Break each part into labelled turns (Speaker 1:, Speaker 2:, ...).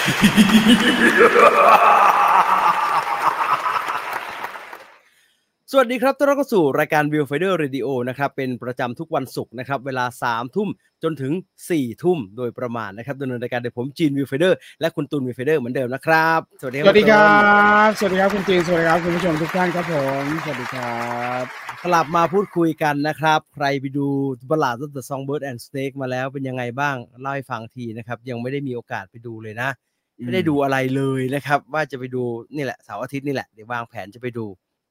Speaker 1: สวัสดีครับต้อนรับเข้าสู่รายการ View Finder Radio นะครับ เป็นประจำทุกวันศุกร์นะครับ เวลา 3 ทุ่มจนถึง 4 ทุ่มโดยประมาณนะครับดำเนินรายการโดยผมจีน View Finder และคุณตูน View Finder เหมือนเดิมนะครับ สวัสดีค
Speaker 2: ส
Speaker 1: รับ
Speaker 2: วัสดีครับ สวัสดีครับคุณจีนสวัสดีครับคุณผู้ชมทุกท่านครับผม สวัสดีครับ
Speaker 1: กลับมาพูดคุยกันนะครับ ใครไปดูบลาด The Songbird and Snake มาแล้วเป็นยังไงบ้างเล่าให้ฟังทีนะครับ ยังไม่ได้มีโอกาสไปดูเลยนะ ไม่ได้ดูอะไรเลยนะครับ ว่าจะไปดูนี่แหละเสาร์อาทิตย์นี่แหละเดี๋ยววางแผนจะไปดู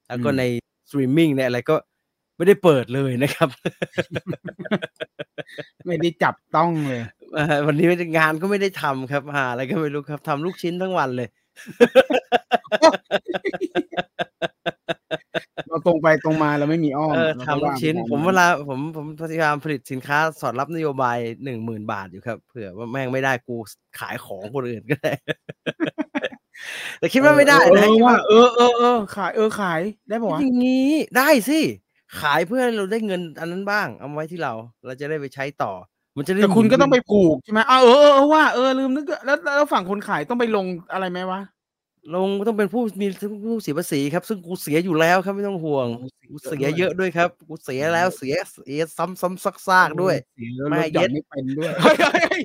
Speaker 1: แล้วก็
Speaker 2: อืม
Speaker 1: ในสตรีมมิ่งในอะไรก็ไม่ได้เปิดเลยนะครับ
Speaker 2: ไม่ได้จับต้องเลย
Speaker 1: เอ่อวันนี้ไม่ได้งานก็ไม่ได้ทำครับหาอะไรก็ไม่รู้ครับทำลูกชิ้นทั้งวันเลย
Speaker 2: เราตรงไปตรงมาเราไม่มีอ้อม
Speaker 1: เออ
Speaker 2: เรา
Speaker 1: ทำลูกชิ้น
Speaker 2: ว่ง
Speaker 1: ผมเวลาผมผมพยายามผลิตสินค้าสอดรับนโยบายหนึ่งหมื่นบาทอยู่ครับเผื่อว่าแม่งไม่ได้กูขายของคนอื่นก็ได้ แต่คิดว่าไม่ได้
Speaker 2: เอ
Speaker 1: นะ
Speaker 2: อ
Speaker 1: คิด
Speaker 2: ว่า
Speaker 1: ว่า
Speaker 2: เออเออเออขายเออขายได้ป่าวะ
Speaker 1: อย่างนี้ได้สิขายเพื่อให้เราได้เงินอันนั้นบ้าง เอามาไว้ที่เราเราจะได้ไปใช้ต่อ มันจะได้
Speaker 2: แต่คุณก็ต้องไป
Speaker 1: มี
Speaker 2: ผูกใช่ไหมอ้าวเออเออเออว่าเออลืมนึกแล้วแล้วแล้วฝั่งคนขายต้องไปลงอะไรไหมวะ
Speaker 1: ลงต้องเป็นผู้มีผู้เสียภาษีครับ ซึ่งกูเสียอยู่แล้วครับไม่ต้องห่วง กูเสียเยอะด้วยครับ กูเสียแล้วเสียเสียซ้ำซ้ำซักซากด้วย
Speaker 2: เสียแล้ว
Speaker 1: ไม่
Speaker 2: รถจอ
Speaker 1: เย็
Speaker 2: ด
Speaker 1: ด
Speaker 2: ไม่เป็นด้วยเฮ้ยเฮ้ยเฮ้ย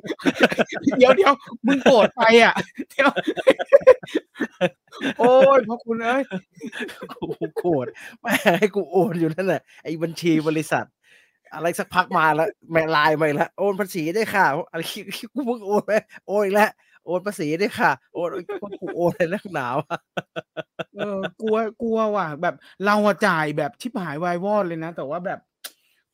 Speaker 2: เดี๋ยวเดี๋ยวมึงโกรธไปอ่ะเดี๋ยว โอ้ยพระคุณเอ้ย
Speaker 1: กูโกรธ แม่งให้กูโอนอยู่นั่นแหละไอ้บัญชีบริษัท อะไรสักพักมาแล้วแม่ไลน์มาอีกแล้วโอนภาษีด้วยค่ะอะไรกูเพิ่งโอนไปโอนอีกแล้วโอนภาษีด้วยค่ะ โอนกูโอนอะไรนักหนาวะ
Speaker 2: เออกลัวกลัวว่ะแบบเราอะจ่ายแบบชิบหายวายวอดเลยนะ แต่ว่าแบบ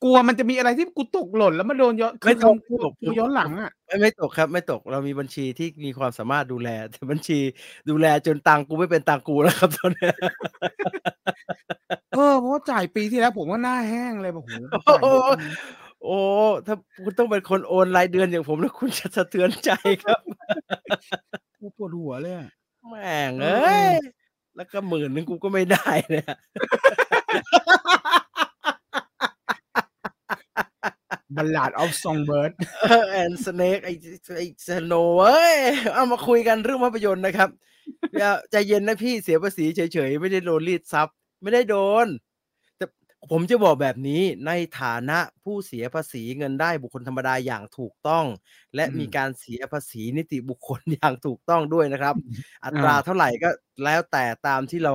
Speaker 2: กลัวมันจะมีอะไรที่กูตกหล่นแล้วมาโดนย้อนคือเรากลัวกลัวย้อนหลังอ่ะ
Speaker 1: ไม่ไม่ตกครับ ไม่ตกเรามีบัญชีที่มีความสามารถดูแล แต่บัญชีดูแลจนตังกูไม่เป็นตังกูแล้วครับตอนเนี้ย
Speaker 2: เออเพราะว่าจ่ายปีที่แล้วผมก็หน้าแห้งเลยแบบโห
Speaker 1: โอ้โห
Speaker 2: จ่ายเยอะนะ
Speaker 1: โอ้ถ้าคุณต้องเป็นคนโอนรายเดือนอย่างผมแล้วคุณจะสะเทือนใจครับ
Speaker 2: กูปวดหัวเลยอะ
Speaker 1: แม่ง
Speaker 2: เอ
Speaker 1: เอ
Speaker 2: อ
Speaker 1: ้ย แล้วก็หมื่นหนึงกูก็ไม่ได้เนี่ย
Speaker 2: บัลลาดออฟซองเบิร์ด
Speaker 1: แอน สเนกไอไอสโนเอ้ย เอามาคุยกันเรื่องภาพยนตร์นะครับ อย่าใจเย็นนะพี่เสียภาษีเฉยๆ ไม่ได้โดนรีดทรัพย์ ไม่ได้โดน แต่ผมจะบอกแบบนี้ในฐานะผู้เสียภาษีเงินได้บุคคลธรรมดาอย่างถูกต้อง และมีการเสียภาษีนิติบุคคลอย่างถูกต้องด้วยนะครับ อัตราเท่าไหร่ก็แล้วแต่ตามที่เรา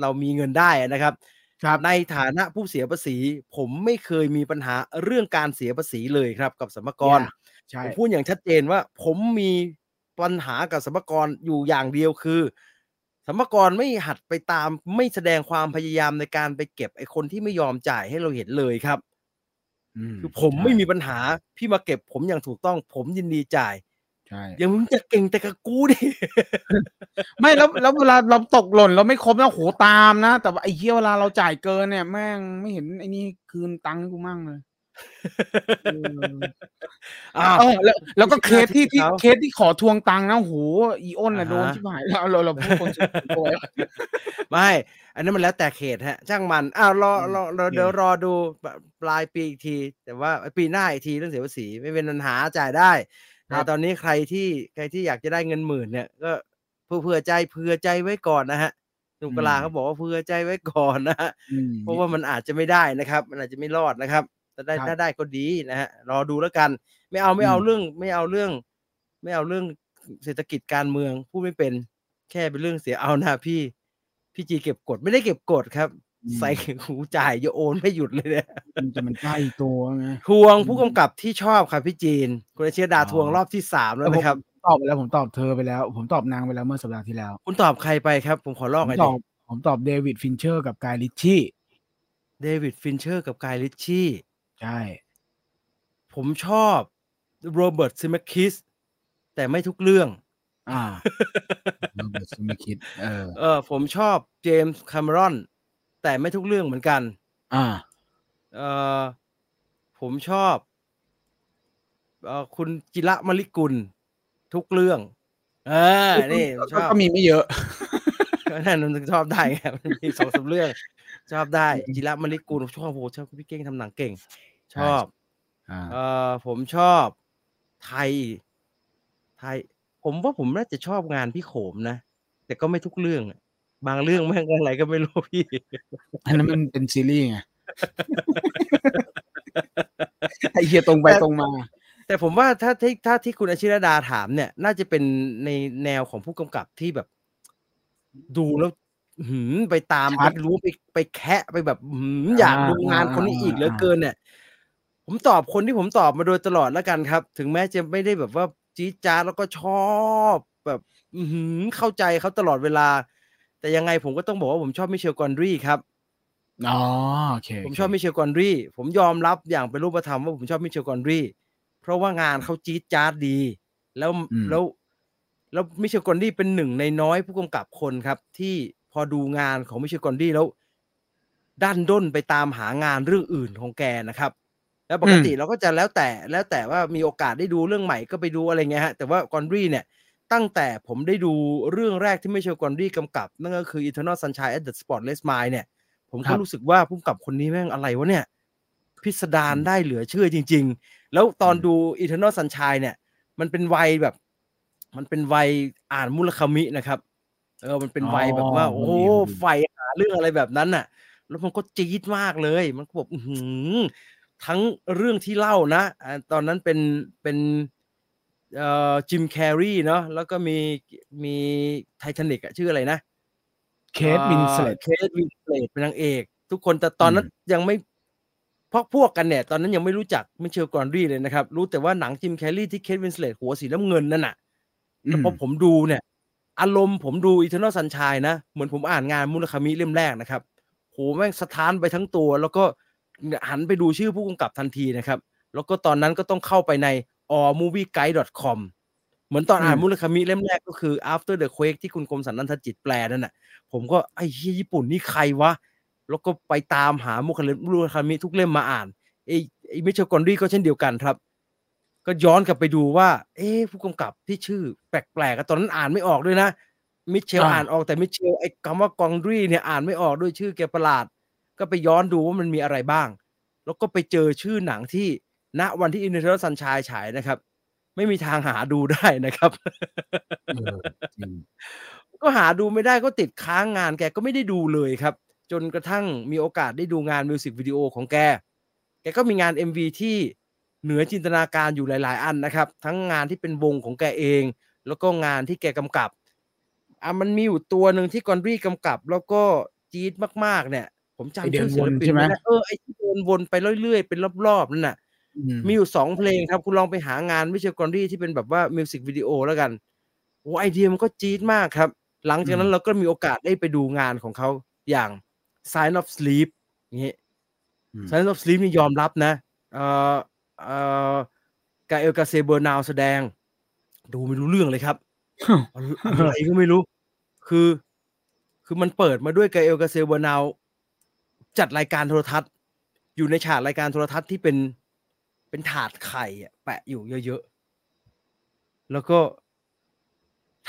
Speaker 1: เรามีเงินได้นะครับ
Speaker 2: ครับ
Speaker 1: ในฐานะผู้เสียภาษี ผมไม่เคยมีปัญหาเรื่องการเสียภาษีเลยครับ กับสมกร
Speaker 2: ใช่
Speaker 1: ผมพูดอย่างชัดเจนว่า ผมมีปัญหากับสมกรอยู่อย่างเดียวคือสมกรไม่หัดไปตามไม่แสดงความพยายามในการไปเก็บไอ้คนที่ไม่ยอมจ่ายให้เราเห็นเลยครับ
Speaker 2: ม
Speaker 1: คือผมไม่มีปัญหาพี่มาเก็บ ผมอย่างถูกต้อง ผมยินดีจ่าย
Speaker 2: ใช่
Speaker 1: อย่างมึงจะเก่งแต่กับกูดิ
Speaker 2: ไม่แล้วแล้วเวลาเราตกหล่นเราไม่ครบนะโหตามนะ แต่ว่าไอ้เหี้ยเวลาเราจ่ายเกินเนี่ยแม่งไม่เห็นไอ้นี่คืนตังค์ให้กูมั่งเลยเออ
Speaker 1: อ้าว
Speaker 2: เออแล้วแล้วก็เคสที่ที่
Speaker 1: หน้าที่เขา
Speaker 2: เคสที่ขอทวงตังค์นะโอ้โหอีอ้นน่ะ
Speaker 1: อ่าฮะ
Speaker 2: โดนชิบหายแล้วเราเราพูดคนสุดตัว
Speaker 1: ไม่ อันนั้นมันแล้วแต่เขตฮะ ช่างมัน อ้าวรอ
Speaker 2: อืม
Speaker 1: รอรอ
Speaker 2: โอเค
Speaker 1: เดี๋ยวรอดูปะปลายปีอีกที แต่ว่าปีหน้าอีกทีเรื่องเสียภาษีไม่เป็นปัญหาจ่ายได้แต่ตอนนี้ใครที่ใครที่อยากจะได้เงินหมื่นเนี่ยก็เพื่อเผื่อใจเผื่อใจไว้ก่อนนะฮะหนุ่มกลาเขาบอกว่าเผื่อใจไว้ก่อนนะฮะ เพราะว่ามันอาจจะไม่ได้นะครับ มันอาจจะไม่รอดนะครับแต่ได้
Speaker 2: ครับ
Speaker 1: ถ้าได้ก็ดีนะฮะรอดูแล้วกัน ไม่เอาไม่เอา
Speaker 2: อืม
Speaker 1: เรื่องไม่เอาเรื่อง ไม่เอาเรื่องเศรษฐกิจการเมืองพูดไม่เป็น แค่เป็นเรื่องเสียเอานะพี่ พี่จีเก็บกดไม่ได้เก็บกดครับ ใส่หูจ่ายอยาโอนไม่หยุดเลยเนี่ย
Speaker 2: แต่มันใกล้ตัวไง
Speaker 1: ทวง
Speaker 2: อืม
Speaker 1: ผู้กำกับที่ชอบครับพี่จีนคุณอาเชียดา
Speaker 2: อ๋อ
Speaker 1: ทวงรอบที่สามแล้วนะครับ
Speaker 2: ตอบไปแล้วผมตอบเธอไปแล้ว ผมตอบนางไปแล้วเมื่อสัปดาห์ที่แล้ว
Speaker 1: คุณตอบใครไปครับ ผมขอล
Speaker 2: ผ
Speaker 1: อกห
Speaker 2: ม
Speaker 1: น่อย
Speaker 2: ต
Speaker 1: ดิ
Speaker 2: อบผมตอบเดวิดฟินเชอร์กับกายลิชชี่
Speaker 1: เดวิดฟินเชอร์กับกายลิชชี่
Speaker 2: ใช่
Speaker 1: ผมชอบโรเบิร์ตซิมคิสแต่ไม่ทุกเรื่อง
Speaker 2: อ่าโรเบิร์ตสมิคิดเออ
Speaker 1: เออผมชอบเจมส์คาเมรอน แต่ไม่ทุกเรื่องเหมือนกัน
Speaker 2: อ่า
Speaker 1: เออผมชอบเออคุณจิระมลิกุล ทุกเรื่อง เออนี่ผมช
Speaker 2: ก็
Speaker 1: อบ
Speaker 2: ก็มีไม่เยอะ
Speaker 1: นั่นมันชอบได้ไงมันมีสองสามเรื่อง ชอบได้จิระมลิกุลชอบโหชอบพี่เก่งทำหนังเก่ง ชอบ
Speaker 2: อ่า
Speaker 1: เออผมชอบ ไทย ไทย โอ ผมว่าผมน่าจะชอบงานพี่โขมนะ แต่ก็ไม่ทุกเรื่องอะบางเรื่องแม่ง อะไรก็ไม่รู้พี่
Speaker 2: อันนั้นมันเป็นซีรีส์ไง ไอเหี้ยตรงไปตรงมา
Speaker 1: แต่ผมว่าถ้าที่ถ้าที่คุณอาชิรดาถามเนี่ย น่าจะเป็นในแนวของผู้กำกับที่แบบ ดูแล้วหืมไปตาม
Speaker 2: ชั
Speaker 1: ไป
Speaker 2: ด
Speaker 1: รู้ไปไปแคะไปแบบหืมอยาก
Speaker 2: อ่า
Speaker 1: ดูงาน
Speaker 2: อ่า
Speaker 1: คนนี้อีก
Speaker 2: อ่า
Speaker 1: เหลือเกินเนี่ย ผมตอบคนที่ผมตอบมาโดยตลอดแล้วกันครับ ถึงแม้จะไม่ได้แบบว่าจี๊ดจ้าดแล้วก็ชอบแบบ อือหือเข้าใจเขาตลอดเวลา แต่ยังไงผมก็ต้องบอกว่าผมชอบมิเชลกอนดรีครับ
Speaker 2: อ๋อโอเค
Speaker 1: ผม
Speaker 2: โเค
Speaker 1: ชอบมิเชลกอนรีผมยอมรับอย่างเป็นรูปธรรมว่าผมชอบมิเชลกอนรีเพราะว่างานเขาจี๊ดจ๊าดดี แล้วแล้ว แล้วมิเชลกอนรีเป็นหนึ่งในน้อยผู้กำกับคนครับ ที่พอดูงานของมิเชลกอนรีแล้วดันด้นไปตามหางานเรื่องอื่นของแกนะครับ แล้วปกติเราก็จะแล้วแต่แล้วแต่ว่ามีโอกาสได้ดูเรื่องใหม่ก็ไปดูอะไรเงี้ยฮะแต่ว่ากอนรีเนี่ย ตั้งแต่ผมได้ดูเรื่องแรกที่มิเชลกอนรีกำกับ นั่นก็คือ Eternal Sunshine at the Spotless Mind เนี่ย ผมก็รู้สึกว่าพุ่มกับคนนี้แม่งอะไรวะเนี่ย พิสดารได้เหลือเชื่อจริง ๆ แล้วตอนดู Eternal Sunshine เนี่ย มันเป็นวัยแบบ มันเป็นวัยอ่านมุลคามินะครับ เออ มันเป็นวัยแบบว่า โอ้โหไฟหาเรื่องอะไรแบบนั้นน่ะ แล้วมันก็จี๊ดมากเลย มันก็แบบอื้อหือทั้งเรื่องที่เล่านะอ่าตอนนั้นเป็นเป็นเอ่อจิมแคร์รีเนาะแล้วก็มีมีไททานิกอะชื่ออะไรนะ
Speaker 2: เคสบินเสร็จ
Speaker 1: เคทวินเสลตเป็นนางเอก ทุกคนแต่ตอนนั้นยังไม่พวกพวกกันเนี่ย ตอนนั้นยังไม่รู้จักมิเชลกอนรีเลยนะครับ รู้แต่ว่าหนังจิมแคลรี่ที่เคทวินเสลตหัวสีน้ำเงินนั่นน่ะแต่พอผมดูเนี่ย อารมณ์ผมดูอีเทอร์นอลซันชายนะ เหมือนผมอ่านงานมุลคามิเล่มแรกนะครับ โหแม่งสะท้านไปทั้งตัว แล้วก็หันไปดูชื่อผู้กำกับทันทีนะครับ แล้วก็ตอนนั้นก็ต้องเข้าไปใน allmovieguide.com เหมือนตอนอ่าน
Speaker 2: อืม
Speaker 1: มุลคามิเล่มแรกก็คือ after the quake ที่คุณกรมสันนันทจิตแปลนั่นน่ะ ผมก็ไอ้เหี้ยญี่ปุ่นนี่ใครวะ แล้วก็ไปตามหามุคเลมุคามิทุกเล่มมาอ่านไอ้ไอ้มิเชลกอนรีก็เช่นเดียวกันครับ ก็ย้อนกลับไปดูว่า เอ๊ะผู้กำกับที่ชื่อแปลกๆอะตอนนั้นอ่านไม่ออกด้วยนะ มิเชล
Speaker 2: อ่า
Speaker 1: อ่านออกแต่มิเชลไอ้คำว่ากองรีเนี่ยอ่านไม่ออกด้วยชื่อแกประหลาด ก็ไปย้อนดูว่ามันมีอะไรบ้าง แล้วก็ไปเจอชื่อหนังที่ณวันที่อินเทอร์ซันชายฉายนะครับ ไม่มีทางหาดูได้นะครับ
Speaker 2: เออจริง
Speaker 1: ก็หาดูไม่ได้ก็ติดค้างงานแกก็ไม่ได้ดูเลยครับ จนกระทั่งมีโอกาสได้ดูงานมิวสิกวิดีโอของแก แกก็มีงาน MV ที่เหนือจินตนาการอยู่หลาย ๆ อันนะครับ ทั้งงานที่เป็นวงของแกเอง แล้วก็งานที่แกกำกับอ่ะมันมีอยู่ตัวหนึ่งที่กอนรีกำกับ แล้วก็จี๊ดมาก ๆ เนี่ย ผมจำชื่อศิลปิน
Speaker 2: ไอ้เดินวนใช่ไหม
Speaker 1: ไม่ได้เออไอ้ที่เดินวนไปเรื่อย ๆ เป็นรอบ ๆ นั่นน่ะ
Speaker 2: อื
Speaker 1: มีอยู่สองเพลงครับ คุณลองไปหางานวิชกรรี่ที่เป็นแบบว่ามิวสิกวิดีโอแล้วกันโอ้ไอเดียมันก็จี๊ดมากครับ หลังจากนั้นเราก็มีโอกาสได้ไปดูงานของเขาอย่าง Sign of Sleep อย่างงี้
Speaker 2: อืม
Speaker 1: Sign of Sleep นี่ยอมรับนะเอ่อเอ่อกาเอลกาเซเบอร์นาวแสดง ดูไม่รู้เรื่องเลยครับ อะไรก็ไม่รู้ คือ คือมันเปิดมาด้วยกาเอลกาเซเบอร์นาวจัดรายการโทรทัศน์ อยู่ในฉากรายการโทรทัศน์ที่เป็น เป็นถาดไข่อะแปะอยู่เยอะๆ แล้วก็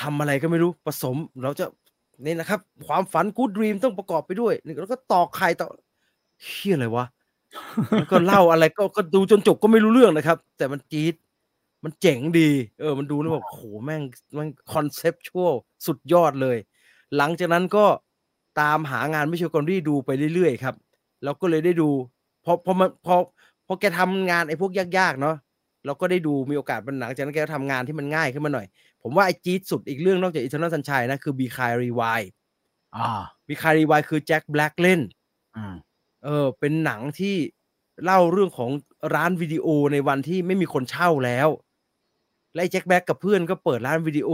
Speaker 1: ทำอะไรก็ไม่รู้ผสม เราจะนี่นะครับ ความฝันกู d ด e ีมต้องประกอบไปด้วยนี่แล้วก็ตอกไข่ต่อเฮียอะไรวะ แล้วก็เล่าอะไรก็ก็ดูจนจบก็ไม่รู้เรื่องนะครับ แต่มันจี๊ด มันเจ๋งดี เออ มันดูแล้วแบบโหแม่งมันคอนเซปชวลสุดยอดเลย หลังจากนั้นก็ตามหางานมิเชลกอนรี่ดูไปเรื่อยๆครับ แล้วก็เลยได้ดูพอพอมันพอพอแกทำงานไอ้พวกยากๆเนาะเราก็ได้ดูมีโอกาสมันหลังจากนั้นแกก็ทำงานที่มันง่ายขึ้นมาหน่อย ผมว่าไอ้จี๊ดสุดอีกเรื่องนอกจากอิ e เทอร์นอลซันชัยนะ คือบีคายรีวาย
Speaker 2: อ่า
Speaker 1: บีคายรีวายคือแจ็คแบล็กเล่น
Speaker 2: อ่า
Speaker 1: เออเป็นหนังที่เล่าเรื่องของร้านวิดีโอในวันที่ไม่มีคนเช่าแล้ว และไอ้แจ็คแบล็กกับเพื่อนก็เปิดร้านวิดีโอ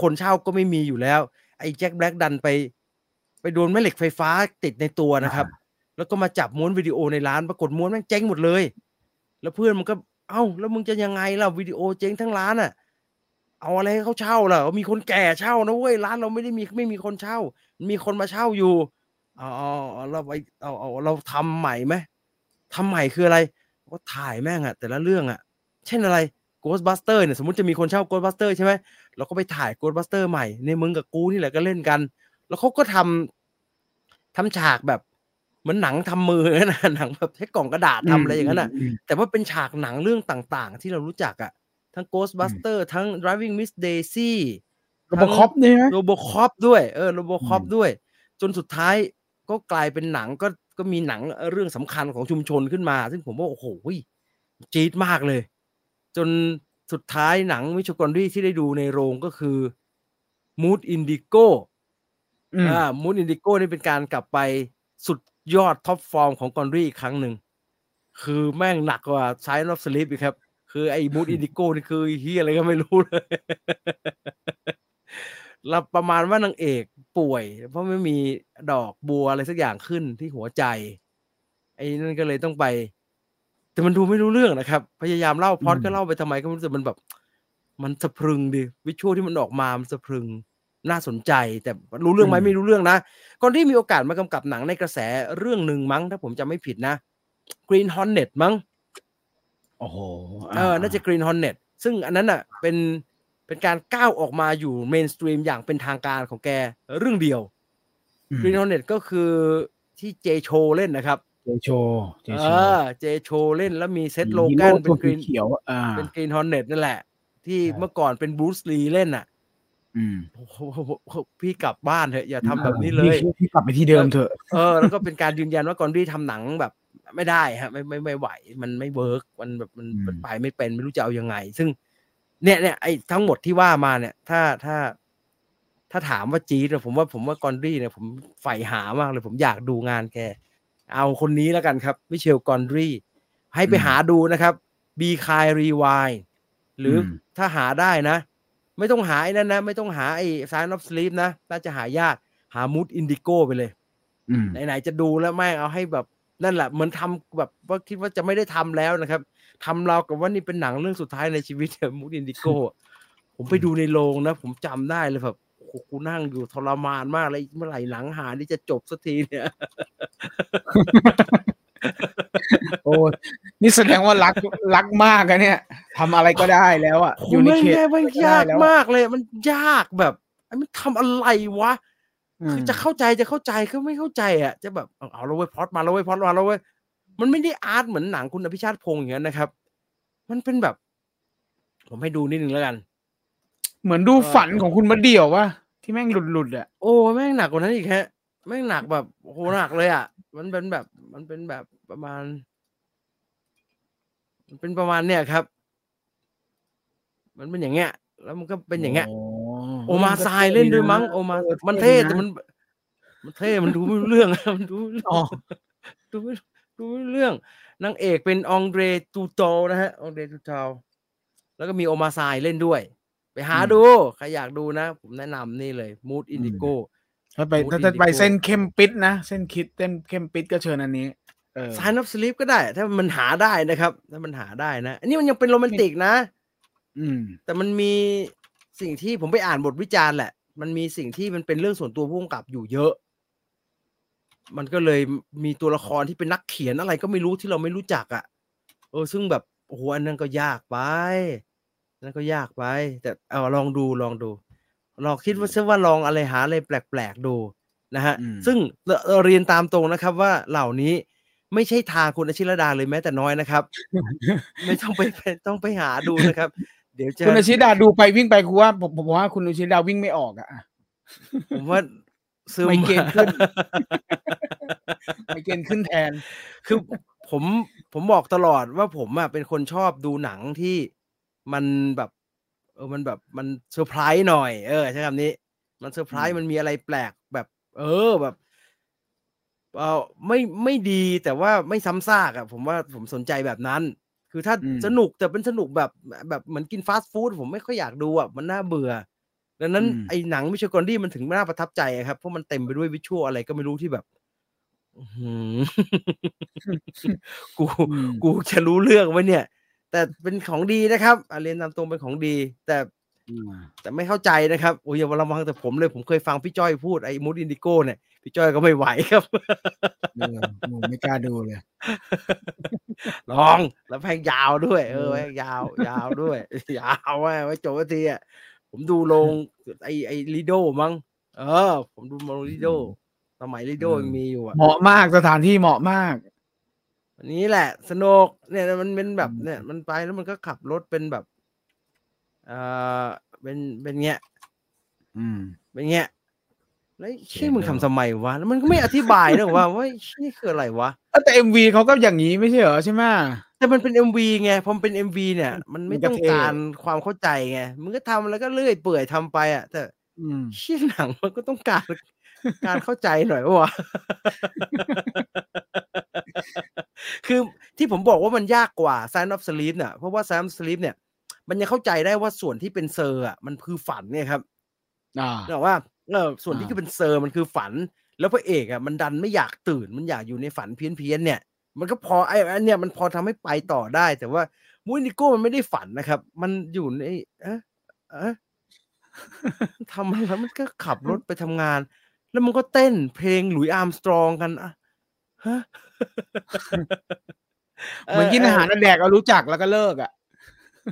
Speaker 1: คนเช่าก็ไม่มีอยู่แล้ว ไอ้แจ็คแบล็กดันไป ไปโดนแม่เหล็กไฟฟ้าติดในตัวนะครับ แล้วก็มาจับม้วนวิดีโอในร้านปรากฏม้วนแม่งเจ๊งหมดเลย แล้วเพื่อนมันก็เอ้า แล้วมึงจะยังไงล่ะวิดีโอเจ๊งทั้งร้านอ่ะ เอาอะไรให้เขาเช่าล่ะมีคนแก่เช่านะเว้ยร้านเราไม่ได้มีไม่มีคนเช่า มีคนมาเช่าอยู่ เอาเอาเอาเราไปเอาเอาเราทำใหม่ไหมทำใหม่คืออะไรก็ถ่ายแม่งอะแต่ละเรื่องอะเช่นอะไร Ghostbuster เนี่ยสมมติจะมีคนเช่า Ghostbuster ใช่ไหมเราก็ไปถ่าย Ghostbuster ใหม่ในมึงกับกูนี่แหละก็เล่นกัน แล้วเขาก็ทำทำฉากแบบเหมือนหนังทำมือ นะ หนังแบบใช้กล่องกระดาษทำอะไรอย่างนั้นอะ
Speaker 2: ม
Speaker 1: แต่ว่าเป็นฉากหนังเรื่องต่างๆ ที่เรารู้จักอะ ทั้ง Ghostbuster ทั้ง Driving Miss Daisy
Speaker 2: โรบอคอปนี่ไหม
Speaker 1: โรบคอปด้วยเออโรบคอป
Speaker 2: อืม
Speaker 1: ด้วย จนสุดท้ายก็กลายเป็นหนังก็ก็มีหนังเรื่องสำคัญของชุมชนขึ้นมา ซึ่งผมว่า โอ้โหจี๊ดมากเลย จนสุดท้ายหนังมิชกอนดี้ที่ได้ดูในโรงก็คือ Mood Indigo
Speaker 2: อืม
Speaker 1: อ่า Mood Indigo นี่เป็นการกลับไปสุดยอดท็อปฟอร์มของกอนดี้อีกครั้งหนึ่ง คือแม่งหนักกว่า Sign of Sleep อีกครับ คือไอ้ Mood Indigo นี่คือเฮียอะไรก็ไม่รู้เลย เราประมาณว่านางเอกป่วย เพราะไม่มีดอกบัวอะไรสักอย่างขึ้นที่หัวใจ ไอ้นั่นก็เลยต้องไป แต่มันดูไม่รู้เรื่องนะครับ พยายามเล่าพล็อดก็เล่าไปทำไมก็ไม่รู้สึกมันแบบ มันสะพรึงดิวิชวลที่มันออกมามันสะพรึงน่าสนใจ แต่รู้เรื่องไหมไม่รู้เรื่องนะก่อนที่มีโอกาสมากำกับหนังในกระแสเรื่องหนึ่งมั้ง ถ้าผมจำไม่ผิดนะ Green Hornet มั้ง
Speaker 2: โอ้โห
Speaker 1: เออ น่าจะ Green Hornet ซึ่งอันนั้นอ่ะ เป็น เป็นการก้าวออกมาอยู่เมนสตรีมอย่างเป็นทางการของแกเรื่องเดียว
Speaker 2: อืม
Speaker 1: Green Hornet ก็คือที่เจโชเล่นนะครับ
Speaker 2: เจโชเจ
Speaker 1: เอ
Speaker 2: โช
Speaker 1: อ เจโชเล่นแล้วมีเซต
Speaker 2: มี
Speaker 1: โล
Speaker 2: ฮี
Speaker 1: แกน
Speaker 2: ร่
Speaker 1: เป็น Green
Speaker 2: เขียวอ่า
Speaker 1: เป็น Green Hornet นั่นแหละ ที่
Speaker 2: ใช่
Speaker 1: เมื่อก่อนเป็นบรูซลีเล่นอ่ะ
Speaker 2: อืม
Speaker 1: โอ้โหพี่กลับบ้านเถอะ อย่าทำแบบนี้เลย
Speaker 2: พี่พี่กลับไปที่เดิมเถอะ
Speaker 1: เออแล้วก็เป็นการยืนยันว่ากอนดี้ทำหนังแบบไม่ได้ฮะไม่ไม่ไม่ไหว มันไม่เวิร์กมันแบบมัน
Speaker 2: อืม
Speaker 1: มันไปไม่เป็นไม่รู้จะเอายังไง ซึ่ง เนี่ยเนี่ยไอ้ทั้งหมดที่ว่ามาเนี่ย ถ้าถ้า ถ้าถามว่าจี๊ดเนี่ยผมว่าผมว่ากอนดี้เนี่ย ผมใฝ่หามากเลย ผมอยากดูงานแก เอาคนนี้แล้วกันครับมิเชลกอนดี้ให้ไปหาดูนะครับบีคายรีวายหรืออ
Speaker 2: ม
Speaker 1: ถ้าหาได้นะ ไม่ต้องหาไอ้นั่นนะไม่ต้องหาไอ้ซานอฟสลีปนะน่าจะหายากหามูดอินดิโกไปเลย
Speaker 2: อืม
Speaker 1: ไหนๆจะดูแล้วแม่งเอาให้แบบนั่นแหละเหมือนทำแบบว่าคิดว่าจะไม่ได้ทำแล้วนะครับทำเราวกับว่านี่เป็นหนังเรื่องสุดท้ายในชีวิต มูดอินดิโก ผมไปดูในโรงนะ ผมจำได้เลยแบบโอ้โหกูนั่งอยู่ทรมานมากเลยเมื่อไหร่หนังหานี่จะจบสักทีเนี่ย
Speaker 2: โอ้ยนี่แสดงว่ารักรักมากอะเนี่ยทำอะไรก็ได้แล้วอะ
Speaker 1: โห
Speaker 2: อยู่ใน
Speaker 1: แม่ง
Speaker 2: เขต
Speaker 1: แย่แม่งยาก
Speaker 2: ได้แล้ว
Speaker 1: มากเลย มันยากแบบไอ้มันทำอะไรวะ
Speaker 2: อืม
Speaker 1: คือจะเข้าใจจะเข้าใจก็ไม่เข้าใจอ่ะ จะแบบเอาเอาแล้วเว้ยพล็อดมาแล้วเว้ยพล็อดมาแล้วเว้ยมันไม่ได้อาร์ตเหมือนหนังคุณอภิชาติพงษ์อย่างนั้นนะครับ มันเป็นแบบ ผมให้ดูนิดนึงแล้วกัน
Speaker 2: เหมือนดูฝันของคุณมาเดี่ยววะที่แม่งหลุดหลุดๆอะ
Speaker 1: โอ้แม่งหนักกว่านั้นอีกฮะแม่งหนักแบบโอ้โหหนักเลยอ่ะ มันเป็นแบบมันเป็นแบบประมาณ มันเป็นประมาณเนี่ยครับ มันเป็นอย่างเงี้ย แล้วมันก็เป็นอย่างเงี้ย โอมาซายเล่นด้วยมั้งโอมามันเท่แต่มัน มันเท่มันดูไม่รู้เรื่อง มันดูไม่รู้
Speaker 2: อ๋อ
Speaker 1: ดูไม่ดูไม่รู้เรื่องนางเอกเป็นองเดรตูโตนะฮะองเดรตูโตแล้วก็มีโอมาซายเล่นด้วย ไปหาดู ใครอยากดูนะ ผมแนะนำนี่เลยมูดอินดิโก
Speaker 2: ถ้าไป
Speaker 1: โอ้
Speaker 2: ถ้าจะ
Speaker 1: ดี
Speaker 2: ไป
Speaker 1: ดี
Speaker 2: เส้นเข้มปิดนะเส้นคิดเส้นเข้มปิดก็เชิญอันนี้เออ
Speaker 1: ซายนับสลิปก็ได้ ถ้ามันหาได้นะครับ ถ้ามันหาได้นะ อันนี้มันยังเป็นโรแมนติกนะ
Speaker 2: อืม
Speaker 1: แต่มันมีสิ่งที่ผมไปอ่านบทวิจารณ์แหละ มันมีสิ่งที่มันเป็นเรื่องส่วนตัวพ่วงกับอยู่เยอะ มันก็เลยมีตัวละครที่เป็นนักเขียนอะไรก็ไม่รู้ที่เราไม่รู้จักอะ่ะ เออ ซึ่งแบบโอ้โหอันนั้นก็ยากไปอันนั้นก็ยากไป แต่เอาลองดูลองดูลองคิดว่าเชื่อว่าลองอะไรหาอะไรแปลกๆดูนะฮะ
Speaker 2: อืม
Speaker 1: ซึ่งเราเราเรียนตามตรงนะครับว่าเหล่านี้ไม่ใช่ทางคุณอาชิรดาเลยแม้แต่น้อยนะครับ ไม่ต้องไป ไปต้องไปหาดูนะครับ เดี๋ยวจะ
Speaker 2: คุณอาชิดาดูไปวิ่งไปกูว่าผมผมว่าคุณอาชิดาวิ่งไม่ออกอะอะ
Speaker 1: ผมว่าซึม
Speaker 2: ไมเกรน ขึ้น
Speaker 1: อะ
Speaker 2: ไปเกณฑ์ขึ้นแทน
Speaker 1: คือผมผมบอกตลอดว่าผมอะเป็นคนชอบดูหนังที่มันแบบเออมันแบบมันเซอร์ไพรส์หน่อยเออใช้คำนี้ มันเซอร์ไพร
Speaker 2: อื
Speaker 1: ส์
Speaker 2: ม
Speaker 1: มันมีอะไรแปลกแบบ เออแบบเออไม่ไม่ดีแต่ว่าไม่ซ้ำซากอะผมว่าผมสนใจแบบนั้น คือถ้า
Speaker 2: อืม
Speaker 1: สนุกแต่เป็นสนุกแบบแบบเหมือนกินฟาสต์ฟู้ดผมไม่ค่อยอยากดูอะมันน่าเบื่อ ดังนั้น
Speaker 2: อืม
Speaker 1: ไอ้หนังมิชกอนดี้มันถึงน่าประทับใจอะครับเพราะมันเต็มไปด้วยวิชวลอะไรก็ไม่รู้ที่แบบอื้อหือ กู
Speaker 2: อืม
Speaker 1: กูจะรู้เรื่องไหมเนี่ย แต่เป็นของดีนะครับอ่ะเรียนตามตรงเป็นของดี แต่แต่ไม่เข้าใจนะครับโอ้ยอย่ามาระวังแต่ผมเลย ผมเคยฟังพี่จ้อยพูดไอ้มูดอินดิโก้เนี่ยพี่จ้อยก็ไม่ไหวครับ
Speaker 2: เออผมไม่กล้าดูเลย
Speaker 1: ลองแล้วแพงยาวด้วย เออ
Speaker 2: เออ
Speaker 1: แพงยาวยาวด้วย ยาวแม่งไว้จบสักทีอ่ะผมดูลงไอไอลีโดมั้งเออ ผมดูมาลงลีโดสมัยลีโดยังมีอยู่อ่ะ
Speaker 2: เหมาะมากสถานที่เหมาะมาก
Speaker 1: วันนี้แหละสนุกเนี่ยมันเป็นแบบ
Speaker 2: อืม
Speaker 1: เนี่ยมันไปแล้วมันก็ขับรถเป็นแบบ เออเป็นเป็นเงี้ย
Speaker 2: อืม
Speaker 1: เป็นเงี้ยแล้ว
Speaker 2: เขี
Speaker 1: ชื่
Speaker 2: ย
Speaker 1: อน มึง
Speaker 2: ด้วย
Speaker 1: ทำทำไมวะแล้วมันก็ไม่อธิบายนะว่าว่าชื่อคืออะไรวะ
Speaker 2: เอ้าแต่เอ็มวีเขาก็อย่างนี้ไม่ใช่เหรอใช่ไหม
Speaker 1: แต่มันเป็น MV ไงพอมันเป็น MV เนี่ย มันไม่
Speaker 2: มันก็
Speaker 1: ต้อง
Speaker 2: เท่
Speaker 1: การความเข้าใจไงมึงก็ทำแล้วก็เลื่อยเปื่อยทำไปอ่ะ แต่
Speaker 2: อืม
Speaker 1: ชื่อหนังมันก็ต้องการ การเข้าใจหน่อยปะว ะ คือที่ผมบอกว่ามันยากกว่า Sign of Sleep เนี่ยเพราะว่า Sign of Sleep เนี่ย มันยังเข้าใจได้ว่าส่วนที่เป็นเซอร์อ่ะมันคือฝันเนี่ยครับ
Speaker 2: อ่า
Speaker 1: เนกอะว่าเออส่วนที่
Speaker 2: อ่า
Speaker 1: คือเป็นเซอร์มันคือฝัน แล้วพระเอกอ่ะมันดันไม่อยากตื่นมันอยากอยู่ในฝันเพี้ยนๆเนี่ย มันก็พอไอ้อันเนี่ยมันพอทำให้ไปต่อได้ แต่ว่ามูนิโก้มันไม่ได้ฝันนะครับ มันอยู่ในเอะเอะทำอะไรแล้วมันก็ขับรถไปทำงาน แล้วมันก็เต้นเพลงหลุยส์อาร์มสตรองกันอะฮะ
Speaker 2: เหมือนกินอาหารแล้วแดกเอารู้จักแล้วก็เลิกอ่ะ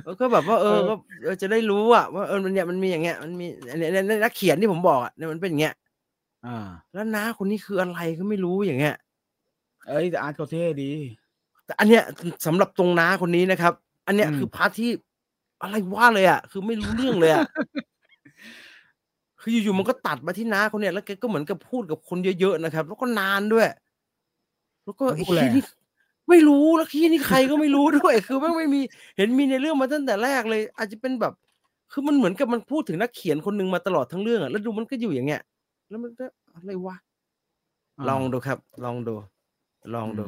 Speaker 1: เออก็แบบว่าเออ
Speaker 2: เออ
Speaker 1: ก็เออจะได้รู้อะว่าเออมันเนี่ยมันมีอย่างเงี้ยมันมีอันเนี้ยเนี่ยนักเขียนที่ผมบอกอะเนี่ยมันเป็นอย่างเงี้ย
Speaker 2: อ่า
Speaker 1: แล้วน้าคนนี้คืออะไรก็ไม่รู้อย่างเงี้ย
Speaker 2: เอ้ยแต่อาร์ตเขาเท่ดี
Speaker 1: แต่อันเนี้ยสำหรับตรงน้าคนนี้นะครับ อันเนี้ย
Speaker 2: อืม
Speaker 1: คือพาร์ทที่อะไรว่าเลยอ่ะ คือไม่รู้เรื่องเลย อ่ะ คืออยู่ๆมันก็ตัดมาที่น้าคนเนี้ยแล้วแกก็เหมือนกับพูดกับคนเยอะๆนะครับ แล้วก็นานด้วย แล้วก็ไอ้
Speaker 2: พูดอะไร
Speaker 1: ขี้
Speaker 2: อ่ะ
Speaker 1: นี่ไม่รู้แล้วขี้นี่ใครก็ไม่รู้ด้วย คือแม่งไม่มีเห็นมีในเรื่องมาตั้งแต่แรกเลย อาจจะเป็นแบบ คือมันเหมือนกับมันพูดถึงนักเขียนคนหนึ่งมาตลอดทั้งเรื่องอ่ะแล้วดูมันก็อยู่อย่างเงี้ย แล้วมันก็อะไรวะลองดูครับ ลองดู ลองดู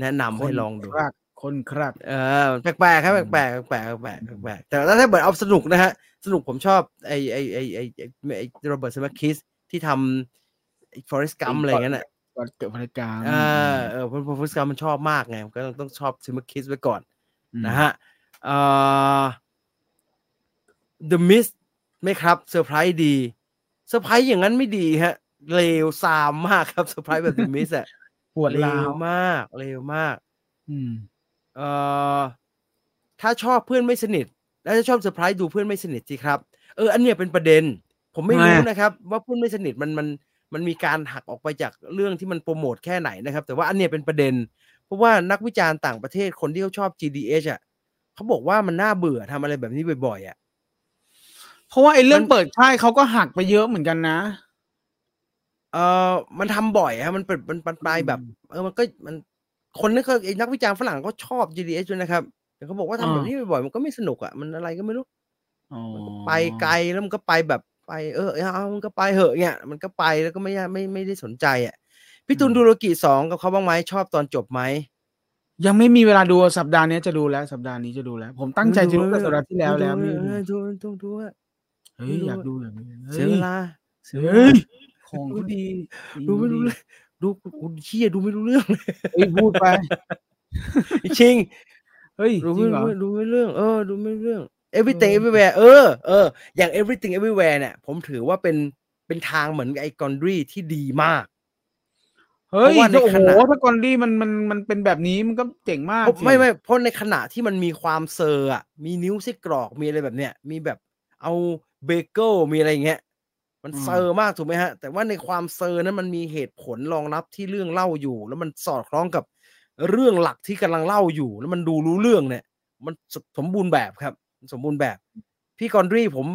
Speaker 1: แนะนำ
Speaker 2: า
Speaker 1: ให้ลองดู
Speaker 2: คนครับคนครับ
Speaker 1: เออแปลกๆครับ
Speaker 2: อืม
Speaker 1: แปลกๆแปลกๆแปลกๆแปลกๆแต่ถ้าถ้าเบิร์ดเอาสนุกนะฮะ สนุกผมชอบไอไอไอไอไอ้ไอโรเบิร์ตสมัคคิสที่ทำฟอเรสต์กัม
Speaker 2: Forrest
Speaker 1: อะไรอย่างนั้นอ่ะ
Speaker 2: วัดเกิดพนักงาน
Speaker 1: เออเออเพราะฟอเรสต์กัมมันชอบมากไงก็ต้องต้องชอบสมัคคิสไว้ก่อน
Speaker 2: อืม
Speaker 1: นะฮะเอ่อ The Mist ไหม่ครับเซอร์ไพรส์ดีเซอร์ไพรส์อย่างนั้นไม่ดีฮะเลวซามมากครับเซ อร์ไพรส์แบบ The Mist อะ
Speaker 2: ปวด
Speaker 1: เล
Speaker 2: ร้าว
Speaker 1: วมากเลวมาก
Speaker 2: อืม
Speaker 1: เอ่อถ้าชอบเพื่อนไม่สนิท แล้วจะชอบเซอร์ไพรส์ดูเพื่อนไม่สนิทสิครับ เอออันเนี้ยเป็นประเด็น ผมไม่
Speaker 2: ทำไม
Speaker 1: รู้
Speaker 2: อะ
Speaker 1: นะครับ ว่าเพื่อนไม่สนิทมันมันมันมีการหักออกไปจากเรื่องที่มันโปรโมทแค่ไหนนะครับ แต่ว่าอันเนี้ยเป็นประเด็น เพราะว่านักวิจารณ์ต่างประเทศคนที่เขาชอบ GDH อ่ะเขาบอกว่ามันน่าเบื่อทำอะไรแบบนี้บ่อยๆอ่ะ
Speaker 2: เพราะว่าไอ้เรื่อง
Speaker 1: มัน
Speaker 2: เปิดค่ายเขาก็หักไปเยอะเหมือนกันนะ
Speaker 1: เออมันทำบ่อยฮะมันเป็นมันมันไปแบบ
Speaker 2: อืม
Speaker 1: เออมันก็มันคนนั้นก็ไอ้นักวิจารณ์ฝรั่งก็ชอบ GDH ด้วยนะครับแต่เขาบอกว่าทำแบบ
Speaker 2: อ่านี้
Speaker 1: นี้บ่อยๆมันก็ไม่สนุกอ่ะมันอะไรก็ไม่รู้
Speaker 2: อ๋อ
Speaker 1: มันก็ไปไกลแล้วมันก็ไปแบบไปเออเอามันก็ไปเหอะเนี่ยมันก็ไปแล้วก็ไม่ได้ไม่ไม่ได้สนใจอ่ะพี่ตูนดูโรกิสองกับเขาบ้างไหมชอบตอนจบไหม
Speaker 2: ยังไม่มีเวลาดูสัปดาห์นี้จะดูแล้ว สัปดาห์นี้จะดูแล้ว ผมตั้งใจจะดูตั้งแต่สัปดาห์ที่แล้วแล้วไม่ได้ดู
Speaker 1: ดูต้องดูอะ
Speaker 2: เฮ้ยอยากดูอยากดู
Speaker 1: เสียเวลา
Speaker 2: เฮ้ยของก็ดี
Speaker 1: ดูไม่รู้เรื่องดูกูเชี่ยดูไม่รู้เรื่อง
Speaker 2: เฮ้ยพูดไป
Speaker 1: จริง
Speaker 2: เฮ้ยจ
Speaker 1: ดู
Speaker 2: ริ
Speaker 1: ไม่
Speaker 2: งเหรอ
Speaker 1: ดูไม่เรื่อง เออ ดูไม่เรื่อง everything
Speaker 2: เออ
Speaker 1: everywhere เออเอออย่าง everything everywhere เนี่ยผมถือว่าเป็นเป็นทางเหมือนไอคอนดรีที่ดีมาก
Speaker 2: เฮ้ย
Speaker 1: เพราะว่าใน
Speaker 2: โอ้โห
Speaker 1: ขณะ
Speaker 2: ถ้ากอนดี้มันมันมันเป็นแบบนี้มันก็เจ๋งมาก
Speaker 1: เพราะ
Speaker 2: สิ
Speaker 1: ไม่ไม่เพราะในขณะที่มันมีความเซอร์อ่ะมีนิ้วซี่กรอกมีอะไรแบบเนี้ยมีแบบเอาเบเกิลมีอะไรอย่างเงี้ยมันเซอร์มากถูกไหมฮะ แต่ว่าในความเซอร์นั้นมันมีเหตุผลรองรับที่เรื่องเล่าอยู่ แล้วมันสอดคล้องกับเรื่องหลักที่กำลังเล่าอยู่ แล้วมันดูรู้เรื่องเนี่ย มันสสมบูรณ์แบบครับ สมบูรณ์แบบ พี่กอนดรีผม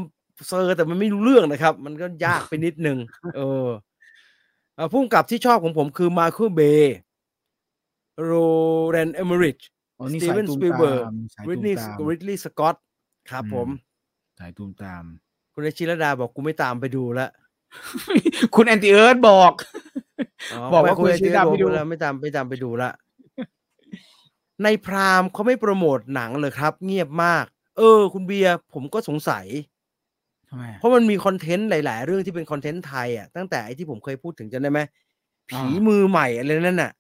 Speaker 1: เซอร์แต่มันไม่รู้เรื่องนะครับ มันก็ยากไปนิดนึง เออเอ่อผู้กำกับที่ชอบของผมคือมาคูเบโรแรนเอเมริช
Speaker 2: อ๋อนี่สาย
Speaker 1: Steven
Speaker 2: ตูม
Speaker 1: Spielberg
Speaker 2: ตามสาย
Speaker 1: ริด
Speaker 2: ตู
Speaker 1: นี
Speaker 2: ม
Speaker 1: ย์
Speaker 2: ตาม
Speaker 1: ริดลีย์สกอตครับ
Speaker 2: อืม
Speaker 1: ผม
Speaker 2: สายตูมตาม
Speaker 1: คุณเอชิรดาบอกกูไม่ตามไปดูละ
Speaker 2: คุณแอนติเอิร์ธบอก บอกว่า
Speaker 1: ไม่
Speaker 2: คุณเอชิรดา
Speaker 1: บ
Speaker 2: ไป
Speaker 1: อก
Speaker 2: ดู
Speaker 1: แล้วไม่ตามไม่ตามไปดูละ ในพรามเขาไม่โปรโมทหนังเลยครับ เงียบมาก เออ คุณเบียร์ผมก็สงสัย
Speaker 2: ทำไมอะ
Speaker 1: เพราะมันมีคอนเทนต์หลาย ๆ เรื่องที่เป็นคอนเทนต์ไทยอ่ะตั้งแต่ไอ้ที่ผมเคยพูดถึงจำได้ไหม
Speaker 2: อ่า
Speaker 1: ผีมือใหม่อะไรนั่นน่ะ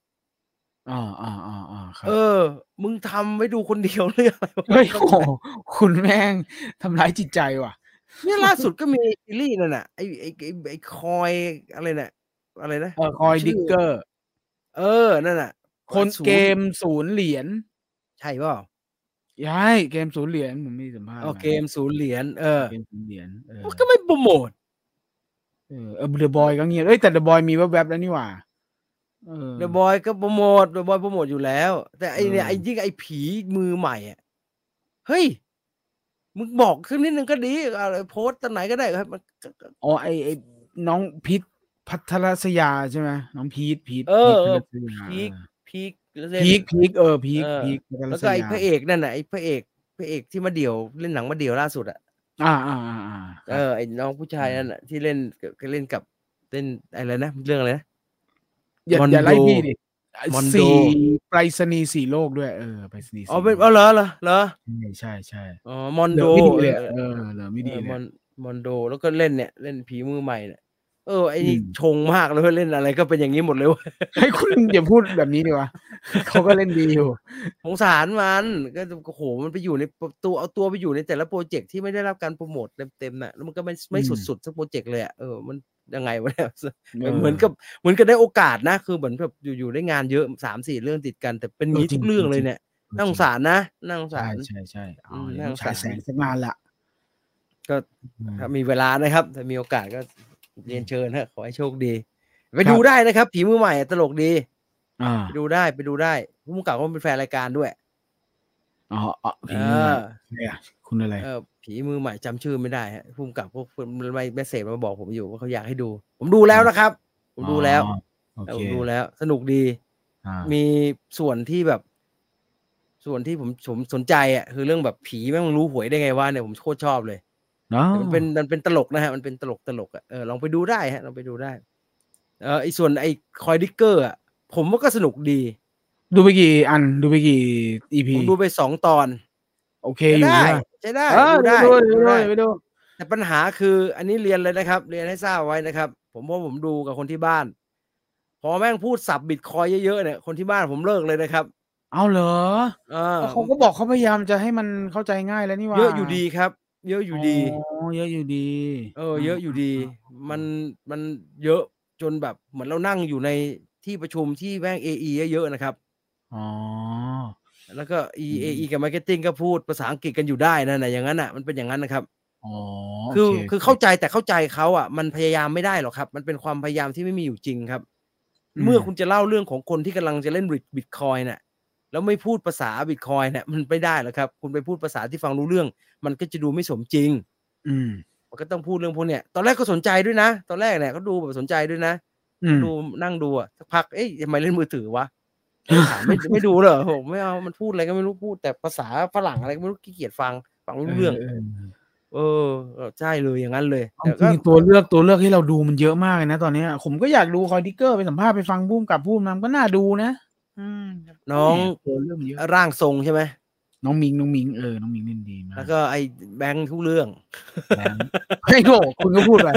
Speaker 2: อ่าอ่าอ่าอ่าครับ
Speaker 1: เออ มึงทำไว้ดูคนเดียว เรื่องอะไรวะ
Speaker 2: เฮ้ยโอ้โหคุณแม่งทำร้ายจิตใจว่ะ
Speaker 1: เนี่ยล่าสุดก็มีซีรีส์นั่นน่ะไอ้ไอ้ไอ้ไอ้คอยอะไรน่ะ อะไรนะ
Speaker 2: เออคอย
Speaker 1: ชื่อ
Speaker 2: ดิกเกอร์
Speaker 1: เออ นั่นน่ะ
Speaker 2: คน
Speaker 1: ศูย์
Speaker 2: เกมศูนย์เหรียญ
Speaker 1: ใช่เปล่า
Speaker 2: ย้าย เกมศูนย์เหรียญผมมีสัมภาษณ์
Speaker 1: โอ
Speaker 2: มา
Speaker 1: เกมศูนย์เหรียญเออ
Speaker 2: เกมศูนย์เหรียญเออ
Speaker 1: มันก็ไม่โปรโมท
Speaker 2: เออเออเดอะบอยก็เงียบเอ้ยแต่เดอะบอยมีแวบๆแล้วนี่หว่าเออ
Speaker 1: เดอะบอยก็โปรโมทเดอะบอยโปรโมทอยู่แล้ว แต่ไอเนี่ย
Speaker 2: เออ
Speaker 1: ไอยิ่งไอผีมือใหม่อ่ะเฮ้ย มึงบอกขึ้นนิดนึงก็ดีอะไรโพสต์ตอนไหนก็ได้ครับมันก็ก็
Speaker 2: อ๋อไอไอน้องพิษพัทรศยาใช่ไหมน้องพีทพีท
Speaker 1: เออเออ
Speaker 2: พีทพัทรศ
Speaker 1: พีค
Speaker 2: ยา
Speaker 1: พีคแล้ว
Speaker 2: เอ
Speaker 1: เล่
Speaker 2: อน พีคพีคเออพีค
Speaker 1: เออ
Speaker 2: พีคพัทร
Speaker 1: แล้ว
Speaker 2: ศ
Speaker 1: ก็ไอ้
Speaker 2: ยา
Speaker 1: พระเอกนั่นน่ะไอ้พระเอกพระเอกที่มาเดี่ยวเล่นหนังมาเดี่ยวล่าสุดอ่ะ
Speaker 2: อ่าอ่าอ่าอ่า
Speaker 1: เออไอ้น้องผู้ชายนั่นน่ะที่เล่นกับเล่นกับเล่นอะไรนะเรื่องอะไรนะ
Speaker 2: อย่า
Speaker 1: Mondo
Speaker 2: อย่าไล่พี่ดิ
Speaker 1: Mondo
Speaker 2: สี่ไปรษณีย์สี่โลกด้วยเออไปรษณีย์สี่
Speaker 1: อ๋อเป็น
Speaker 2: โล
Speaker 1: อ๋
Speaker 2: ก
Speaker 1: อเหรอเหรอเหรอ
Speaker 2: ใช่ใช่
Speaker 1: อ๋อมอน
Speaker 2: เหลื
Speaker 1: โด
Speaker 2: อไม่ดีเลยอะ
Speaker 1: เออ
Speaker 2: เออเหลือไม่ดี
Speaker 1: เออม
Speaker 2: เล
Speaker 1: อย นมอนโดแล้วก็เล่นเนี่ย เล่นผีมือใหม่เนี่ยเออ ไอ้นี่
Speaker 2: อืม
Speaker 1: ชงมากเลยเว้ยเล่นอะไรก็เป็นอย่างนี้หมดเลยเว้ย
Speaker 2: ให้คุณอย่าพูดแบบนี้ดีกว่า เขาก็เล่นดีอยู่
Speaker 1: สงสารมันก็โอ้โหมันไปอยู่ในตัวเอาตัวไปอยู่ในแต่ละโปรเจกต์ที่ไม่ได้รับการโปรโมทเต็มๆน่ะแล้วมันก็ไม่ไม่
Speaker 2: อืม
Speaker 1: สุดๆสักโปรเจกต์เลยอ่ะเออมันยังไงวะเนี่ยเหมือนกับเหมือนกับได้โอกาสนะคือเหมือนแบบอยู่ๆได้งานเยอะสามสี่เรื่องติดกันแต่เป็นอย่างนี้
Speaker 2: เออจริ
Speaker 1: ทุ
Speaker 2: ง
Speaker 1: กเรื่องเลย
Speaker 2: จริง
Speaker 1: เนี่ยน่าสงสารนะน่าสงสา
Speaker 2: ใช่
Speaker 1: ร
Speaker 2: ใช่ใช่เอา
Speaker 1: อืม
Speaker 2: เดี๋ยว
Speaker 1: น่าส
Speaker 2: ต้อ
Speaker 1: ง
Speaker 2: งฉาย
Speaker 1: สาร
Speaker 2: แสงสักนานละ
Speaker 1: ก็
Speaker 2: อืม
Speaker 1: ถ้ามีเวลานะครับถ้ามีโอกาสก็เรียนเชิญฮะขอให้โชคดี ไป
Speaker 2: ครับ
Speaker 1: ดูได้นะครับ ผีมือใหม่อะตลกดี
Speaker 2: อ่า
Speaker 1: ไปดูได้ไปดูได้ผู้กำกับก็เป็นแฟนรายการด้วย
Speaker 2: อ๋ออ๋อผี
Speaker 1: เอ
Speaker 2: มือ
Speaker 1: อ
Speaker 2: ใหม่เนี่ยคุณอะไร
Speaker 1: เออผีมือใหม่จำชื่อไม่ได้ฮะผู้กำกับพวกมันไม่เมสเซจมาบอกผมอยู่ว่าเขาอยากให้ดู ผมดูแล้วนะครับ ผมดูแล้ว
Speaker 2: อ๋อโอ
Speaker 1: เออ
Speaker 2: เค
Speaker 1: ผมดูแล้ว สนุกดี
Speaker 2: อ่า
Speaker 1: มีส่วนที่แบบ ส่วนที่ผมผมสนใจอ่ะคือเรื่องแบบผีแม่งรู้หวยได้ไงวะเนี่ยผมโคตรชอบเลย
Speaker 2: อ๋อ
Speaker 1: แต่มันเป็นมันเป็นตลกนะฮะมันเป็นตลกตลกอ่ะเออลองไปดูได้ฮะลองไปดูได้ เออไอส่วนไอคอยดิกเกอร์อ่ะผมว่าก็สนุกดี
Speaker 2: ดูไปกี่อันดูไปกี่อีพี
Speaker 1: ผมดูไปสองตอน
Speaker 2: โอเค
Speaker 1: ใช้
Speaker 2: อยู่
Speaker 1: ได้
Speaker 2: ใช่
Speaker 1: ใช้
Speaker 2: ไหม
Speaker 1: ได้
Speaker 2: เออ
Speaker 1: ดูได้
Speaker 2: ดูด้วยดู
Speaker 1: ดู
Speaker 2: ด้ว
Speaker 1: ได้
Speaker 2: ยดูด้วย
Speaker 1: แต่ปัญหาคืออันนี้เรียนเลยนะครับ เรียนให้ทราบไว้นะครับ ผมเพราะผมดูกับคนที่บ้าน พอแม่งพูดสับบิตคอยเยอะๆเนี่ยคนที่บ้านผมเลิกเลยนะครับ
Speaker 2: เอาเหรอ
Speaker 1: เออ
Speaker 2: เขาก็บอกเขาพยายามจะให้มันเข้าใจง่ายแล้วนี่หว่า
Speaker 1: เยอะอยู่ดีครับ เยอะอยู่ดี
Speaker 2: อ๋อเยอะอยู่ดี
Speaker 1: เออ เยอะอยู่ดี มันมันเยอะจนแบบเหมือนเรานั่งอยู่ในที่ประชุมที่แม่ง AE เยอะๆนะครับ
Speaker 2: อ๋อ
Speaker 1: แล้วก็ E
Speaker 2: อืม
Speaker 1: AE กับ Marketing ก็พูดภาษาอังกฤษกันอยู่ได้นั่นน่ะอย่างนั้นอ่ะมันเป็นอย่างนั้นนะครับ
Speaker 2: อ๋อ
Speaker 1: คื
Speaker 2: โ
Speaker 1: อคือเข้าใจแต่เข้าใจเขาอ่ะมันพยายามไม่ได้หรอกครับ มันเป็นความพยายามที่ไม่มีอยู่จริงครับ
Speaker 2: อืม
Speaker 1: เมื่อคุณจะเล่าเรื่องของคนที่กำลังจะเล่นบิตคอยน่ะแล้วไม่พูดภาษาบิตคอยน่ะมันไม่ได้หรอกครับ คุณไปพูดภาษาที่ฟังรู้เรื่อง มันก็จะดูไม่สมจริง
Speaker 2: อืม
Speaker 1: มันก็ต้องพูดเรื่องพวกเนี้ยตอนแรกก็สนใจด้วยนะ ตอนแรกเนี่ยก็ดูแบบสนใจด้วยนะ
Speaker 2: อืม
Speaker 1: ดูนั่งดูอ่ะสักพักเอ๊ะทำไมเล่นมือถือวะเออถามไม่ไม่ดูเหรอผมไม่เอามันพูดอะไรก็ไม่รู้พูดแต่ภาษาฝรั่งอะไรก็ไม่รู้ขี้เกียจฟังฟังไม่รู้เรื่อง เออเออใช่เลยอย่างนั้นเลย
Speaker 2: เอา
Speaker 1: แต่
Speaker 2: จ
Speaker 1: ก็
Speaker 2: ริงๆตัวเลือกตัวเลือกให้เราดูมันเยอะมากเลยนะตอนเนี้ยผมก็อยากดูคอยดิกเกอร์ไปสัมภาษณ์ไปฟังบูมกับบูมนำก็น่าดูนะ อืม
Speaker 1: น้อง
Speaker 2: ตัวเลือกมันเยอะ
Speaker 1: ร่างทรงใช่ไหม
Speaker 2: น้องมิงน้องมิงเออน้องมิงเล่นดีมาก
Speaker 1: แล้วก็ไอ้แบงค์ทุกเรื่อง
Speaker 2: แล้วไม่โง่คุณก็พูดไป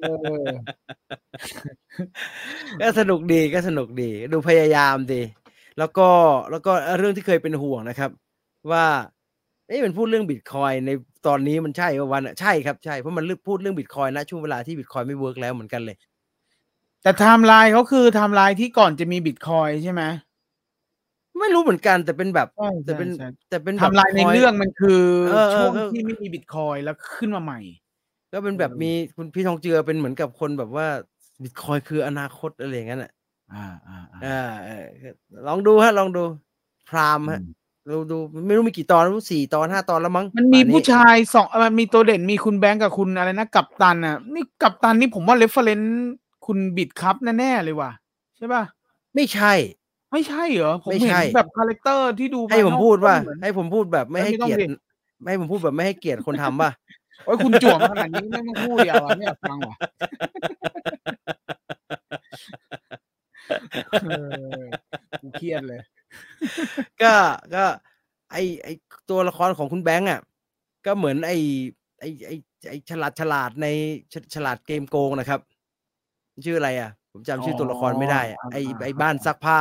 Speaker 2: เออ
Speaker 1: ก็สนุกดีก็สนุกดีดูพยายามดี แล้วก็แล้วก็เรื่องที่เคยเป็นห่วงนะครับ ว่าเอ้มันพูดเรื่องบิตคอยในตอนนี้มันใช่ปะวันอะใช่ครับใช่เพราะมันเลือกพูดเรื่องบิตคอยนะช่วงเวลาที่บิตคอยไม่เวิร์กแล้วเหมือนกันเลย
Speaker 2: แต่ไทม์ไลน์เขาคือไทม์ไลน์ที่ก่อนจะมีบิตคอยใช่ไหม
Speaker 1: ไม่รู้เหมือนกันแต่เป็นแบบ
Speaker 2: ใช่
Speaker 1: แต่เป็น
Speaker 2: ใช่ใช่
Speaker 1: แต่เป็น
Speaker 2: ไทำลายใน
Speaker 1: แบบ coin
Speaker 2: เรื่องมันคือ
Speaker 1: เออเออ
Speaker 2: ช่วง
Speaker 1: เออ
Speaker 2: ที่ไม่มีบิตคอยแล้วขึ้นมาใหม่
Speaker 1: ก็เป็นแบบมีคุณพี่ทองเจือเป็นเหมือนกับคนแบบว่าบิตคอยคืออนาคตอะไรอย่างนั้นอ่ะ
Speaker 2: อ่าอ่าอ่า
Speaker 1: อ่าเออลองดูฮะลองดูพรามฮะ
Speaker 2: อืม
Speaker 1: เราดูไม่รู้มีกี่ตอนไม่รู้สี่ตอนห้าตอนแล้วมั้ง
Speaker 2: มันมี
Speaker 1: ป่
Speaker 2: ผู้ชายสองเอ่อมันมีตัวเด่นมีคุณแบงค์กับคุณอะไรนะกับตันอ่ะ นี่กับตันนี่ผมว่าเรฟเฟรนซ์คุณบิดครับแน่ๆเลยว่ะ ใช่ป่ะ
Speaker 1: ไม่ใช่
Speaker 2: ไม่ใช่เหรอ ผม
Speaker 1: ไม่
Speaker 2: เห็
Speaker 1: ใช่
Speaker 2: นแบบคาแรคเตอร์ที่ดู
Speaker 1: ให้
Speaker 2: ภยน
Speaker 1: ผ
Speaker 2: อก
Speaker 1: มพูดว่า
Speaker 2: เหมือน
Speaker 1: ให้ผมพูดแบบไม่ให้
Speaker 2: ไม่ต้อง
Speaker 1: เกียรติ
Speaker 2: ดิ
Speaker 1: ไม่ให้ผมพูดแบบไม่ให้เกียรติคน ทำป่ะ
Speaker 2: โอ้ยคุณจั่วมาขนาดนี้ไม่ต้องพูดเดียวอะไม่อยากฟังว่ะเออกูเครียดเลย
Speaker 1: ก็ก็ไอไอตัวละครของคุณแบงค์อ่ะก็เหมือนไอไอไอไอฉลาดฉลาดในฉฉลาดเกมโกงนะครับ ชื่ออะไรอ่ะ ผมจำชื่อตัวละครไม่ได้อะ
Speaker 2: อ๋อ
Speaker 1: ไอ
Speaker 2: อ่า
Speaker 1: ไอ
Speaker 2: ครับ
Speaker 1: บ้านซักผ้า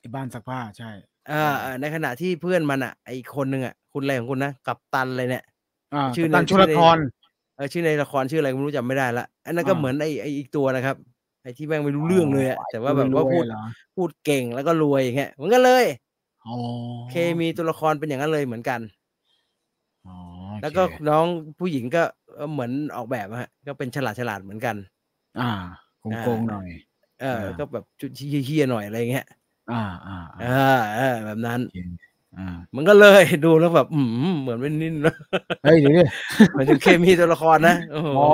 Speaker 2: ไอ้บ้านซักผ้าใช่
Speaker 1: เออเออในขณะที่เพื่อนมันอ่ะไอคนหนึ่งอ่ะคุณอะไรของคุณนะกัปตันอะไรเนี่ย
Speaker 2: อ่า
Speaker 1: ชื่อ
Speaker 2: กัปตัน
Speaker 1: ใน
Speaker 2: ช
Speaker 1: ชื่อ
Speaker 2: ล
Speaker 1: ใน
Speaker 2: ทร
Speaker 1: เออชื่อในละครชื่ออะไรก็ไม่รู้จำไม่ได้ละอันนั้นก็
Speaker 2: อ่า
Speaker 1: เหมือนไอ้ไอ้อีกตัวนะครับ ไอ้ที่แม่งไม่รู้เรื่องเลยอะแต่ว่าแบบว่าพูด
Speaker 2: เหรอ
Speaker 1: พูดเก่งแล้วก็รวยอย่างเงี้ยเหมือนกันเลย
Speaker 2: อ๋อ
Speaker 1: เคมีตัวละครเป็นอย่างนั้นเลยเหมือนกัน
Speaker 2: อ๋อโอเค
Speaker 1: แล้วก็น้องผู้หญิงก็เอ่อเหมือนออกแบบอะฮะก็เป็นฉลาดฉลาดเหมือนกัน
Speaker 2: อ่าโกงๆหน่อย
Speaker 1: เออ
Speaker 2: อ่า
Speaker 1: ก็แบบจุดเฮี้ยๆหน่อยอะไรเงี้ย
Speaker 2: อ่าอ่าอ่า
Speaker 1: อ่าอ่าแบบนั้น
Speaker 2: อ่า
Speaker 1: มันก็เลย ดูแล้วแบบ อืมเหมือนเป็นนินนะ
Speaker 2: เฮ้ยเดี๋ยวดิ
Speaker 1: หมายถึงเคมีตัวละครนะโอ้โห
Speaker 2: อ๋อ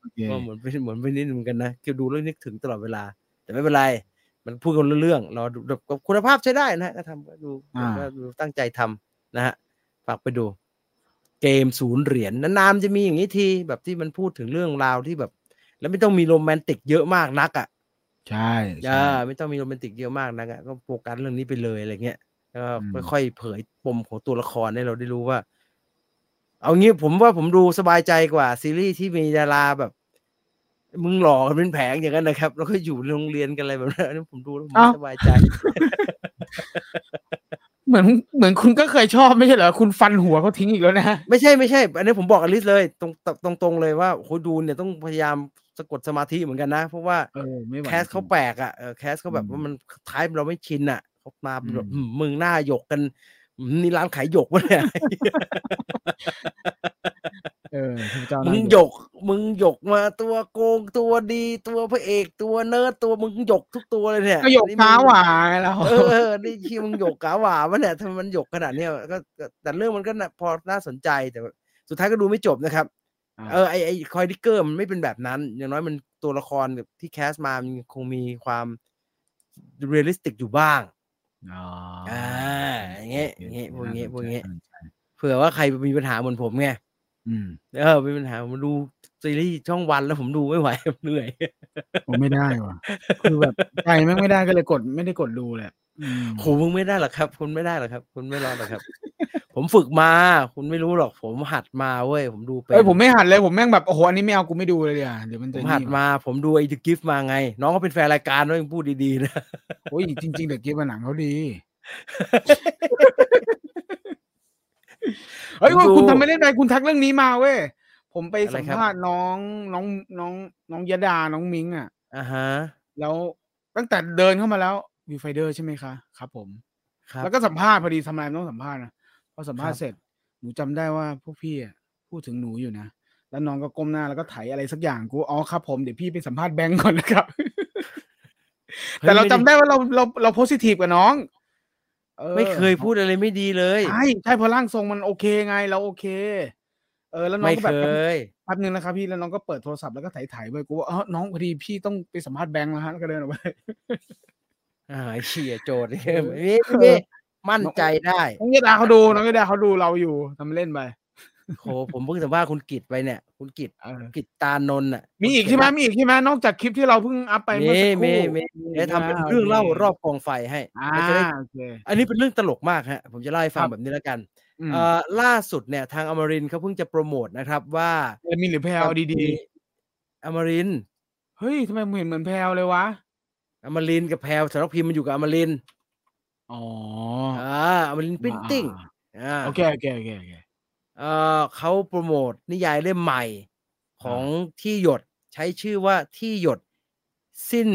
Speaker 2: โอเค
Speaker 1: ว่าเหมือน เป็นเหมือนเป็นนินเหมือนกันนะคือดูแล้วนึกถึงตลอดเวลา แต่ไม่เป็นไร มันพูดกันรู้เรื่อง เราดูแบบคุณภาพใช้ได้นะก็ทำก็ดูก็ดูตั้งใจทำนะฮะฝากไปดู เกมศูนย์เหรียญนานๆจะมีอย่างนี้ทีแบบที่มันพูดถึงเรื่องราวที่แบบ แล้วไม่ต้องมีโรแมนติกเยอะมากนักอ่ะ
Speaker 2: ใช่ใช่
Speaker 1: อ่าไม่ต้องมีโรแมนติกเยอะมากนะก็โฟกัสเรื่องนี้ไปเลยอะไรเงี้ยแล้ว
Speaker 2: อืม
Speaker 1: ก็ค่อยๆเผยปมของตัวละครให้เราได้รู้ว่า เอางี้ผมว่าผมดูสบายใจกว่า ซีรีส์ที่มีดาราแบบ มึงหลอกกันเป็นแผงอย่างนั้นนะครับ แล้วก็อยู่โรงเรียนกันอะไรแบบนั้นอันนี้ผมดูแล้วผม
Speaker 2: เอ้า
Speaker 1: สบายใจ
Speaker 2: เหมือนเหมือนคุณก็เคยชอบไม่ใช่เหรอคุณฟันหัวเขาทิ้งอีกแล้วนะ
Speaker 1: ไม่ใช่ไม่ใช่ อันนี้ผมบอกอลิสเลย ตรงตรงตรงเลยว่าโอ้โหดูเนี่ยต้องพยายามสะกดสมาธิเหมือนกันนะ เพราะว่า
Speaker 2: เออไม่ไหว
Speaker 1: แคสเขาแปลกอ่ะเออแคสเขาแบบ
Speaker 2: อืม
Speaker 1: ว่ามันท้ายเราไม่ชินอ่ะเขามาเป็นแบบ
Speaker 2: อืม
Speaker 1: อืมมึงหน้าหยกกันอืมนี่ร้านขายหยกวะเนี่ย
Speaker 2: เออเทพเจ้า
Speaker 1: มึ
Speaker 2: นาง ง
Speaker 1: หยก มึงหยกมาตัวโกงตัวดีตัวพระเอกตัวเนิร์ดตัวมึงหยกทุกตัวเลยเนี่ย
Speaker 2: ก็หยก
Speaker 1: นี่
Speaker 2: ฟ้าห
Speaker 1: มึง
Speaker 2: วานแล้ว
Speaker 1: เออเออนี่ที่มึงหยกกาหวาวะเนี่ยทำไมมันหยกขนาดเนี้ยก็ก็แต่เรื่องมันก็น่ะพอน่าสนใจแต่ว่าสุดท้ายก็ดูไม่จบนะครับ
Speaker 2: า
Speaker 1: เออไอไอคอยดิเกอร์มันไม่เป็นแบบนั้น อย่างน้อยมันตัวละครแบบที่แคสมามันคงมีความเรียลลิสติกอยู่บ้าง
Speaker 2: อ๋อ
Speaker 1: อ่าอย่างเงี้ยอย่างเงี้ยพวกเงี้ยพวกเงี้ย
Speaker 2: น่าสนใจ
Speaker 1: เผื่อว่าใครมีปัญหาเหมือนผมไง
Speaker 2: อืม
Speaker 1: เออมีปัญหาผมดูซีรีส์ช่องวันแล้วผมดูไม่ไหว เหนื่อย
Speaker 2: ผมไม่ได้ ว่ะคือแบบใจแม่งไม่ได้ก็เลยกดไม่ได้กดดูแหละอืม
Speaker 1: โหมึงไม่ได้หรอกครับ คุณไม่ได้หรอกครับ คุณไม่รอดหรอกครับ ผมฝึกมา คุณไม่รู้หรอก ผมหัดมาเว้ยผมดูเป็น
Speaker 2: เอ้ยผมไม่หัดเลยผมแม่งแบบโอ้โหอันนี้ไม่เอากูไม่ดูเลยอ่ะเดี๋ยวมัน
Speaker 1: ผ
Speaker 2: จะ
Speaker 1: มหัด
Speaker 2: นี่
Speaker 1: มา ผมดูไอ้ The Gift มาไง น้องก็เป็นแฟนรายการด้วยมึงพูดดีๆนะ
Speaker 2: โอ้ยจริงๆเด็กเกียร์หนังเขา ดีเฮ้ย
Speaker 1: ผมดู
Speaker 2: คุณทำไม่ได้ไรคุณทักเรื่องนี้มาเว้ยผมไป
Speaker 1: อะไร
Speaker 2: สัม
Speaker 1: ครับ
Speaker 2: ภาษณ์น้องน้องน้องน้องยดาน้องมิงอ่ะ
Speaker 1: อ่าฮะ
Speaker 2: แล้วตั้งแต่เดินเข้ามาแล้ววิวไฟเดอร์ใช่ไหมคะครับผม
Speaker 1: ครับ
Speaker 2: แล้วก็สัมภาษณ์พอดีทำไมมันต้องสัมภาษณ์นะพอสัมภาษ
Speaker 1: ครับ
Speaker 2: ณ์เสร็จหนูจำได้ว่าพวกพี่อะพูดถึงหนูอยู่นะแล้วน้องก็ก้มหน้าแล้วก็ไถอะไรสักอย่างกูอ๋อครับผมเดี๋ยวพี่ไปสัมภาษณ์แบงก์ก่อนนะครับ
Speaker 1: ฮ้ย
Speaker 2: แต่เรา
Speaker 1: ม่
Speaker 2: จำได้ว่าเราเราเราโพสิทีฟกับน้องออ
Speaker 1: ไม่เคยพูดอะไรไม่ดีเลย
Speaker 2: ใช่ใช่เพราะร่างทรงมันโอเคไงเราโอเค เออแล้วน้อง
Speaker 1: ไม่
Speaker 2: ก็แบ
Speaker 1: เค
Speaker 2: บแป๊บ
Speaker 1: ย
Speaker 2: แป๊บนึงนะครับพี่แล้วน้องก็เปิดโทรศัพท์แล้วก็ไถไถไปกูว่าอ๋อน้องพอดีพี่ต้องไปสัมภาษณ์แบงก์แล้วฮะแล้วก็เดินออกไป
Speaker 1: อ่าไอ้เฉียโจทย์เนี่ย
Speaker 2: เออ
Speaker 1: ไม่มีไม่มีมั่นใจได้
Speaker 2: น้องยดาเขาดูน้องยดาเขาดูเราอยู่ทำเล่นไป
Speaker 1: โหผมเพิ่งสัมภาษณ์คุณกิตไปเนี่ย คุณกิต
Speaker 2: เออ
Speaker 1: กิตตานนท์อ่ะ
Speaker 2: มีอีกใช่ไหมมีอีกใช่ไหมนอกจากคลิปที่เราเพิ่งอัพไป
Speaker 1: มี
Speaker 2: เมื่อสักค
Speaker 1: มี
Speaker 2: รู่
Speaker 1: มีเดี๋ยวทำเป็น
Speaker 2: อ่า
Speaker 1: เรื่องเล่า
Speaker 2: โค
Speaker 1: รอบกองไฟให้
Speaker 2: อ่า
Speaker 1: แล้วจะได้
Speaker 2: โอเค
Speaker 1: อันนี้เป็นเรื่องตลกมากฮะ ผมจะเล่าให้ฟั
Speaker 2: ค
Speaker 1: ง
Speaker 2: รับ
Speaker 1: แบบนี้แล้วกัน
Speaker 2: อืม
Speaker 1: เอ่อล่าสุดเนี่ยทางอมรินทร์เขาเพิ่งจะโปรโมทนะครับว่า
Speaker 2: เออมีหรือแพลวดี
Speaker 1: อมรินทร์
Speaker 2: ๆ เฮ้ยทำไมผมเห็นเหมือนแพลวเลยวะ
Speaker 1: อมรินทร์กับแพลวสารพิมพ์มันอยู่กับอมรินทร์
Speaker 2: อ๋อ
Speaker 1: อ่าอมรินพิ้น
Speaker 2: อ่า
Speaker 1: ติ้ง
Speaker 2: อ่า
Speaker 1: อ่า
Speaker 2: โอเคโอเคโอเคโอเค
Speaker 1: เอ่อเขาโปรโมทนิยายเล่มใหม่ของที่หยดใช้ชื่อว่าที่หยด สิ้น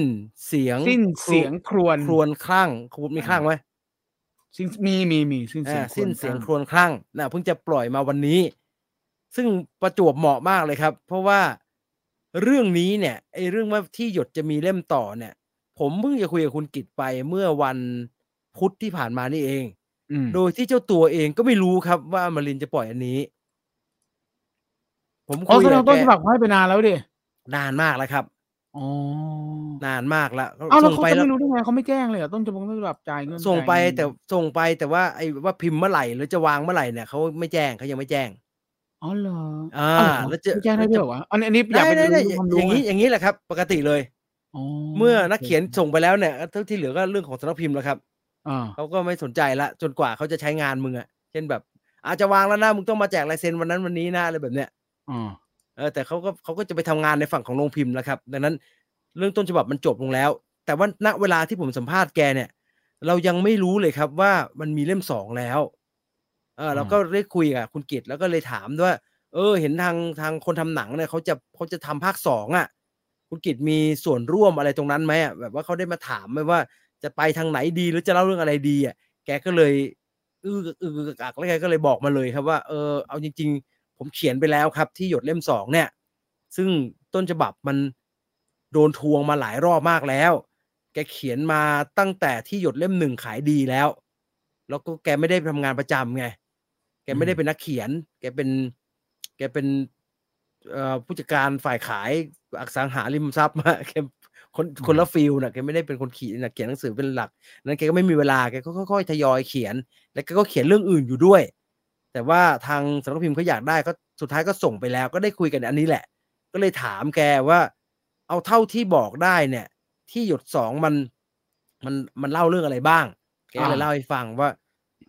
Speaker 1: เสียง
Speaker 2: สิ้นเสียงครวญ
Speaker 1: ครวญคลั่งคุณมี
Speaker 2: อ่า
Speaker 1: คลั่งไหม
Speaker 2: สิ้นมีมีมีสิ้นเสีย
Speaker 1: อ่าง สิ้นเสียง
Speaker 2: ค
Speaker 1: ค
Speaker 2: รว
Speaker 1: ร
Speaker 2: ญ
Speaker 1: วญคลั่งนะเพิ่งจะปล่อยมาวันนี้ ซึ่งประจวบเหมาะมากเลยครับ เพราะว่าเรื่องนี้เนี่ยไอเรื่องว่าที่หยดจะมีเล่มต่อเนี่ย ผมเพิ่งจะคุยกับคุณกิตไปเมื่อวันพุธที่ผ่านมานี่เอง
Speaker 2: อืม
Speaker 1: โดยที่เจ้าตัวเองก็ไม่รู้ครับว่าอมารินทร์จะปล่อยอันนี้ ผม
Speaker 2: อ๋อ
Speaker 1: คุย
Speaker 2: แสด
Speaker 1: กั
Speaker 2: ง
Speaker 1: บ
Speaker 2: ต้น
Speaker 1: แก
Speaker 2: ฉบับเขาให้ไปนานแล้วดิ
Speaker 1: นานมากแล้วครับ
Speaker 2: อ๋อน
Speaker 1: านมากแล้ว
Speaker 2: เอ้าแล้ว
Speaker 1: ส่ง
Speaker 2: เขา
Speaker 1: ไป
Speaker 2: จะ
Speaker 1: แล้ว
Speaker 2: ไม่รู้ได้ไงเขาไม่แจ้งเลยเหรอต้นฉบับต้นฉบับจ่ายเงิน
Speaker 1: ส่งไป
Speaker 2: จ่ายเน
Speaker 1: แต่ส่งไปแต่ว่าไอ้ว่าพิมพ์เมื่อไหร่หรือจะวางเมื่อไหร่เนี่ยเขาไม่แจ้งเขายังไม่แจ้ง
Speaker 2: อ๋อเหรอ
Speaker 1: อ่า
Speaker 2: เเหร
Speaker 1: แล้วจะ
Speaker 2: ไม่แจ้งได้
Speaker 1: แล้ว
Speaker 2: ด้
Speaker 1: จะ
Speaker 2: วยเหรอวะอันนี้อันนี้อยากไป
Speaker 1: ได้ได้
Speaker 2: ดูความรู้
Speaker 1: อย่างนี้
Speaker 2: ไง
Speaker 1: อย่างนี้แหละครับ ปกติเลย
Speaker 2: อ๋อ
Speaker 1: เมื่อนัก
Speaker 2: โค
Speaker 1: เขียนส่งไปแล้วเนี่ยเท่าที่เหลือก็เรื่องของสำนักพิมพ์แล้วครับ
Speaker 2: อ่า
Speaker 1: เขาก็ไม่สนใจละจนกว่าเขาจะใช้งานมึงอะเช่นแบบ อาจจะวางแล้วนะมึงต้องมาแจกลายเซ็นวันนั้นวันนี้นะอะไรแบบเนี้ย
Speaker 2: อ่า
Speaker 1: เออแต่เขาก็เขาก็จะไปทำงานในฝั่งของโรงพิมพ์แล้วครับ ดังนั้นเรื่องต้นฉบับมันจบลงแล้ว แต่ว่าณเวลาที่ผมสัมภาษณ์แกเนี่ย เรายังไม่รู้เลยครับว่ามันมีเล่มสองแล้วเออเราก็ได้คุยกับคุณกิตแล้วก็เลยถามด้วยว่าเออ เห็นทางทางคนทำหนังเนี่ยเขาจะเขาจะทำภาคสองอ่ะ คุณกิตมีส่วนร่วมอะไรตรงนั้นไหมอ่ะแบบว่าเขาได้มาถามไหมว่าจะไปทางไหนดีหรือจะเล่าเรื่องอะไรดีอ่ะ แกก็เลยอืออือกักแล้วแกก็เลยบอกมาเลยครับว่าเออเอาจริง ๆ ผมเขียนไปแล้วครับ ที่หยดเล่มสองเนี่ย ซึ่งต้นฉบับมันโดนทวงมาหลายรอบมากแล้ว แก แกเขียนมาตั้งแต่ที่หยดเล่มหนึ่งขายดีแล้ว แล้วก็แกไม่ได้ทำงานประจำไง แกไม่ได้เป็นนักเขียน แกเป็น แกเป็นเอ่อผู้จัดการฝ่ายขายอสังหาริมทรัพย์ มาแกคนคนละฟิลน่ะแกไม่ได้เป็นคนเขียนน่ะเขียนหนังสือเป็นหลัก นั้นแกก็ไม่มีเวลาแกก็ค่อยๆทยอยเขียน แล้วแกก็เขียนเรื่องอื่นอยู่ด้วย แต่ว่าทางสำนักพิมพ์เขาอยากได้ก็สุดท้ายก็ส่งไปแล้ว ก็ได้คุยกันอันนี้แหละ ก็เลยถามแกว่า เอาเท่าที่บอกได้เนี่ย ที่หยดสองมันมันมันเล่าเรื่องอะไรบ้าง แกก็เลย
Speaker 2: อ่า
Speaker 1: เล่าให้ฟังว่า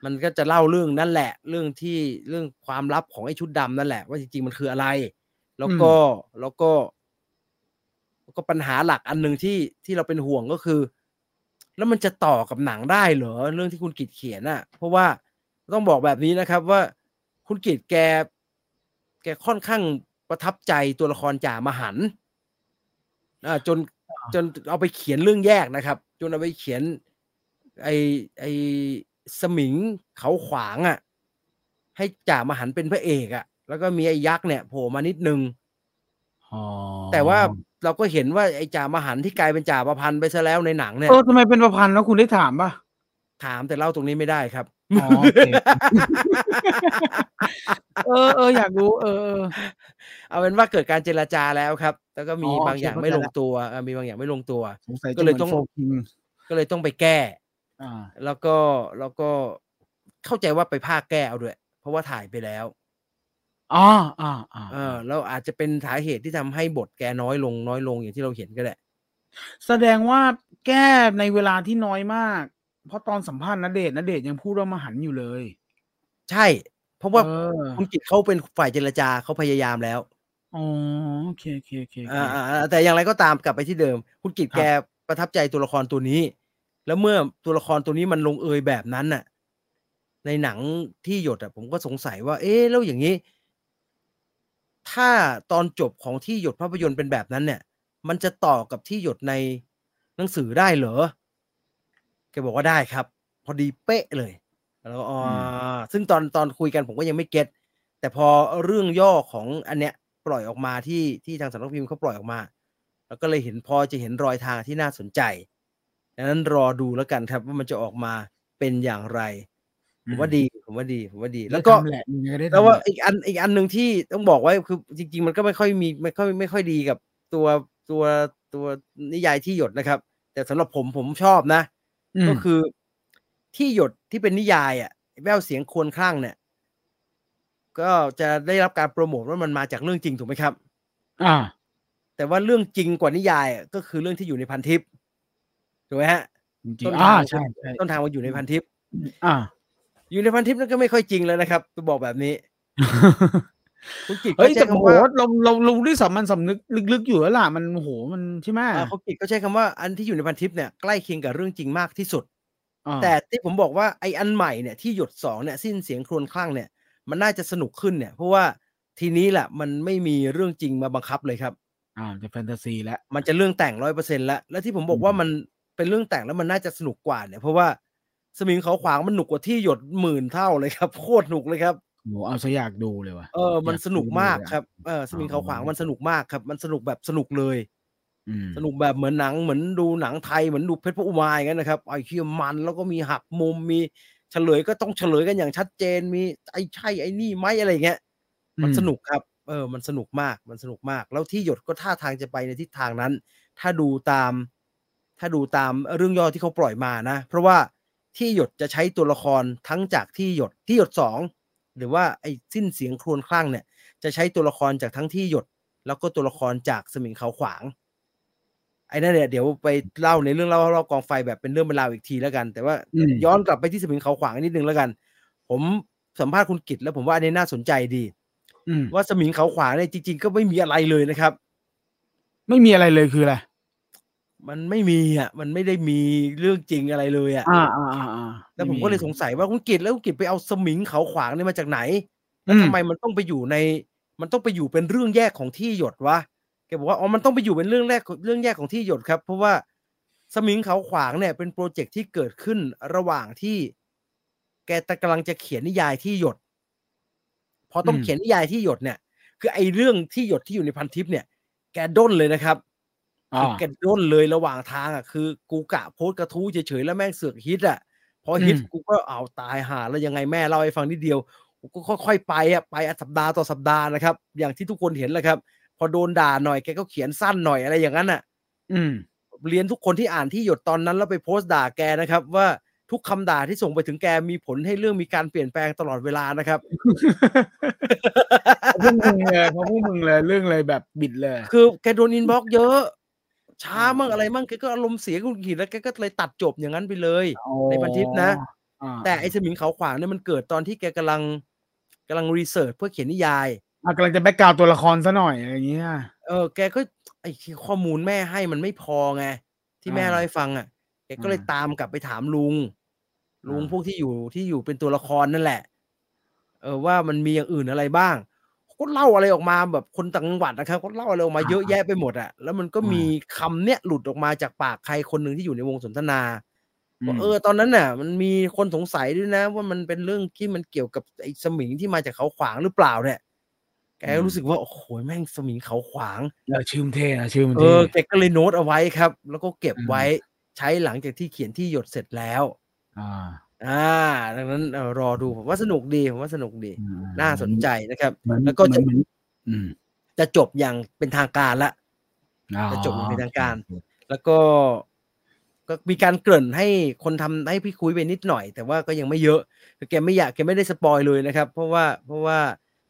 Speaker 1: มันก็จะเล่าเรื่องนั่นแหละ เรื่องที่เรื่องความลับของไอ้ชุดดำนั่นแหละ ว่าจริงๆมันคืออะไร แล้วก็แล้วก็ แล้วก็ปัญหาหลักอันหนึ่งที่ที่เราเป็นห่วงก็คือ แล้วมันจะต่อกับหนังได้เหรอเรื่องที่คุณกิตเขียนอะเพราะว่าต้องบอกแบบนี้นะครับ ว่าคุณกิตแก แกค่อนข้างประทับใจตัวละครจ่ามหันต์อ่าจนจนเอาไปเขียนเรื่องแยกนะครับ จนเอาไปเขียน ไอไอสมิงเขาขวางอะ่ะ ให้จ่ามหันต์เป็นพระเอกอะ่ะ แล้วก็มีไอ้ยักษ์เนี่ยโผล่มานิดนึง
Speaker 2: อ๋อ
Speaker 1: แต่ว่าเราก็เห็นว่าไอ้จ่ามหันที่กลายเป็นจ่าประพันธ์ไปซะแล้วในหนังเนี่ย
Speaker 2: เออทำไมเป็นประพันธ์แล้วคุณได้ถามป่ะ
Speaker 1: ถามแต่เล่าตรงนี้ไม่ได้ครับ
Speaker 2: อ๋อโอเค เออเอออยากรู้เออเออ
Speaker 1: เอาเป็นว่าเกิดการเจรจาแล้วครับ แล้วก็มี
Speaker 2: อ๋อบ
Speaker 1: างอย่าง
Speaker 2: โอเคเข้าใจ
Speaker 1: ไม่ลงตัวเออมีบางอย่างไม่ลงตัว
Speaker 2: สงสัย
Speaker 1: ก็เลยต้อง
Speaker 2: จะหมืนโฟกิง
Speaker 1: ก็เลยต้องไปแก้
Speaker 2: อ่า
Speaker 1: แล้วก็แล้วก็เข้าใจว่าไปภาคแก้เอาด้วย เพราะว่าถ่ายไปแล้ว
Speaker 2: อ๋ออ่าอ่า
Speaker 1: เออแล้วอาจจะเป็นสาเหตุที่ทำให้บทแกน้อยลงน้อยลงอย่างที่เราเห็นก็ได้
Speaker 2: แสดงว่าแก้ในเวลาที่น้อยมาก เพราะตอนสัมภาษณ์นเดชน์นเดชน์ยังพูดว่ามหันต์อยู่เลย
Speaker 1: ใช่ เพราะว่า
Speaker 2: เออ
Speaker 1: คุณกิตเขาเป็นฝ่ายเจรจาเขาพยายามแล้ว
Speaker 2: อ๋อโอเคโอเคโอเคโอเค
Speaker 1: อ่าอ่าอ่าแต่อย่างไรก็ตามกลับไปที่เดิม คุณกิต
Speaker 2: ครับ
Speaker 1: แกประทับใจตัวละครตัวนี้ แล้วเมื่อตัวละครตัวนี้มันลงเอยแบบนั้นน่ะ ในหนังที่หยดอ่ะ ผมก็สงสัยว่า เอ๊ะแล้วอย่างนี้ ถ้าตอนจบของที่หยดภาพยนตร์เป็นแบบนั้นเนี่ย มันจะต่อกับที่หยดในหนังสือได้เหรอแกบอกว่าได้ครับ พอดีเป๊ะเลย แล้วก็อ๋ออซึ่งตอนตอนคุยกันผมก็ยังไม่เก็ตแต่พอเรื่องย่อของอันเนี้ย ปล่อยออกมาที่ที่ทางสำนักพิมพ์เขาปล่อยออกมา แล้วก็เลยเห็นพอจะเห็นรอยทางที่น่าสนใจดังนั้นรอดูแล้วกันครับ ว่ามันจะออกมาเป็นอย่างไร ผมว่าดีผมว่าดีผมว่าดี
Speaker 2: ได้
Speaker 1: แล้วก็
Speaker 2: ทำหละยังไงได้ทำ
Speaker 1: แล้วว่า
Speaker 2: หะ
Speaker 1: อีกอันอีกอันหนึ่งที่ต้องบอกไว้คือจริง ๆ มันก็ไม่ค่อยมีไม่ค่อยไม่ค่อยดีกับตัวตัวตัวนิยายที่หยดนะครับ แต่สำหรับผมผมชอบนะ
Speaker 2: อืม
Speaker 1: ก็คือที่หยดที่เป็นนิยายอ่ะแววเสียงควรคลั่งเนี่ย ก็จะได้รับการโปรโมทว่ามันมาจากเรื่องจริงถูกไหมครับ
Speaker 2: อ่า
Speaker 1: แต่ว่าเรื่องจริงกว่านิยายอะก็คือเรื่องที่อยู่ในพันทิปถูกไหมฮะ
Speaker 2: จริ
Speaker 1: ต้
Speaker 2: ง
Speaker 1: น
Speaker 2: ๆอ่า
Speaker 1: ทาง
Speaker 2: ใช่ใช่
Speaker 1: ต้นทางมันอยู่ในพันทิป
Speaker 2: อ่า
Speaker 1: อยู่ในพันทิปนั่นก็ไม่ค่อยจริงแล้วนะครับจะบอกแบบนี้คุณ กิต
Speaker 2: เฮ้ย
Speaker 1: ก็ใช้
Speaker 2: แต่โอ้
Speaker 1: คำ
Speaker 2: โห
Speaker 1: ว่า
Speaker 2: เราเราเรารู้สามัญสำนึกลึกๆอยู่แล้วล่ะมันโอ้โหมันใช่ไหม
Speaker 1: เอ่อคุณกิตก็ใช้คำว่าอันที่อยู่ในพันทิปเนี่ยใกล้เคียงกับเรื่องจริงมากที่สุด
Speaker 2: อ่า
Speaker 1: แต่ที่ผมบอกว่าไออันใหม่เนี่ยที่หยดสองเนี่ยสิ้นเสียงครวญคลั่งเนี่ย มันน่าจะสนุกขึ้นเนี่ย เพราะว่าทีนี้แหละมันไม่มีเรื่องจริงมาบังคับเลยครับ
Speaker 2: อ่าจะแฟนตาซีแล้ว
Speaker 1: มันจะเรื่องแต่งร้อยเปอร์เซ็นต์ละแล้วที่ผมบอกว่ามันเป็นเรื่องแต่งแล้วมันน่าจะสนุกกว่าเนี่ย เพราะว่าสมิงเขาวขวางมันหนุกกว่าที่หยดหมื่นเท่าเลยครับโค ตรหนุกเลยครับ
Speaker 2: โอ้โหเอาซะอยากดูเลยว่ะ
Speaker 1: เออ มัน
Speaker 2: ยา
Speaker 1: สนุก
Speaker 2: ดู
Speaker 1: มาก
Speaker 2: เลยอะ
Speaker 1: ครับเออสมิงเขาวขวาง
Speaker 2: อ๋อ
Speaker 1: มันสนุกมากครับ มันสนุกแบบสนุกเลย
Speaker 2: อืม
Speaker 1: สนุกแบบเหมือนหนังเหมือนดูหนังไทยเหมือนดูเพชรพระอุมาอย่างนั้นนะครับไอ้เคียมันแล้วก็มีหักมุมมีเฉลยก็ต้องเฉลยกันอย่างชัดเจนมีไอ้ใช่ไอ้นี่ไหมอะไรอย่างเงี้ย มันสนุกครับ เออ มันสนุกมาก มันสนุกมาก แล้วที่หยดก็ท่าทางจะไปในทิศทางนั้น ถ้าดูตาม ถ้าดูตามเรื่องย่อที่เขาปล่อยมานะ เพราะว่าที่หยดจะใช้ตัวละครทั้งจากที่หยดที่หยดสองหรือว่าไอ้สิ้นเสียงครวญคลั่งเนี่ย จะใช้ตัวละครจากทั้งที่หยด แล้วก็ตัวละครจากสมิงเขาวขวาง ไอ้นั่นเนี่ยเดี๋ยวไปเล่าในเรื่องเล่ารอบกองไฟแบบเป็นเรื่องเป็นราวอีกทีแล้วกัน แต่ว่า
Speaker 2: อืม
Speaker 1: ย้อนกลับไปที่สมิงเขาวขวางนิดนึงแล้วกัน ผมสัมภาษณ์คุณกิตแล้วผมว่าอันนี้น่าสนใจดี
Speaker 2: อืม
Speaker 1: ว่าสมิงเขาขวางเนี่ยจริงๆ ก็ไม่มีอะไรเลยนะครับ
Speaker 2: ไม่มีอะไรเลยคืออะไร
Speaker 1: มันไม่มีอ่ะ มันไม่ได้มีเรื่องจริงอะไรเลยอ่ะ
Speaker 2: อ่าอ่าอ่าอ่า
Speaker 1: แล้วผมก็เลยสงสัยว่าคุณกิตแล้วคุณกิตไปเอาสมิงเขาขวางเนี่ยมาจากไหน
Speaker 2: อืม
Speaker 1: ทำไมมันต้องไปอยู่ใน มันต้องไปอยู่เป็นเรื่องแยกของที่หยดวะแกบอกว่าอ๋อมันต้องไปอยู่เป็นเรื่องแรกเรื่องแยกของที่หยดครับ เพราะว่าสมิงเขาขวางเนี่ย เป็นโปรเจกต์ที่เกิดขึ้นระหว่างที่ แกตะกำลังจะเขียนนิยายที่หยด พอต้องเขียนนิยายที่หยดเนี่ย คือไอ้เรื่องที่หยดที่อยู่ในพันทิปเนี่ย แกด้นเลยนะครับ
Speaker 2: อ่า
Speaker 1: คือแกด้นเลยระหว่างทางอ่ะคือ กูกะโพสต์กระทู้เฉยๆแล้วแม่งเสือกฮิตอ่ะพอฮิตกูก็เอาวตายหาแล้วยังไงแม่เล่าให้ฟังนิดเดียวกูก็ค่อยๆไปอ่ะไปอ่ะสัปดาห์ต่อสัปดาห์นะครับ อย่างที่ทุกคนเห็นแหละครับ พอโดนด่าหน่อยแกก็เขียนสั้นหน่อยอะไรอย่างนั้นอ่ะ
Speaker 2: อืม
Speaker 1: เรียนทุกคนที่อ่านที่หยดตอนนั้นแล้วไปโพสต์ด่าแกนะครับ ว่าทุกคำด่าที่ส่งไปถึงแกมีผลให้เรื่องมีการเปลี่ยนแปลงตลอดเวลานะครับ
Speaker 2: เพราะพวกมึงเลยเพราะพวกมึงเลยเรื่องเลยแบบบิดเลย
Speaker 1: คือแกโดนอินบ็อกเยอะ ช้ามั่ง
Speaker 2: อืม
Speaker 1: อะไรมั่งแกก็อารมณ์เสียกุนขีดแล้วแกก็เลยตัดจบอย่างนั้นไปเลย ในพันทิปนะ
Speaker 2: อ่า
Speaker 1: แต่ไอ้สมิงเขาวขวางเนี่ยมันเกิดตอนที่แกกำลังกำลังรีเสิร์ชเพื่อเขียนนิยาย
Speaker 2: อ่ะกำลังจะแบกกราวตัวละครซะหน่อยอะไรอย่างเงี้ย
Speaker 1: เออแกก็ไอ้ข้อมูลแม่ให้มันไม่พอไงที่แม่
Speaker 2: อ่า
Speaker 1: เล่าให้ฟังอ่ะแกก็เลย
Speaker 2: อ่า
Speaker 1: ตามกลับไปถามลุง ลุง
Speaker 2: อ่า
Speaker 1: พวกที่อยู่ที่อยู่เป็นตัวละครนั่นแหละ เออว่ามันมีอย่างอื่นอะไรบ้างก็เล่าอะไรออกมาแบบคนต่างจังหวัดนะครับก็เล่าอะไรออกมาเยอะแยะไปหมดอ่ะแล้วมันก็มีคำเนี้ยหลุดออกมาจากปากใครคนหนึ่งที่อยู่ในวงสนทนา ว่าเออตอนนั้นน่ะ มันมีคนสงสัยด้วยนะ ว่ามันเป็นเรื่องที่มันเกี่ยวกับไอ้สมิงที่มาจากเขาขวางหรือเปล่าเนี่ยแกก็
Speaker 2: อืม
Speaker 1: รู้สึกว่าโอ้โหแม่งสมิงเขาขวาง
Speaker 2: เออชื่อมนเท่นะชื่อมน
Speaker 1: เอ
Speaker 2: เท่
Speaker 1: อแกก็เลยโน้ตเอาไว้ครับ แล้วก็เก็บ
Speaker 2: อืม
Speaker 1: ไว้ใช้หลังจากที่เขียนที่หยดเสร็จแล้ว
Speaker 2: อ่า
Speaker 1: อ่า ดังนั้นเอ่อรอดูผมว่าสนุกดีผมว่าสนุกดี
Speaker 2: อืม
Speaker 1: น่าสนใจนะครับ
Speaker 2: เหมือน
Speaker 1: แล้วก็
Speaker 2: เหมื
Speaker 1: จะ
Speaker 2: อนเหมือนอืม
Speaker 1: จะจบอย่างเป็นทางการละ
Speaker 2: อ๋อ
Speaker 1: จะจบอย่างเป็นทางการ แล้วก็ก็มีการเกริ่นให้คนทำให้พี่คุยไปนิดหน่อย แต่ว่าก็ยังไม่เยอะคือแกไม่อยากแกไม่ได้สปอยเลยนะครับ เพราะว่าเพราะว่า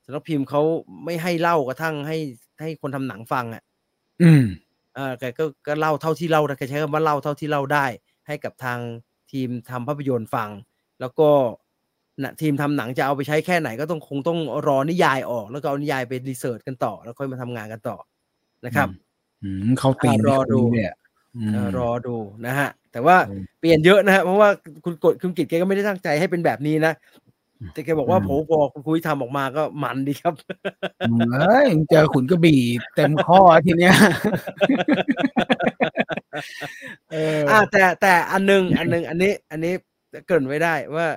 Speaker 1: สำนักพิมพ์เขาไม่ให้เล่ากระทั่งให้ให้คนทำหนังฟังอ่ะ
Speaker 2: อืม
Speaker 1: เออแกก็ก็เล่าเท่าที่เล่านะแกใช้คำว่าเล่าเท่าที่เล่าได้ ให้กับทางทีมทำภาพยนตร์ฟัง แล้วก็นะทีมทำหนังจะเอาไปใช้แค่ไหนก็ต้องคงต้องรอนิยายออก แล้วก็เอานิยายไปรีเสิร์ชกันต่อ แล้วค่อยมาทำงานกันต่อนะครับ
Speaker 2: อืมเขาตีน
Speaker 1: อ่ะรอดู
Speaker 2: เนี่ย
Speaker 1: เออรอดูนะฮะ แต่ว่า
Speaker 2: อืม
Speaker 1: เปลี่ยนเยอะนะฮะเพราะว่าคุณกดคุณกิจแกก็ไม่ได้ตั้งใจให้เป็นแบบนี้นะ
Speaker 2: อืม
Speaker 1: แต่แกบอกว่า
Speaker 2: อืม
Speaker 1: โผล่พอคุณคุยทำออกมาก็มันดีครับ
Speaker 2: มึงเอ้ยมึงเจอขุนกระบี่เต็มข้อทีเนี้ยเอออ
Speaker 1: อ่าแต่แต่อันหนึง อันหนึง อันนี้ อันนี้เกรินไว้ได้ว่า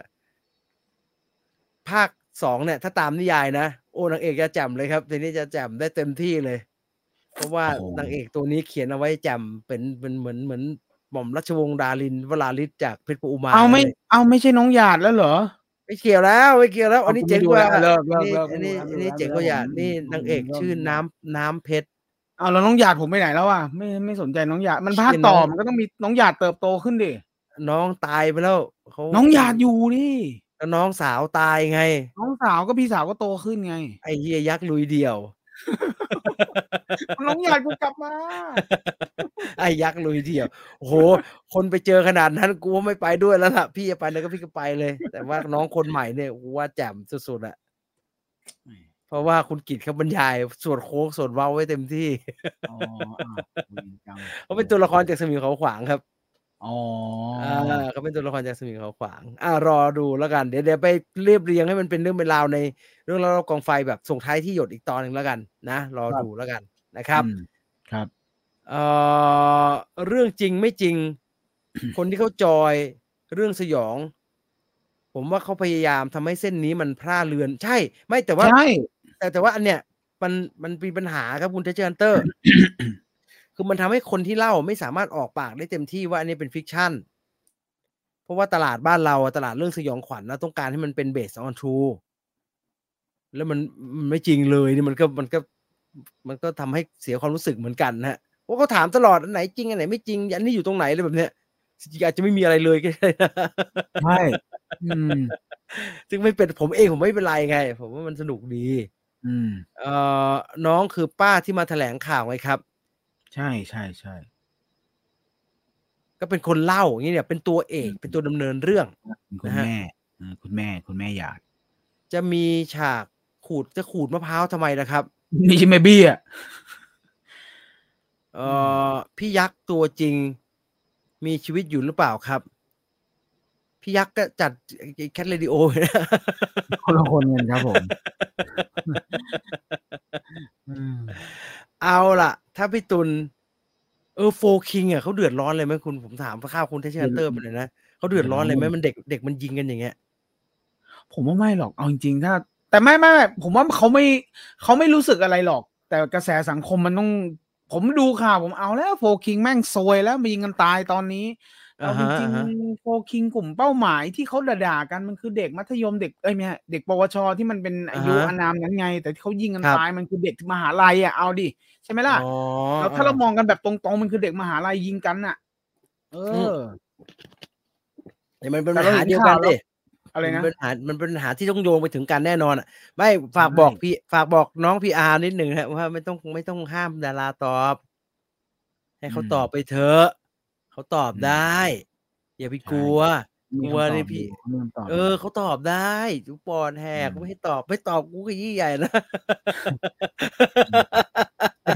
Speaker 1: ภาคสองเนี่ย ถ้าตามนิยายนะ โอ้นางเอกจะแจ่มเลยครับทีนี้จะแจ่มได้เต็มที่เลย เพราะว่านางเอกตัวนี้เขียนเอาไว้แจ่มเป็นเป็นเหมือนเหมือนหม่อมราชวงศ์ดารินวราลิศจากเพชรปูมา
Speaker 2: เอาไม่
Speaker 1: ลย
Speaker 2: เอาไม่ใช่น้องหยาดแล้วเหรอ
Speaker 1: ไม่เกี่ยวแล้วไม่เกี่ยวแล้ว
Speaker 2: เอา
Speaker 1: อันนี้
Speaker 2: กูไม่
Speaker 1: เจ๋ง
Speaker 2: ดู
Speaker 1: กว่า
Speaker 2: แล้วเลิกเลิก
Speaker 1: นี่
Speaker 2: เลิก
Speaker 1: อันนี้อั
Speaker 2: ไม่ดูแล้ว
Speaker 1: นนี้
Speaker 2: ไม่ดูแล้ว
Speaker 1: เจ๋งกว่าอย่า
Speaker 2: ผม
Speaker 1: นี่
Speaker 2: ผม
Speaker 1: นางเอก
Speaker 2: ผม
Speaker 1: ชื่อน้ำน้ำเพชร
Speaker 2: เอาแล้วน้องหยาดผมไปไหนแล้วอ่ะไม่ไม่สนใจน้องหยาดมันภาคต่อ
Speaker 1: ชื่อน้อง
Speaker 2: มันก็ต้องมีน้องหยาดเติบโตขึ้นดิ
Speaker 1: น้องตายไปแล้วเขา
Speaker 2: น้องหยาดอยู่นี่
Speaker 1: แล้วน้องสาวตายไง
Speaker 2: น้องสาวก็พี่สาวก็โตขึ้นไง
Speaker 1: ไอ้เฮียยักษ์ลุยเดียว
Speaker 2: น้องหยาดกูกลับมา
Speaker 1: ไอ้ยักษ์ลุยเดียวโอ้โห คนไปเจอขนาดนั้นกูว่าไม่ไปด้วยแล้วล่ะพี่จะไปแล้วก็พี่ก็ไปเลย แต่ว่าน้องคนใหม่เนี่ยกูว่าแจ่มสุดๆอะเพราะว่าคุณกิตเขาบรรยายส่วนโค้งส่วนเว้าไว้เต็มที่
Speaker 2: อ๋อ
Speaker 1: เขาเป็นตัวละครจากสมิงเขาขวางครับ
Speaker 2: อ๋อ
Speaker 1: อ่าก็เป็นตัวละครจากสมิงเขาขวาง อ่ารอดูแล้วกัน เดี๋ยวเดี๋ยวไปเรียบเรียงให้มันเป็นเรื่องเป็นราวในเรื่องราวกองไฟแบบส่งท้ายที่หยดอีกตอนหนึ่งแล้วกันนะ รอดูแล้วกันนะครับ
Speaker 2: อืมครับ
Speaker 1: เอ่อเรื่องจริงไม่จริง คนที่เขาจอยเรื่องสยอง ผมว่าเขาพยายามทำให้เส้นนี้มันพร่าเรือน ใช่ ไม่แต่ว่า
Speaker 2: ใช่
Speaker 1: แต่แต่ว่าอันเนี้ยมันมันมีปัญหาครับคุณเทเจอร์เตอร์ คือมันทำให้คนที่เล่าไม่สามารถออกปากได้เต็มที่ว่าอันนี้เป็นฟิกชันเพราะว่าตลาดบ้านเราอะตลาดเรื่องสยองขวัญนะต้องการให้มันเป็นเบสออนทรูแล้วมันมันไม่จริงเลยนี่มันก็มันก็มันก็ทำให้เสียความรู้สึกเหมือนกันนะฮะว่าเขาถามตลอดอันไหนจริงอันไหนไม่จริงอันนี้อยู่ตรงไหนเลยแบบเนี้ยจริงๆอาจจะไม่มีอะไรเลยก็ได้นะ
Speaker 2: ใช่อืม
Speaker 1: ซึ่งไม่เป็นผมเองผมไม่เป็นไรไง ผมว่ามันสนุกดี
Speaker 2: อืม
Speaker 1: เอ่อน้องคือป้าที่มาแถลงข่าวไงครับ
Speaker 2: ใช่ใช่ใช่
Speaker 1: ก็เป็นคนเล่าอย่างนี้เนี่ยเป็นตัวเอกเป็นตัวดำเนินเรื่อง
Speaker 2: เป็นคุณ
Speaker 1: นะฮะ
Speaker 2: แม่อ่าคุณแม่คุณแม่หยาด
Speaker 1: จะมีฉากขูดจะขูดมะพร้าวทำไมนะครับ
Speaker 2: นี่ใช่ไหมเบี้ย
Speaker 1: เอ่อพี่ยักษ์ตัวจริง มีชีวิตอยู่หรือเปล่าครับ พี่ยักษ์ก็จัดแคทเรดิโอ
Speaker 2: คนละคนกันครับ ผมอืม
Speaker 1: เอาล่ะ ถ้าพี่ตุลเออโฟคิงอ่ะเขาเดือดร้อนเลยไหมคุณผมถามข้าวคุณเทชเชอร์เตอร์ไปเลยนะเขาเดือดร้อนเลยไหมมันเด็กเด็กมันยิงกันอย่างเงี้ย
Speaker 2: ผมว่าไม่หรอก เอาจริงๆ ถ้า แต่ไม่ไม่ไม่ผมว่าเขาไม่เขาไม่รู้สึกอะไรหรอก แต่กระแสสังคมมันต้อง ผมดูข่าวผมเอาแล้วโฟคิงแม่งซวยแล้วมีกันตายตอนนี้เอา
Speaker 1: อ่า
Speaker 2: จ
Speaker 1: ฮะ
Speaker 2: ริง
Speaker 1: อ่าฮะ
Speaker 2: ๆโฟคิงกลุ่มเป้าหมายที่เขาด่าๆกันมันคือเด็กมัธยมเด็กเอ้ยไม่ใช่เด็กปวชที่มันเป็นอายุ
Speaker 1: อ่าฮะ
Speaker 2: อานามนั้นไง แต่ที่เขายิงกัน
Speaker 1: ครับ
Speaker 2: ตายมันคือเด็กมหาลัยอ่ะเอาดิใช่ไหมล่ะ
Speaker 1: อ๋อ
Speaker 2: แล้วถ้าเรามองกันแบบตรงๆ มันคือเด็กมหาลัยยิงกันน่ะ เออ
Speaker 1: เดี๋ยวมันเป็น
Speaker 2: แต่
Speaker 1: ปัญ
Speaker 2: เรา
Speaker 1: หา
Speaker 2: เห็น
Speaker 1: เดียวกัน
Speaker 2: ข่าวแล้ว
Speaker 1: ดิ
Speaker 2: อะไรนะ
Speaker 1: มัเป็นปัญหามันเป็นปัญหาที่ต้องโยงไปถึงกันแน่นอนอ่ะ ไม่ฝาก
Speaker 2: ใช่
Speaker 1: บอกพี่ฝากบอกน้องพีอาร์นิดหนึ่งฮะว่าไม่ต้องไม่ต้องห้ามดาราตอบ ให้เขาตอบไปเถอะเขาตอบได้ อย่าไปกลัว
Speaker 2: มี
Speaker 1: กลัว
Speaker 2: คำตอบ
Speaker 1: เลยพี่
Speaker 2: มีคำตอบ
Speaker 1: เออเขาตอบได้ทุกปอนแหก
Speaker 2: อืม
Speaker 1: ไม่ให้ตอบไม่ตอบกูก็ยี่ ใหญ่นะ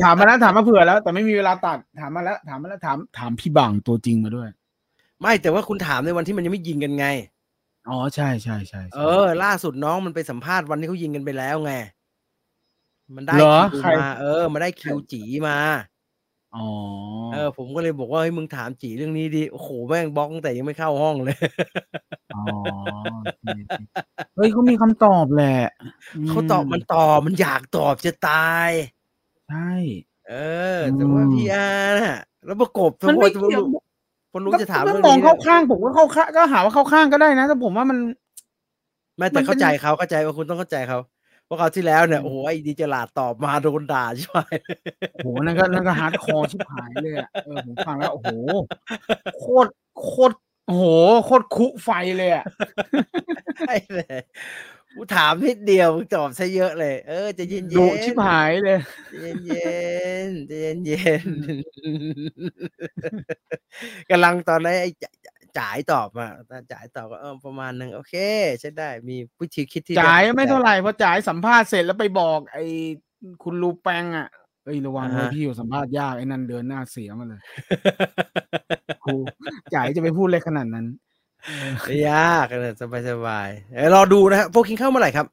Speaker 2: ถามมาแล้วถามมาเผื่อแล้ว แต่ไม่มีเวลาตัดถามมาแล้วถามมาแล้วถามถามพี่บังตัวจริงมาด้วย
Speaker 1: ไม่แต่ว่าคุณถามในวันที่มันยังไม่ยิงกันไง
Speaker 2: อ๋อใช่ใช่ใช่ใช่
Speaker 1: เออ ล่าสุดน้องมันไปสัมภาษณ์วันที่เขายิงกันไปแล้วไง มันได้
Speaker 2: เหรอ
Speaker 1: คิว
Speaker 2: ใคร
Speaker 1: มาเออมันได้คิวจีมา
Speaker 2: อ๋อ
Speaker 1: เออผมก็เลยบอกว่าเฮ้ยมึงถามจีเรื่องนี้ดิโอ้โหแม่งบล็อกตั้งแต่ยังไม่เข้าห้องเลย
Speaker 2: อ๋อโอเคโอเคเฮ้ยเขามีคำตอบแหละ
Speaker 1: เขาตอบมันตอบมันอยากตอบจะตาย
Speaker 2: ใช่
Speaker 1: เออ แต่ว่า
Speaker 2: อืม
Speaker 1: พี่อาร์น่ะแล้วประกบทั้
Speaker 2: มัน
Speaker 1: งหมด
Speaker 2: ไม่เกี่ยว
Speaker 1: คนรู้จะถาม
Speaker 2: ก็
Speaker 1: เรื่อง
Speaker 2: มอง
Speaker 1: นี้
Speaker 2: เข้าข้างผมก็เข้าข้างก็หาว่าเข้าข้างก็ได้นะแต่ผมว่ามัน
Speaker 1: แม่แต่
Speaker 2: มันเป็น
Speaker 1: เข้าใจเขาเข้าใจว่าคุณต้องเข้าใจเขาเพราะคราวที่แล้วเนี่ยโอ้โหไอ้ดีเจลาดตอบมาโดนด่าใช่ไหม
Speaker 2: โอ้โหนั่นก็นั่นก็ฮาร์ดคอร์ชิบหายเลยอะเออผมฟังแล้วโอ้โหโคตรโคตรโอ้โหโคตรคุไฟเลยอะ
Speaker 1: ไอ้เลย กูถามนิดเดียวมึงตอบซะเยอะเลย เออใจะเย็นๆ
Speaker 2: ดุชิบหายเลย
Speaker 1: ใจเย็นๆใจเย็น ๆกำลังตอนนั้นไอ้จ่ายจ่ายตอบมาจ่ายตอบก็เออประมาณหนึ่งโอเคใช้ได้มีวิธีคิดที่
Speaker 2: จ่ายไม่เท่าไหร่พอจ่ายสัมภาษณ์เสร็จแล้วไปบอก ไอ้คุณลูแปงอ่ะเอ้ยระวัง
Speaker 1: อ่า
Speaker 2: นะ
Speaker 1: ฮะ
Speaker 2: พี่อยู่สัมภาษณ์ยากไอ้นั่นเดินหน้าเสียมาเลยครูจ่ายจะไปพูดเลยขนาดนั้น
Speaker 1: ไม่ยากเลยสบายสบายๆเอ้ยรอดูนะฮะพวกกินข้าวเมื่อไหร่ครับ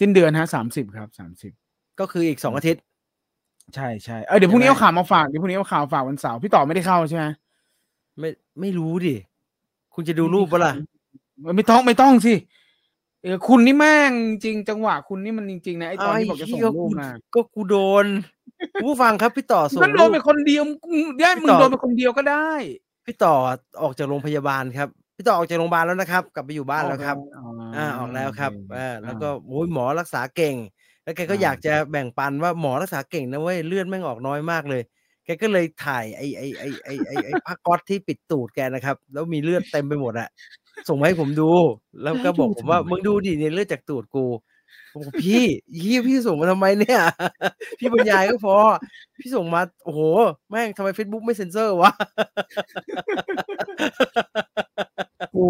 Speaker 2: สิ้นเดือนฮะสามสิบครับสามสิบ
Speaker 1: ก็คืออีกสองอาทิตย์
Speaker 2: ใช่ใช่เออเดี๋ยวพรุ่งนี้
Speaker 1: ใช่ไหม
Speaker 2: เอาข่าวมาฝากเดี๋ยวพรุ่งนี้เอาข่าวฝากวันเสาร์พี่ต่อไม่ได้เข้าใช่ไหม
Speaker 1: ไม่ไม่รู้ดิ คุณจะดูรูปปะล่ะ
Speaker 2: เออไม่ต้องไม่ต้องสิเออคุณนี่แม่งจริงจังหวะคุณนี่มันจริงๆนะไอ้ตอนที่บอกจะส่ง
Speaker 1: เา
Speaker 2: รู
Speaker 1: กู
Speaker 2: ปมา
Speaker 1: ก็กูโดนคุณผู้ฟังครับพี่ต่อส่ง
Speaker 2: มันโด
Speaker 1: รู
Speaker 2: น
Speaker 1: ป
Speaker 2: เป็นคนเดียวได้มึ
Speaker 1: พี่
Speaker 2: ง
Speaker 1: ต่อ
Speaker 2: โดนเป็นคนเดียวก็ได้
Speaker 1: พี่ต่อออกจากโรงพยาบาลครับ พี่ต่อออกจากโรงพยาบาลแล้วนะครับ กลับไปอยู่บ้านแล้วครับ อ่าออกแล้วครับ
Speaker 2: โเ
Speaker 1: อ่าแล้ว
Speaker 2: อ่า
Speaker 1: ก็โอ้ยหมอรักษาเก่ง แล้วแกก็
Speaker 2: อ่า
Speaker 1: อยากจะแบ่งปันว่าหมอรักษาเก่งนะเว้ยเลือดแม่งออกน้อยมากเลย แกก็เลยถ่ายไอ้ไอ้ไอ้ไอ้ไอ้ไอ้ผ้าก๊อตที่ปิดตูดแกนะครับ แล้วมีเลือดเต็มไปหมดอะส่งมาให้ผมดู แล้วก็บอกผมว่ามึงดูดิเนี่ยเลือดจากตูดกูผมบอกพี่ยี่พี่ส่งมาทำไมเนี่ย พี่บรรยายก็พอ พี่ส่งมาโอ้โห แม่งทำไม Facebook ไม่เซ็นเซอร์วะ
Speaker 2: โอ้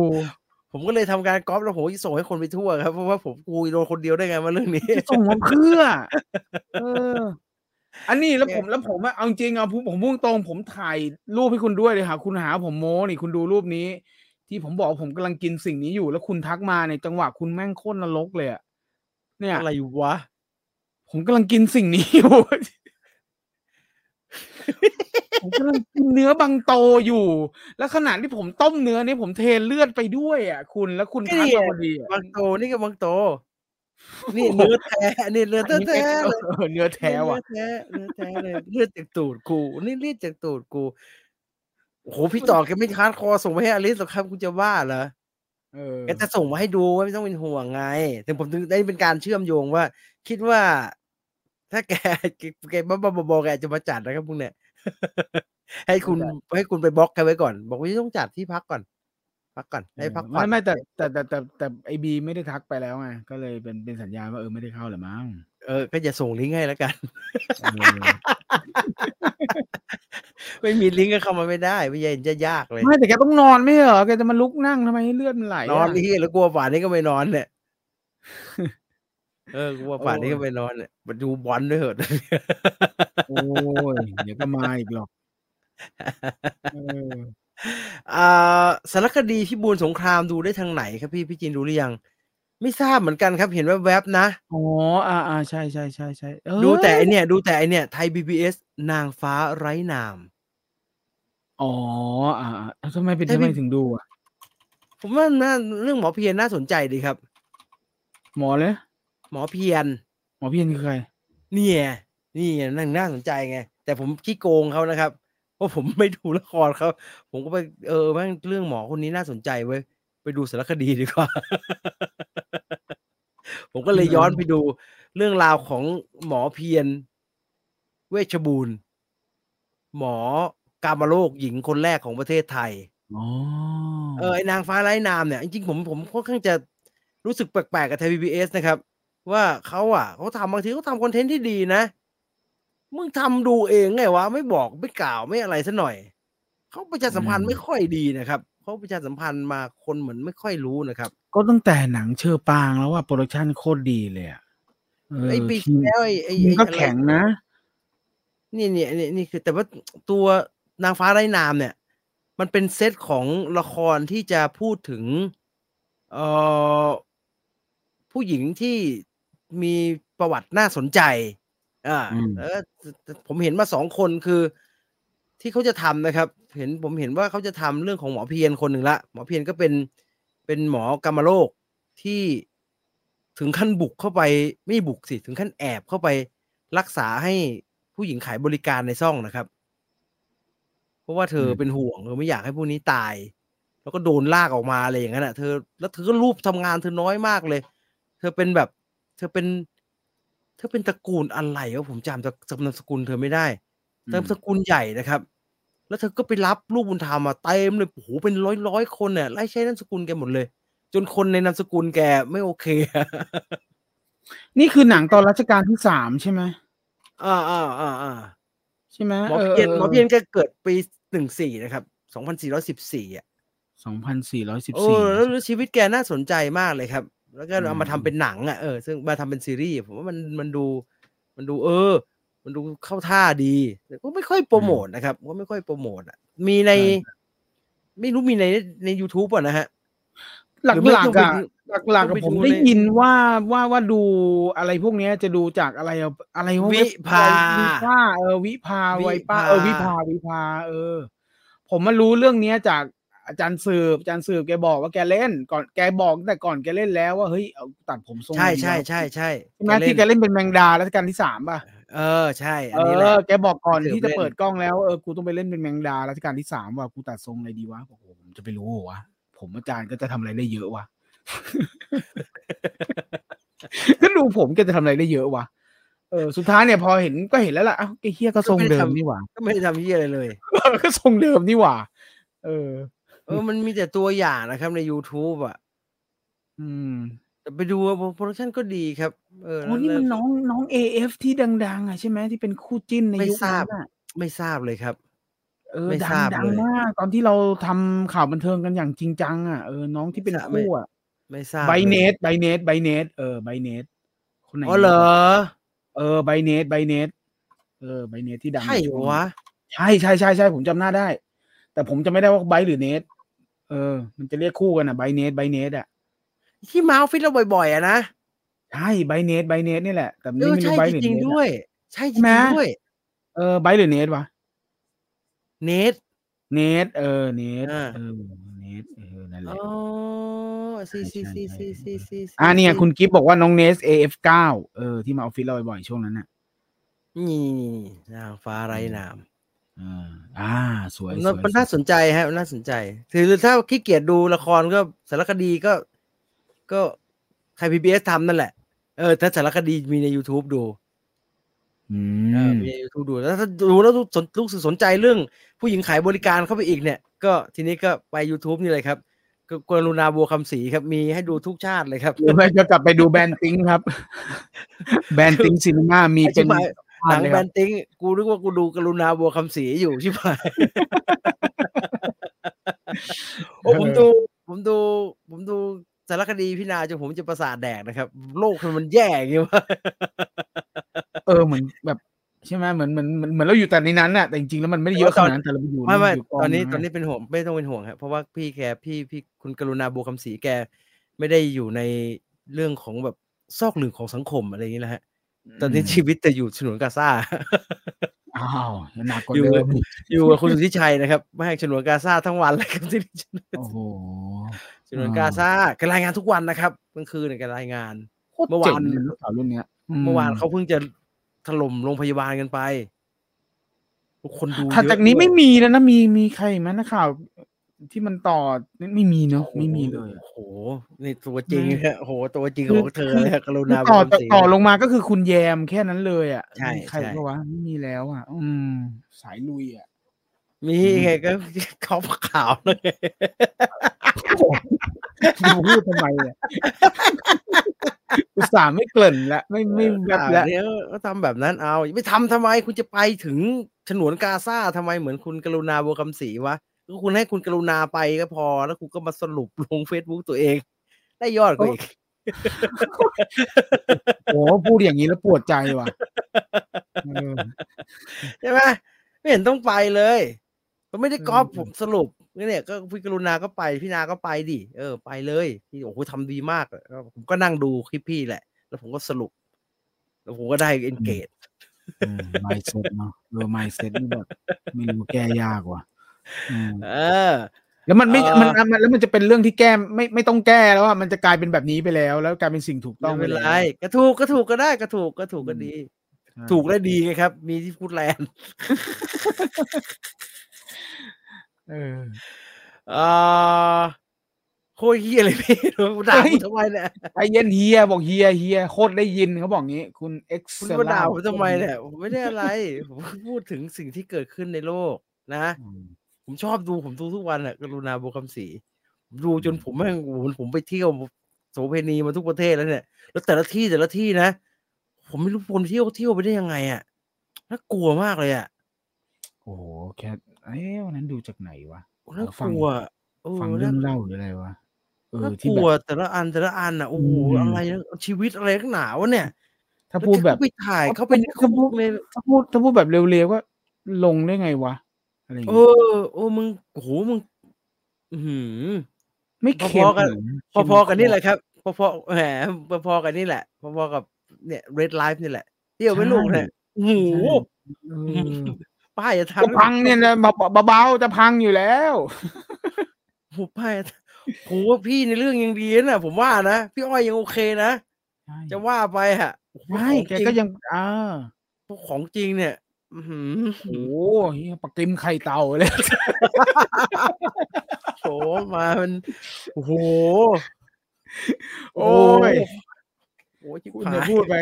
Speaker 1: ผมก็เลยทำการก๊อปแล้วโหส่งให้คนไปทั่วครับเพราะว่าผมกูโดนคนเดียวได้ไงมาเรื่องนี้
Speaker 2: ส่งมาเพื่อ เออ อันนี้แล้ว
Speaker 1: เนี่
Speaker 2: ผ
Speaker 1: ย
Speaker 2: มแล้วผมอะเอาจริงอะผมผมพุ่งตรงผมถ่ายรูปให้คุณด้วยเลยค่ะ คุณหาผมโม้นี่คุณดูรูปนี้ ที่ผมบอกผมกำลังกินสิ่งนี้อยู่ แล้วคุณทักมาในจังหวะคุณแม่งโคตรนรกเลยอะเนี่ย
Speaker 1: อะไรวะ
Speaker 2: ผมกำลังกินสิ่งนี้อยู่ ผมกำลังกินเนื้อบังโตอยู่ แล้วขณะที่ผมต้มเนื้อนี่ผมเทเลือดไปด้วยอะคุณแล้วคุณทักมาพอดีอะ
Speaker 1: บางโตนี่ก็ บางโต นี่เนื้อแท้นี่เนื้อแท้
Speaker 2: อันนี้
Speaker 1: แท้
Speaker 2: เป็น
Speaker 1: เลย
Speaker 2: เออเนื้อแท้ว่ะ
Speaker 1: เนื้อแท้เนื้อแท้เลยเลือดจากตูดกู นี่เลือดจากตูดกูโอ้โหพี่ต่อแกไม่คาดคอส่งมาให้อลิสหรอกครับกูจะว่าเหรอ
Speaker 2: เออ
Speaker 1: แกจะส่งมาให้ดูไว้ไม่ต้องเป็นห่วงไงแต่ผมถึงได้เป็นการเชื่อมโยงว่า คิดว่า ถ้าแก แกบ้าบ้าๆบอๆแกจะมาจัดนะครับพวกเนี่ย ให้คุณให้คุณไปบล็อกแกไว้ก่อน บอกว่าต้องจัดที่พักก่อน พักก่อนให้พักผ่อ
Speaker 2: ไม่
Speaker 1: น
Speaker 2: ไม่แต่แต่แต่แต่แต่ไอบีไม่ได้ทักไปแล้วไงก็เลยเป็นเป็นสัญญาณว่าเออไม่ได้เข้าแหรือมั้ ง
Speaker 1: เออก็อย่าส่งลิงก์ให้แล้วกัน
Speaker 2: เออ
Speaker 1: ไม่มีลิงก์ก็เข้ามาไม่ได้ไม่เย็นจะยากเลย
Speaker 2: ไม่แต่แกต้องนอนไม่เหรอแกจะมาลุกนั่งทำไมให้เลือดมันไหล
Speaker 1: นอนะ นี่แล้วกลัวป่านนี้ก็ไม่นอนเนี่ยเออกลัวป่านนี้
Speaker 2: โอ้ย
Speaker 1: ก็ไม่นอนเนี่ยมาดูบอลด้วยเหอะ
Speaker 2: โอ้ยเดี๋ยวก็มาอีกหรอกเออ
Speaker 1: อ่าสารคดีพิบูลสงครามดูได้ทางไหนครับพี่พี่จีนดูหรือยัง ไม่ทราบเหมือนกันครับ เห็นแวบๆนะ
Speaker 2: อ๋ออ่าอ่าใช่ใช่ใช่ใช่เออ
Speaker 1: ดูแต่ไอเนี่ยดูแต่ไอเนี่ยไทย BBS นางฟ้าไร้นาม
Speaker 2: อ๋ออ่าอ่าแล้วทำไมเป็น
Speaker 1: แต่
Speaker 2: ทำไม
Speaker 1: พี่
Speaker 2: ถึงดูอ่ะ
Speaker 1: ผมว่าน่าเรื่องหมอเพียรน่าสนใจดีครับ
Speaker 2: หมอเลย
Speaker 1: หมอเพียร
Speaker 2: หมอเพียนคือใคร
Speaker 1: เนี่ยนี่ไงนั่นน่าสนใจไง แต่ แต่ผมขี้โกงเขานะครับเพราะผมไม่ดูละครเขาผมก็ไปเออแม่งเรื่องหมอคนนี้น่าสนใจเว้ยไปดูสารคดีดีกว่า ผมก็เลยย้อนไปดูเรื่องราวของหมอเพียรเวชบูรณ์ หมอกามโรคหญิงคนแรกของประเทศไทย
Speaker 2: อ๋อ
Speaker 1: เออไอนางฟ้าไร้นามเนี่ยจริงๆผมผมค่อนข้างจะรู้สึกแปลกๆกับไทยพีบีเอสนะครับ ว่าเขาอ่ะเขาทำบางทีเขาทำคอนเทนต์ที่ดีนะ มึงทำดูเองไงวะ ไม่บอกไม่กล่าวไม่อะไรซะหน่อย เขาประชาสัมพันธ์ไม่ค่อยดีนะครับเขาประชาสัมพันธ์มาคนเหมือนไม่ค่อยรู้นะครับ
Speaker 2: ก็ตั้งแต่หนังเชอปางแล้วว่าโปรดักชันโคตรดีเลยอ่ะเ
Speaker 1: ไอปี
Speaker 2: ที
Speaker 1: ที่
Speaker 2: ม
Speaker 1: แล้วไอไอ
Speaker 2: ทีม
Speaker 1: ไอ้
Speaker 2: ก็
Speaker 1: อะไร
Speaker 2: แข็งนะ
Speaker 1: นี่เนี่ยนี่นี่คือ แต่ว่าตัวนางฟ้าไร้นามเนี่ย มันเป็นเซตของละครที่จะพูดถึงเอ่อผู้หญิงที่มีประวัติน่าสนใจ อ่าเออผมเห็นมาสองคนคือ ที่เขาจะทำนะครับ เห็นผมเห็นว่าเขาจะทำเรื่องของหมอเพียรคนหนึ่งละหมอเพียรก็เป็นเป็นหมอกรรมโรคที่ถึงขั้นบุกเข้าไปไม่บุกสิถึงขั้นแอบเข้าไปรักษาให้ผู้หญิงขายบริการในซ่องนะครับ เพราะว่าเธอเป็นห่วงเธอไม่อยากให้พวกนี้ตาย แล้วก็โดนลากออกมาอะไรอย่างนั้นอ่ะ เธอแล้วเธอก็รูปทำงานเธอน้อยมากเลย เธอเป็นแบบ เธอเป็น เธอเป็นตระกูลอะไรวะผมจำจำนามสกุลเธอไม่ได้ เติมสกุลใหญ่นะครับ แล้วเธอก็ไปรับลูกบุญธรรมมาเต็มเลย โอ้โห เป็นร้อยร้อยคนเนี่ยไล่ใช้นามสกุลแกหมดเลย จนคนในนามสกุลแกไม่โอเค
Speaker 2: นี่คือหนังตอนรัชกาลที่สามใช่ไหม
Speaker 1: อ่าอ่าอ่าอ่า
Speaker 2: ใช่ไหม
Speaker 1: หมอเพียน
Speaker 2: ออ
Speaker 1: หมอเพียนแกเกิดปีหนึ่งสี่นะครับสองพันสี่ร้อยสิบสี่อ่ะ
Speaker 2: สองพันสี่ร้อยสิบ
Speaker 1: โอ้
Speaker 2: สี่
Speaker 1: แล้วชีวิตแกน่าสนใจมากเลยครับ แล้วก็เอามา
Speaker 2: อืม
Speaker 1: ทำเป็นหนังอ่ะเออซึ่งมาทำเป็นซีรีส์ผมว่ามันมันดู มันดูเออ มันดูเข้าท่าดีแต่ก็ไม่ค่อยโปรโมทนะครับก็ไม่ค่อยโปรโมทอ่ะมีใน ไม่รู้มีในใน u t u b e อ่ะนะฮะ
Speaker 2: หลัก
Speaker 1: หรือ
Speaker 2: ๆ
Speaker 1: ไม่ก็ไป
Speaker 2: อะ
Speaker 1: ดู
Speaker 2: หลักๆ
Speaker 1: ก็
Speaker 2: อะ
Speaker 1: ไป
Speaker 2: ผม
Speaker 1: ดู
Speaker 2: ได้
Speaker 1: ใน
Speaker 2: ยินว่าว่าว่าดูอะไรพวกเนี้ยจะดูจากอะไรอะอะไรวะ
Speaker 1: วิ
Speaker 2: เบ
Speaker 1: ภา
Speaker 2: วิภาเออวิภา
Speaker 1: วิ
Speaker 2: ไวป้า
Speaker 1: ภา
Speaker 2: เออวิภาวิภา เออ ผมมารู้เรื่องเนี้ยจากอาจารย์สืบอาจารย์สืบแกบอกว่าแกเล่น ก่อนแกบอกตั้งแต่ก่อนแกเล่นแล้วว่าเฮ้ยเอาตัดผมทรง
Speaker 1: ใช่
Speaker 2: นี้
Speaker 1: ใช่
Speaker 2: แล้ว
Speaker 1: ใช่ใช่
Speaker 2: ใช่ไหมที่แกเล่นเป็นแมงดารัชกาลที่สามป่ะ
Speaker 1: เออใช่ อัน
Speaker 2: เอ
Speaker 1: นี้แหละ
Speaker 2: อแกบอกก่อน
Speaker 1: สืบ
Speaker 2: ที่จะ
Speaker 1: เล่น
Speaker 2: เปิดกล้องแล้วเออกูต้องไปเล่นเป็นแมงดารัชกาลที่สามว่ะกูตัดทรงอะไรดีวะบอกโอ้โหผมจะไปรู้เหรอวะผมอาจารย์ก็จะทำอะไรได้เยอะวะ ก็ดูผมแกจะทำอะไรได้เยอะวะ เออสุดท้ายเนี่ยพอเห็นก็เห็นแล้วล่ะอ้าวไอ้เฮียก็ทรงเดิมนี่หว่า
Speaker 1: ก็ไม่ได้ทำที่อะไรเลย
Speaker 2: ก็ทรงเดิมนี่หว่า เออ
Speaker 1: เออมันมีแต่ตัวอย่างนะครับใน YouTube อ่ะ
Speaker 2: อืม
Speaker 1: แต่ไปดูโปรดักชั่นก็ดีครับ เออ
Speaker 2: โอ้นี่
Speaker 1: แล้ว
Speaker 2: มันน้องน้องเอฟที่ดัง ๆ อ่ะใช่ไหมที่เป็นคู่จิ้นใน
Speaker 1: ไม่
Speaker 2: ยุค
Speaker 1: ทรา
Speaker 2: นั้
Speaker 1: บ
Speaker 2: นอ่ะ
Speaker 1: ไม่ทราบเลยครับ
Speaker 2: เออ
Speaker 1: ไม่
Speaker 2: ดั
Speaker 1: ท
Speaker 2: ง
Speaker 1: ราบ
Speaker 2: ดัง
Speaker 1: เลย
Speaker 2: มากตอนที่เราทำข่าวบันเทิงกันอย่างจริงจังอ่ะเออน้องที่เป็น
Speaker 1: ไม่ทราบ
Speaker 2: คู่อ่ะ
Speaker 1: ไม่ทราบ
Speaker 2: ไบเน
Speaker 1: ลย
Speaker 2: สไบเนสไบเนสเออไบเนสคนไหน
Speaker 1: อ๋อเหรอ
Speaker 2: เออไบเนสไบเนสเออไบเนสที่ดัง
Speaker 1: ใช่
Speaker 2: น
Speaker 1: เหร
Speaker 2: ช่
Speaker 1: อ
Speaker 2: วง
Speaker 1: วะ
Speaker 2: ใช่ใช่ใช่ใช่ผมจำหน้าได้ แต่ผมจำไม่ได้ว่าไบร์ทหรือเนทเออ มันจะเรียกคู่กันอ่ะไบร์ทเนทไบร์ทเนทอ่ะ
Speaker 1: ที่มาออฟฟิศเราบ่อยๆอะนะ
Speaker 2: ใช่ไบร์ทเนทไบร์ทเนทนี่แหละแต่
Speaker 1: เอ
Speaker 2: นี่
Speaker 1: อ
Speaker 2: ไม่
Speaker 1: ใช่
Speaker 2: รู้ไบร์ท
Speaker 1: จ
Speaker 2: หรือ
Speaker 1: ริง
Speaker 2: เนท
Speaker 1: ๆด้ว
Speaker 2: อะ
Speaker 1: ย ใช่จ
Speaker 2: ใช่
Speaker 1: ริ
Speaker 2: ไหม
Speaker 1: งๆด้วย
Speaker 2: เออไบร์ทหรือเนทวะ
Speaker 1: เนท
Speaker 2: เนทเออเนท
Speaker 1: อ่า
Speaker 2: เออเนทเออนั่นแห
Speaker 1: อ๋
Speaker 2: ละ
Speaker 1: อซีซีซีซีซีซี
Speaker 2: อ่าเนี่ยคุณกิฟบอกว่าน้องเนส AF9 เออที่มาออฟฟิศเราบ่อยๆช่วงนั้นน่ะ
Speaker 1: นี่นางฟ้าไร้นาม
Speaker 2: เอออ่า สวยส
Speaker 1: มัน
Speaker 2: วย
Speaker 1: มัน
Speaker 2: สว
Speaker 1: น่าย สนใจฮะมันน่าสนใจ ถือถ้าขี้เกียจดูละครก็สารคดีก็ ก็ใครพีบีเอสทำนั่นแหละ เออ ถ้าสารคดีมีใน YouTube ดู
Speaker 2: อื
Speaker 1: เออ
Speaker 2: ม
Speaker 1: มีใน YouTube ดู แล้วถ้าดูแล้วสนรู้สึกสนใจเรื่องผู้หญิงขายบริการเข้าไปอีกเนี่ย ก็ทีนี้ก็ไป YouTube นี่เลยครับก็กรุณาบัวคำศรีครับ มีให้ดูทุกชาติเลยครับ
Speaker 2: หรือไม่ก็กลับไปดูแบนติงครับ แบนติงซีนีมามี
Speaker 1: ไอ้
Speaker 2: เป็
Speaker 1: ชิบ
Speaker 2: น
Speaker 1: หายหนัง
Speaker 2: เลย
Speaker 1: แบ
Speaker 2: ครั
Speaker 1: นติ้งกูนึกว่ากูดูกรุณาบัวคำศรีอยู่ ชิบหาย โอ้ผมดูผมดู ผมดูสารคดีพี่นาจนผมจะประสาทแดกนะครับ โลกมันแย่อย่างเงี้ยวะ
Speaker 2: เออเหมือนแบบใช่ไหมเหมือนเหมือนเหมือนเหมือนเราอยู่แต่ในนั้นน่ะแต่จริงๆแล้วมันไม่ได้เยอะขนาดนั้นแต่เราไปอยู่
Speaker 1: ไม่ไม่
Speaker 2: ยู่กง
Speaker 1: ตอนนี้
Speaker 2: ะ
Speaker 1: ตอนนี้เป็นห่วงไม่ต้องเป็นห่วงครับเพราะว่าพี่แกพี่พี่คุณกรุณาบัวคำศรีแก ไม่ได้อยู่ในเรื่องของแบบซอกหลืมของสังคมอะไรอย่างเงี้ยนะฮะตอนนี้ชีวิตจะอยู่ฉนวนกาซา
Speaker 2: อ้าวหนักกว่า
Speaker 1: อยู่
Speaker 2: เดิม
Speaker 1: อยู่กับคุณสุทธิชัยนะครับไม่ให้ฉนวนกาซาทั้งวันเลยครับ ที่
Speaker 2: โอ้โห
Speaker 1: ฉนวนกาซาแกรายงานทุกวันนะครับกลางคืนเนี่ยแกรายงาน
Speaker 2: โคตรเจ๋ง
Speaker 1: เมื่อวาน
Speaker 2: เลยลูกสาวรุ่นเนี้ย
Speaker 1: เมื่อวานเขาเพิ่งจะถล่มโรงพยาบาลกันไป คนดู
Speaker 2: ถัด
Speaker 1: เยอะ
Speaker 2: จากนี้
Speaker 1: ด้วย
Speaker 2: ไม่มีแล้วนะมีมีใครอีกไหมนักข่าว ที่มันต่อไม่มีเนาะไม่มีเลยอะ
Speaker 1: โอ้โหนี่ตัวจริง
Speaker 2: ไม่
Speaker 1: ฮะโอ้โหตัวจริง
Speaker 2: คือ
Speaker 1: ของเธอ
Speaker 2: คือ
Speaker 1: เลยฮะกรุณา
Speaker 2: ต่
Speaker 1: บ
Speaker 2: อ
Speaker 1: อก
Speaker 2: ต่อ
Speaker 1: สี
Speaker 2: ต่อลงมาก็คือคุณแยมแค่นั้นเลยอ่ะ
Speaker 1: ใช่
Speaker 2: มีใคร
Speaker 1: ใช่
Speaker 2: ก็วะไม่มีแล้วอ่ะ อืม สายลุยอ่ะ
Speaker 1: มีไงก็ เขาข่าวเลย
Speaker 2: ดูพูดทำไมอ่ะ อุตส่าห์ไม่เกริ่นละไม่ไม่แวบ
Speaker 1: ข่าว
Speaker 2: ละ
Speaker 1: เนี้ยก็ทำแบบนั้นเอาไม่ทำทำไมคุณจะไปถึงฉนวนกาซาทำไมเหมือนคุณกรุณาบัวคำศรีวะก็คุณให้คุณกรุณาไปก็พอ แล้วคุณก็มาสรุปลงเฟซบุ๊กตัวเอง ได้ยอดกว่าอีก
Speaker 2: โอ้พูดอย่างนี้แล้วปวดใจว่ะเออ
Speaker 1: ใช่ไหมไม่เห็นต้องไปเลยมันไม่ได้ก๊อป
Speaker 2: อืม
Speaker 1: ผมสรุปเนี่ยก็พี่กรุณาก็ไปพี่นาก็ไปดิเออ ไปเลยพี่โอ้โหทำดีมากอะแล้วผมก็นั่งดูคลิปพี่แหละ แล้วผมก็สรุป แล้วผมก็ได้เอนเกจ
Speaker 2: ไม่เซ็ตเนาะเออไม่เซ็ตนี่แบบไม่รู้แก้ยากว่ะอืม
Speaker 1: เออ
Speaker 2: แล้วมันไม่
Speaker 1: เอ่อ
Speaker 2: มันมันแล้วมันจะเป็นเรื่องที่แก้ไม่ไม่ต้องแก้แล้วอ่ะมันจะกลายเป็นแบบนี้ไปแล้ว แล้วกลายเป็นสิ่งถูกต้
Speaker 1: ต้
Speaker 2: อ
Speaker 1: อง
Speaker 2: ง
Speaker 1: เป็น
Speaker 2: ป
Speaker 1: ไร
Speaker 2: แล้
Speaker 1: ก็ถูกก็ถูกก็ได้ก็ถูกก็ถูกก็ดี
Speaker 2: ว
Speaker 1: ถูกและดีไงครับ มีที่พูดแลนด์
Speaker 2: เออ
Speaker 1: เอ่อโคตรเฮียเลยพี่ ผมด่า
Speaker 2: เฮ้
Speaker 1: ผ
Speaker 2: ย
Speaker 1: มทำไมเนี่ย
Speaker 2: ไอเย็นเฮียบอกเฮียเฮียโคตรได้ยินเขาบอกงี้ คุณเอ็กซ์
Speaker 1: คุณมาด่าผมทำไมเนี่ยผมไม่ได้อะไร ผมพูดถึงสิ่งที่เกิดขึ้นในโลกนะ ผมชอบดูผมดูทุกวันแหละกรุณาบุคำศรีผมดูจนผมแม่งโอ้โหผมไปเที่ยวโสเพณีมาทุกประเทศแล้วเนี่ย แล้วแต่ละที่แต่ละที่นะ ผมไม่รู้คนเที่ยวเที่ยวไปได้ยังไงอ่ะน่ากลัวมากเลยอ่ะ
Speaker 2: โอ้โหแคทเอ้ยวันนั้นดูจากไหนวะ
Speaker 1: น่า
Speaker 2: เอา
Speaker 1: ก
Speaker 2: ฟัง
Speaker 1: ลัวเออ
Speaker 2: ฟัง
Speaker 1: น่า
Speaker 2: เรื่องเล่าหรืออะไรวะเออ
Speaker 1: น่า
Speaker 2: ที่
Speaker 1: ก
Speaker 2: แบ
Speaker 1: ลัว
Speaker 2: บ
Speaker 1: แต่ละอันแต่ละอันอ่ะโอ้โห
Speaker 2: อืม
Speaker 1: อะไรนะชีวิตอะไรกันหนาวะเนี่ย
Speaker 2: ถ้าพูดแบบ
Speaker 1: ล้วแกก็ไปถ่าย
Speaker 2: เอา
Speaker 1: เขาไปใน
Speaker 2: พูด
Speaker 1: คุกเลย
Speaker 2: ถ้าพูดถ้าพูดแบบเร็วๆว่าลงได้ไงวะอะไรอย่าง
Speaker 1: เอ
Speaker 2: เงี้ย
Speaker 1: อโอ้มึงโอ้โหมึง อื้อหือ
Speaker 2: ไม่เค็ม
Speaker 1: พอๆกัน
Speaker 2: หร
Speaker 1: พอพอกันนี่แหละครับ พอพอแหมพอพอกันนี่แหละพอพอกับเนี่ยเรดไลฟ์นี่แหละเที่ยวไม่ลงเนี่ยโอ้โห
Speaker 2: เออ
Speaker 1: ป้ายจะทาง
Speaker 2: จะพังเนี่ยนะเบาๆจะพังอยู่แล้ว
Speaker 1: โอ้โหป้ายจะโอ้โหพี่ในเรื่องยังดีนะผมว่านะพี่อ้อยยังโอเคนะจะว่าไปฮะโอ้โห
Speaker 2: ไม่แกก็ยังอ่า
Speaker 1: ของจริงเนี่ยอื้อหือ
Speaker 2: โอ้ยปักติมไข่เต่าเลย
Speaker 1: โถมามันโอ้โห
Speaker 2: โอ้ย
Speaker 1: โอ้ย
Speaker 2: คุณ
Speaker 1: ผา
Speaker 2: จะ
Speaker 1: ย
Speaker 2: พูดไป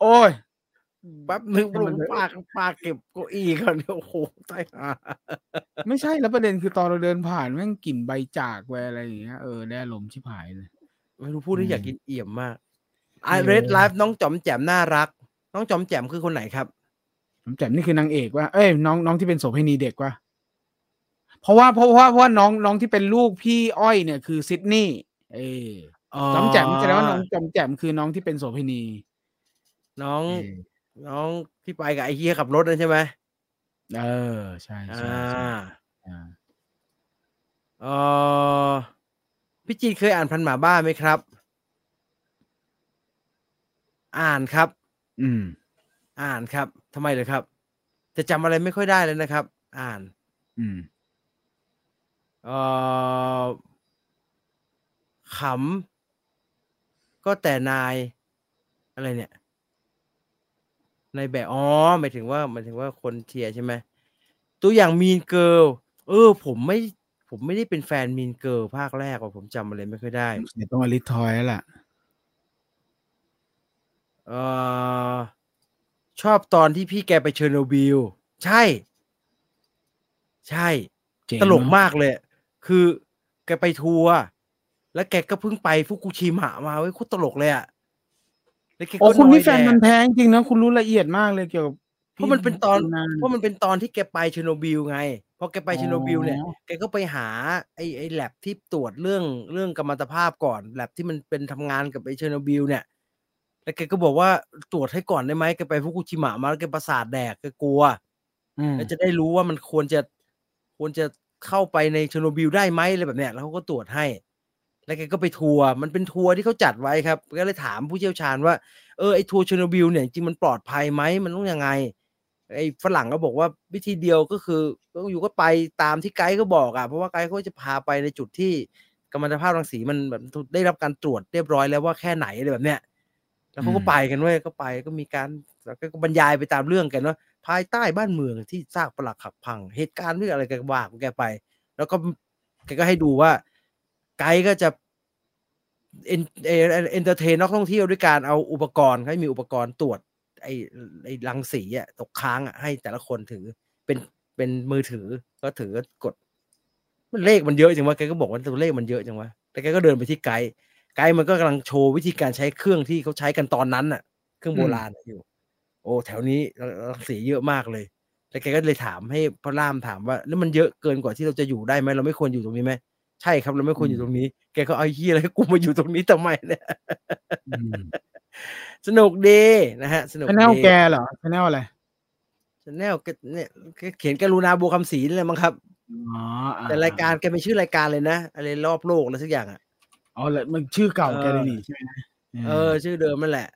Speaker 2: โอ้ย
Speaker 1: แป๊บนึงป
Speaker 2: ให้
Speaker 1: ลุ
Speaker 2: มั
Speaker 1: ก
Speaker 2: นเถอะ
Speaker 1: ปากปากเก็บเก้าอี้ก่อนโอ้โหตายห่า
Speaker 2: ไม่ใช่แล้วประเด็นคือตอนเราเดินผ่านแม่งกลิ่นใบจากแวอะไรอย่างเงี้ยเออได้ลมณ์ชิบหายเลย
Speaker 1: ไม่รู้พูดได้
Speaker 2: อืม
Speaker 1: อยากกินเอี่ยมมากไอ
Speaker 2: เออ
Speaker 1: เรดไลฟ์น้องจอมแจ่มน่ารัก น้องจอมแจ่มคือคนไหนครับ
Speaker 2: ผมแจ่มนี่คือนางเอกว่าเอ้ยน้องน้องที่เป็นโสเภณีเด็กว่าเพราะว่าเพราะว่าเพราะว่าน้องน้องที่เป็นลูกพี่อ้อยเนี่ยคือซิดนีย์เออจอมแจ่มแสดงว่าน้องจอมแจ่มคือน้องที่เป็นโสเภณี
Speaker 1: น้อง
Speaker 2: เออ
Speaker 1: น้องที่ไปกับไอเฮียขับรถนั่นใช่ไหม
Speaker 2: เออ ใช่
Speaker 1: อ่
Speaker 2: ใช่
Speaker 1: า
Speaker 2: ใช่อ่า
Speaker 1: เออพี่จีนเคยอ่านพันหมาบ้าไหมครับ อ่านครับ
Speaker 2: อืม
Speaker 1: อ่านครับทำไมเลยครับ จะจำอะไรไม่ค่อยได้เลยนะครับ อ่าน
Speaker 2: อืม
Speaker 1: เออขำก็แต่นาย อะไรเนี่ยในายแบบอ๋อหมายถึงว่าหมายถึงว่าคนเทียร์ใช่ไหมตัวอย่างมีนเกิลเออ ผมไม่ ผมไม่ได้เป็นแฟนมีนเกิลภาคแรกว่ะผมจำอะไรไม่ค่อยได้
Speaker 2: เดี๋ยวต้องอลิททอยแล้วล่ะ
Speaker 1: เออชอบตอนที่พี่แกไปเชอร์โนบิลใช่ ใช่
Speaker 2: เจ๋ง
Speaker 1: ตลก
Speaker 2: เนอะ
Speaker 1: มากเลย คือแกไปทัวร์ แล้วแกก็เพิ่งไปฟุกุชิมะมาเว้ยโคตรตลกเลยอ่ะแล้วแกก็
Speaker 2: โอ้คุณ
Speaker 1: อย
Speaker 2: นี่แฟน
Speaker 1: ดด
Speaker 2: มันแพงจริงนะ คุณรู้ละเอียดมากเลยเกี่ยวกับ
Speaker 1: เพราะมันเป็นตอน
Speaker 2: พี่า
Speaker 1: เพราะมันเป็นตอนที่แกไปเชอร์โนบิลไง พอแกไปเชอร์โนบิลเนี่ย แกก็ไปหาไอ้ไอ้แลบที่ตรวจเรื่องเรื่องกัมมันตภาพก่อนแลบที่มันเป็นทำงานกับไอ้เชอร์โนบิลเนี่ย แล้วแกก็บอกว่าตรวจให้ก่อนได้ไหมแกไปฟุกุชิมะมาแล้วแกประสาทแดกแกกลัว
Speaker 2: อืม
Speaker 1: แล้วจะได้รู้ว่ามันควรจะควรจะเข้าไปในเชอร์โนบิลได้ไหมอะไรแบบเนี้ยแล้วเขาก็ตรวจให้ แล้วแกก็ไปทัวร์มันเป็นทัวร์ที่เขาจัดไว้ครับก็เลยถามผู้เชี่ยวชาญว่าเออไอทัวร์เชอร์โนบิลเนี่ยจริงมันปลอดภัยไหมมันต้องยังไงไอฝรั่งก็บอกว่าวิธีเดียวก็คือก็อยู่ก็ไปตามที่ไกด์ก็บอกอ่ะเพราะว่าไกด์เขาจะพาไปในจุดที่กัมมันตภาพรังสีมันแบบได้รับการตรวจเรียบร้อยแล้วว่าแค่ไหนอะไรแบบเนี้ยแล้วเขาก็ไปกันเว้ยก็ไปก็มีการแล้วก็บรรยายไปตามเรื่องกันว่า ภายใต้บ้านเมืองที่สร้างปลักหักพัง เหตุการณ์เรื่องอะไรแกก็ว่าของแกไป แล้วก็แกก็ให้ดูว่า ไกด์ก็จะเอนเอ็นเตอร์เทนนักท่องเที่ยวด้วยการเอาอุปกรณ์ให้มีอุปกรณ์ตรวจ ไอ้ไอ้รังสีอะตกค้างอะให้แต่ละคนถือเป็นเป็นมือถือก็ถือกด มันเลขมันเยอะจังวะแกก็บอกว่าตัวเลขมันเยอะจังวะแต่แกก็เดินไปที่ไกด์ไกด์มันก็กำลังโชว์วิธีการใช้เครื่องที่เขาใช้กันตอนนั้นน่ะ เครื่องโบราณน่ะอยู่ โอ้แถวนี้รังสีเยอะมากเลยแล้วแกก็เลยถามให้พ่อล่ามถามว่าแล้วมันเยอะเกินกว่าที่เราจะอยู่ได้ไหมเราไม่ควรอยู่ตรงนี้ไหมใช่ครับเราไม่ควรอยู่ตรงนี้แกก็เอาไอ้เฮียอะไรกูมาอยู่ตรงนี้ทำไมเนี่ย สนุกดีนะฮะ สนุก
Speaker 2: ชแนล
Speaker 1: ดี
Speaker 2: แกเหรอชแนลอะไร
Speaker 1: ชแนลเนี่ยเขียนกรุณาบัวคำศรีนี่แหละมั้งครับ
Speaker 2: อ๋ออ่
Speaker 1: แต่รายการแกเป็นชื่อรายการเลยนะอะไรรอบโลกอะไรสักอย่างอ่ะ
Speaker 2: อ๋อแล้วมันชื่อเก่าแกเลย
Speaker 1: เออ
Speaker 2: นี่ใช่ไหมนะ
Speaker 1: เออชื่อเดิมนั่นแหละ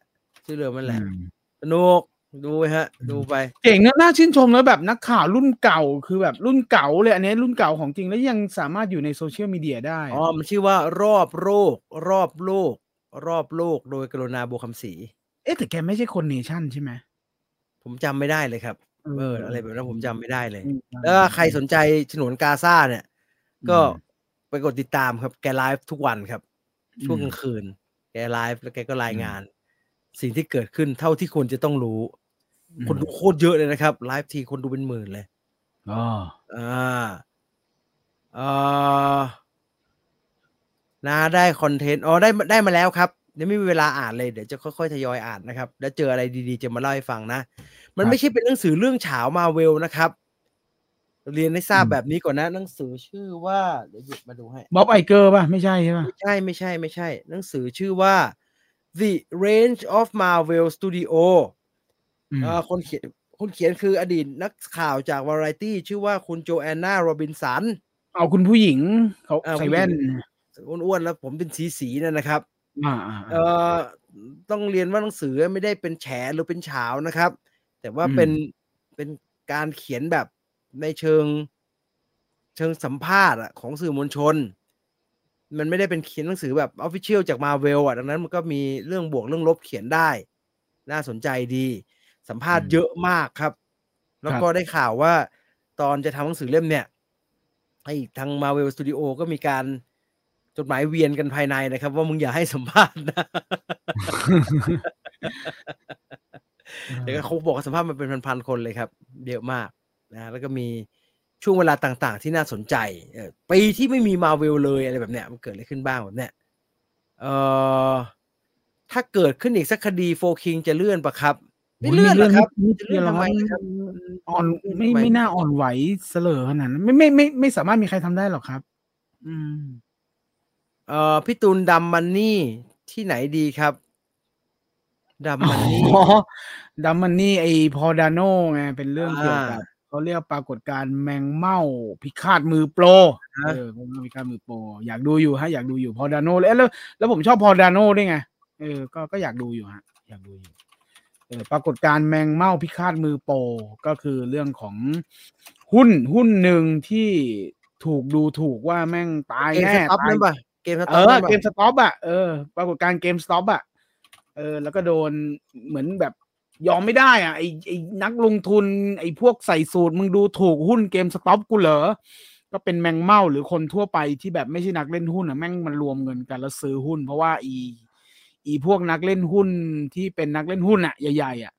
Speaker 1: ชื่อเดิมนั่นแหละ
Speaker 2: อืม
Speaker 1: สนุกดูไปฮะ
Speaker 2: อืม
Speaker 1: ดูไป
Speaker 2: เจ๋งนะน่าชื่นชมแล้วแบบนักข่าวรุ่นเก่าคือแบบรุ่นเก่าเลยอันนี้รุ่นเก่าของจริงแล้วยังสามารถอยู่ในโซเชียลมีเดียได้
Speaker 1: อ๋อ มันชื่อว่ารอบโลก รอบโลก รอบโลกโดยกรุณาบัวคำศรี
Speaker 2: เอ๊ะแต่แกไม่ใช่คนเนชั่นใช่ไหม
Speaker 1: ผมจำไม่ได้เลยครับเอออะไรแบบนั้นผมจำไม่ได้เลย
Speaker 2: อืม
Speaker 1: แล้วก็ใครสนใจฉนวนกาซาเนี่ย ก็
Speaker 2: อืม
Speaker 1: ไปกดติดตามครับแกไลฟ์ทุกวันครับ
Speaker 2: อืม
Speaker 1: ช่วงกลางคืน แกไลฟ์แล้วแกก็รายงาน สิ่งที่เกิดขึ้นเท่าที่ควรจะต้องรู้
Speaker 2: อืม
Speaker 1: คนดูโคตรเยอะเลยนะครับไลฟ์ทีคนดูเป็นหมื่นเลย
Speaker 2: อ๋อ
Speaker 1: อ่าเอ่อนาได้คอนเทนต์อ๋อได้ได้มาแล้วครับเดี๋ยวไม่มีเวลาอ่านเลยเดี๋ยวจะค่อยๆทยอยอ่านนะครับ แล้วเจออะไรดีๆจะมาเล่าให้ฟังนะ มันไม่ใช่เป็นหนังสือเรื่องเฉาวมาเวลนะครับ เรียนให้ทราบแบบนี้ก่อนนะ หนังสือชื่อว่า เดี๋ยวหยิบมาดูให้
Speaker 2: บ๊อบไอเกอร์ป่ะ ไม่ใช่ใช่ป่ะ
Speaker 1: ไม่ใช่ไม่ใช่ไม่ใช่ หนังสือชื่อว่า The Range of Marvel Studio
Speaker 2: อืม
Speaker 1: เอ่อคนเขียนคนเขียนคืออดีตนักข่าวจากวาร i ตี้ชื่อว่าคุณโจแอนนาโรบินสัน
Speaker 2: เอาคุณผู้หญิงเขา
Speaker 1: เออ
Speaker 2: ใส่แว่น
Speaker 1: ผู้หญิ อ้วนๆแล้วผมเป็นสีสีๆนั่นนะครับ
Speaker 2: อ่าอ่า
Speaker 1: เอ่
Speaker 2: อ่า
Speaker 1: อต้องเรียนว่าหนังสือไม่ได้เป็นแฉหรือเป็นเฉานะครับ แต่ว่า
Speaker 2: อืม
Speaker 1: เป็นเป็นการเขียนแบบในเชิงเชิงสัมภาษณ์อะของสื่อมวลชน มันไม่ได้เป็นเขียนหนังสือแบบออฟฟิเชียลจากมาเวลอ่ะดังนั้นมันก็มีเรื่องบวกเรื่องลบเขียนได้ น่าสนใจดี สัมภาษณ์
Speaker 2: อืม
Speaker 1: เยอะมากครับ แล้วก็ได้ข่าวว่าตอนจะทำหนังสือเล่มเนี่ยไอ้ทาง Marvel Studio ก็มีการจดหมายเวียนกันภายในนะครับ ว่ามึงอย่าให้สัมภาษณ์นะ แต่ก็เขาบอกว่าสัมภาษณ์มันเป็นพันๆคนเลยครับเยอะมากนะแล้วก็มีช่วงเวลาต่างๆ ที่น่าสนใจเออปีที่ไม่มีมาเวลเลยอะไรแบบเนี้ยมันเกิดอะไรขึ้นบ้างแบบเนี้ยเออถ้าเกิดขึ้นอีกสักคดีโฟคิงจะเลื่อนปะครับ ไม่เลื่อนหรอกครับ
Speaker 2: ไม่
Speaker 1: จะ
Speaker 2: จะ
Speaker 1: เลื่
Speaker 2: เลื่
Speaker 1: อ
Speaker 2: อน
Speaker 1: ทำไม
Speaker 2: นทำไม
Speaker 1: ครับ
Speaker 2: อ่อนไม่ไม่น่าอ่อนไหวเสลอขนาดนั้นไม่ไม่ไม่ไม่สามารถมีใครทำได้หรอกครับ อืม
Speaker 1: เออพี่ตูนดำมันนี่ที่ไหนดีครับดำ
Speaker 2: อ๋อ
Speaker 1: มันนี่
Speaker 2: ดัมมันนี่ไอพอดาโนไงเป็นเรื่องเกี่ยวกับ
Speaker 1: อ่า
Speaker 2: เขาเรียกปรากฏการณ์แมงเม่าพิฆาตมือโปร
Speaker 1: ฮะ
Speaker 2: เออแมงเม่าพิฆาตมือโปรอยากดูอยู่ฮะอยากดูอยู่พอดาโนเลยเอ้ยแล้ว แล้วผมชอบพอดาโนด้วยไงเออก็ก็อยากดูอยู่ฮะ อยากดูอยู่เออปรากฏการณ์แมงเม่าพิฆาตมือโปรก็คือเรื่องของหุ้นหุ้นหนึ่งที่ถูกดูถูกว่าแม่งตาย
Speaker 1: เกม
Speaker 2: แน่
Speaker 1: สต็อป
Speaker 2: ตาย
Speaker 1: นั่นปะเกมส
Speaker 2: เอ
Speaker 1: ต็อป
Speaker 2: อ
Speaker 1: นั่นปะ
Speaker 2: เกมสต็อปอ่ะเออปรากฏการณ์เกมสต็อปอ่ะเออ แล้วก็โดนเหมือนแบบยอมไม่ได้อ่ะไอไอนักลงทุน ไอพวกใส่สูตร มึงดูถูกหุ้นเกมสต็อปกูเหรอ ก็เป็นแมงเม่าหรือคนทั่วไปที่แบบไม่ใช่นักเล่นหุ้นอ่ะแม่งมันรวมเงินกันแล้วซื้อหุ้น เพราะว่าอี อีพวกนักเล่นหุ้นที่เป็นนักเล่นหุ้นอ่ะใหญ่ๆอ่ะ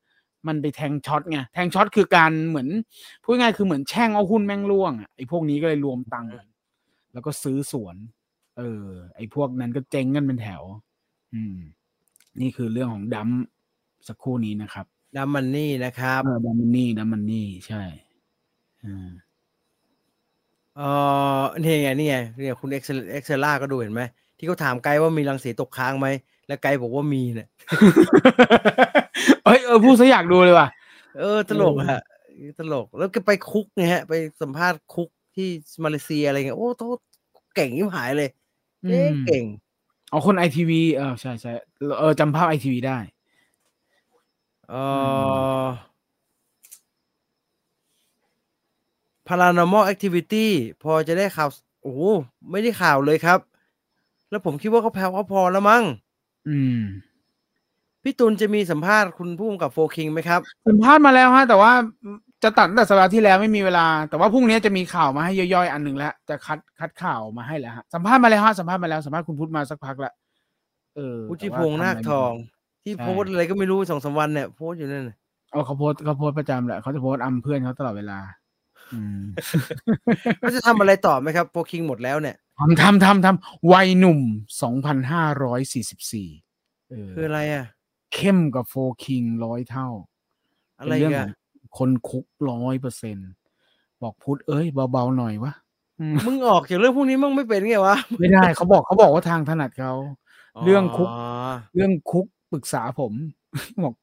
Speaker 2: มันไปแทงช็อตไงแทงช็อตคือการเหมือนพูดง่ายๆคือเหมือนแช่งเอาหุ้นแม่งล่วงอ่ะไอพวกนี้ก็เลยรวมตังค์กันแล้วก็ซื้อสวน เออ ไอพวกนั้นก็เจ๊งกันเป็นแถว อืม นี่คือเรื่องของดัมสักครู่นี้นะครับ
Speaker 1: ดำมันนี่นะครับ
Speaker 2: เออดัมมันนี่ดัมมันนี่ใช่อ่ า
Speaker 1: เออนี่ไงนี่ไงเนี่ยคุณเอ็กเอ็กเซล่าก็ดูเห็นไหมที่เขาถามไกด์ว่ามีรังสีตกค้างไหมแล้วไกด์บอกว่ามีเนี่ย
Speaker 2: เอ้ยเออพูดซะอยากดูเลยว่ะ
Speaker 1: เออตลกอะฮะตลกแล้วก็ไปคุกไงฮะ ไปสัมภาษณ์คุกที่มาเลเซียอะไรเงี้ยโอ้โตเก่งยิ่งหายเลย
Speaker 2: อืม
Speaker 1: เอ๊ะเก่ง
Speaker 2: เอาคนไอทีวีเออใช่ใช่เออจำภาพไอทีวีได้
Speaker 1: เออ paranormal activity พอจะได้ข่าว โอ้โหไม่ได้ข่าวเลยครับ แล้วผมคิดว่าเขาแพ้เขาพอแล้วมั้ง
Speaker 2: อืม
Speaker 1: พี่ตุลจะมีสัมภาษณ์คุณผู้กำกับโฟคิงไหมครับ
Speaker 2: สัมภาษณ์มาแล้วฮะ แต่ว่าจะตัดตั้งแต่สัปดาห์ที่แล้วไม่มีเวลา แต่ว่าพรุ่งนี้จะมีข่าวมาให้ย่อยๆอันหนึ่งแล้วจะคัดคัดข่าวมาให้แล้วฮะสัมภาษณ์มาแล้วฮะสัมภาษณ์มาแล้วสัมภาษณ์คุณพุทธมาสักพักละเออ
Speaker 1: พุท
Speaker 2: แต่
Speaker 1: ธิ
Speaker 2: ว่
Speaker 1: พงษ์
Speaker 2: ำะ
Speaker 1: นา
Speaker 2: ไร
Speaker 1: ค
Speaker 2: ไม่
Speaker 1: ทอง
Speaker 2: รู้
Speaker 1: ที่
Speaker 2: ใช่
Speaker 1: โพสต์อะไรก็ไม่รู้สองสามวันเนี่ยโพสต์อยู่ นั่นน่ะ
Speaker 2: เอาเขาโพสต์เขาโพสต์ประจำแหละเขาจะโพสต์อำเพื่อนเขาตลอดเวลา อืม
Speaker 1: เขาจะทำอะไรต่อไหมครับโฟคิงหมดแล้วเนี่ย
Speaker 2: ทำทำทำทำวัยหนุ่มสองพันห้าร้อยสี่สิบสี่
Speaker 1: คืออะไรอ่ะ
Speaker 2: เข้มกับโฟคิงร้อยเท่า
Speaker 1: อะ
Speaker 2: เป็น
Speaker 1: ไร
Speaker 2: เรื่องข
Speaker 1: กั
Speaker 2: อน งคนคุกร้อยเปอร์เซ็นบอกพุทธเอ้ยเบาๆหน่อยวะอืม
Speaker 1: มึงออกจากเรื่องพวกนี้มึงไม่เป็นไงวะ
Speaker 2: ไม่ได้เขาบอกเขาบอกว่าทางถนัดเขา เรื่องคุก เรื่องคุกปรึกษาผม บอก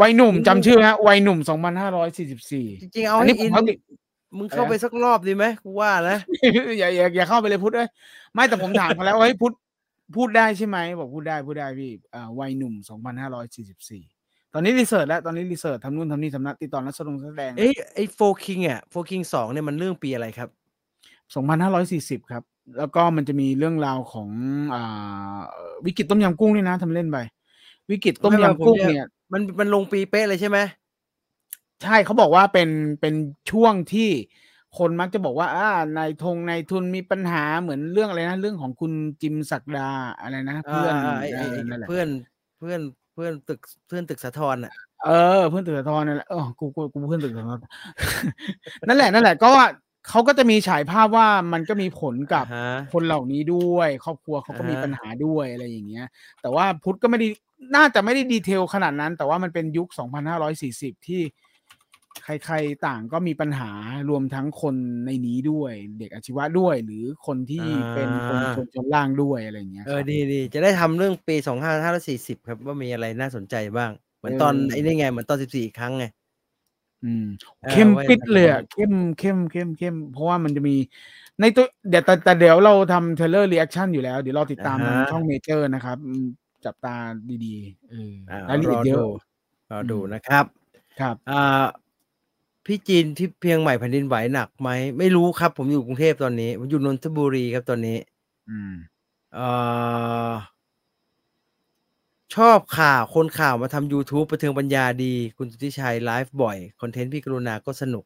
Speaker 2: วัยหนุ่มจำชื่อฮะวัยหนุ่มสองพันห้าร้อยสี่สิบสี่
Speaker 1: จริงๆเอา
Speaker 2: อันนี้
Speaker 1: ให้อิน
Speaker 2: ผมว่าดิ
Speaker 1: มึงเข้าไปสักรอบดีไหมกูว่านะ
Speaker 2: อย่าอย่าอย่าเข้าไปเลยพุทธเอ้ยไม่แต่ผมถามเขาแล้วว่าเฮ้ยพุทธพูดได้ใช่ไหมบอกพูดได้พูดได้พี่อ่าวัยหนุ่มสองพันห้าร้อยสี่สิบสี่ตอนนี้รีเสิร์ชแล้วตอนนี้รีเสิร์ชทำนู่นทำนี่ทำนั่นติดต่อนักแสดงแสดง
Speaker 1: เอ้ยไอ้โฟคิงอ่ะโฟคิงสองเนี่ยมันเรื่องปีอะไรครับ
Speaker 2: สองพันห้าร้อยสี่สิบครับ แล้วก็มันจะมีเรื่องราวของอ่าวิกฤตต้มยำกุ้งด้วยนะทำเล่นไปวิกฤตต้ม
Speaker 1: ไม่หรอก
Speaker 2: ยำกุ้ง
Speaker 1: ผมเนี่ย
Speaker 2: เนี่ย
Speaker 1: มันมันลงปีเป๊ะเลยใช่ไหม
Speaker 2: ใช่เขาบอกว่าเป็นเป็นช่วงที่คนมักจะบอกว่าอ่านายทงนายทุนมีปัญหาเหมือนเรื่องอะไรนะเรื่องของคุณจิมศักดาอะไรนะเพื่อน
Speaker 1: อ่าไอ้ไอ้ไอ้
Speaker 2: นั่นแหละ
Speaker 1: เพื่อนเพื่อนเพื่อนตึกเพื่อนตึกสะทอนอ่ะ
Speaker 2: เออเพื่อนตึกสะทอนนั่นแหละเออกูกูกูเพื่อนตึกสะทอน นั่นแหละนั่นแหละก็ว่าเขาก็จะมีฉายภาพว่ามันก็มีผลกับ
Speaker 1: อ่าฮะ
Speaker 2: คนเหล่านี้ด้วย ครอบครัวเขาก็มี
Speaker 1: อ่าฮะ
Speaker 2: ปัญหาด้วยอะไรอย่างเงี้ย แต่ว่าพุทธก็ไม่ได้น่าจะไม่ได้ดีเทลขนาดนั้น แต่ว่ามันเป็นยุค 2540 ที่ใครๆต่างก็มีปัญหารวมทั้งคนในนี้ด้วย เด็กอาชีวะด้วย หรือคนที่เป็นคนชนชั้นล่างด้วยอะไรอย่างเงี้ย
Speaker 1: เออ
Speaker 2: ครับ
Speaker 1: ดีดีจะได้ทำเรื่องปีสองห้าห้าร้อยสี่สิบครับ ว่ามีอะไรน่าสนใจบ้าง เหมือนตอน
Speaker 2: เออ
Speaker 1: ไอ้นี่ไงเหมือนตอนสิบสี่ครั้งไง
Speaker 2: อืม
Speaker 1: เอ่อ
Speaker 2: เข้ม
Speaker 1: ไว้
Speaker 2: ปิด
Speaker 1: นะครับ
Speaker 2: เลยอะเข้มเข้มเข้มเข้มเพราะว่ามันจะมีในตัวเดี๋ยวแต่แต่เดี๋ยวเราทำเทเลอร์รีแอคชั่นอยู่แล้ว เดี๋ยวเราติดตามทาง
Speaker 1: อ่าฮะ
Speaker 2: ช่องเมเจอร์นะครับอืมจับตาดีๆเออ
Speaker 1: อ่าร
Speaker 2: ายละเอีย
Speaker 1: อ
Speaker 2: ดเย
Speaker 1: ดู
Speaker 2: อะ
Speaker 1: รออ
Speaker 2: ม
Speaker 1: ดูนะครับ
Speaker 2: ครับ
Speaker 1: อ่าพี่จีนที่เพียงใหม่แผ่นดินไหวหนักไหมไม่รู้ครับ ผมอยู่กรุงเทพตอนนี้ผมอยู่นนทบุรีครับตอนนี้
Speaker 2: อืม
Speaker 1: เออชอบข่าวคนข่าวมาทำ YouTube ประเทืองปัญญาดี คุณสุทธิชัยไลฟ์บ่อย คอนเทนต์พี่กรุณาก็สนุก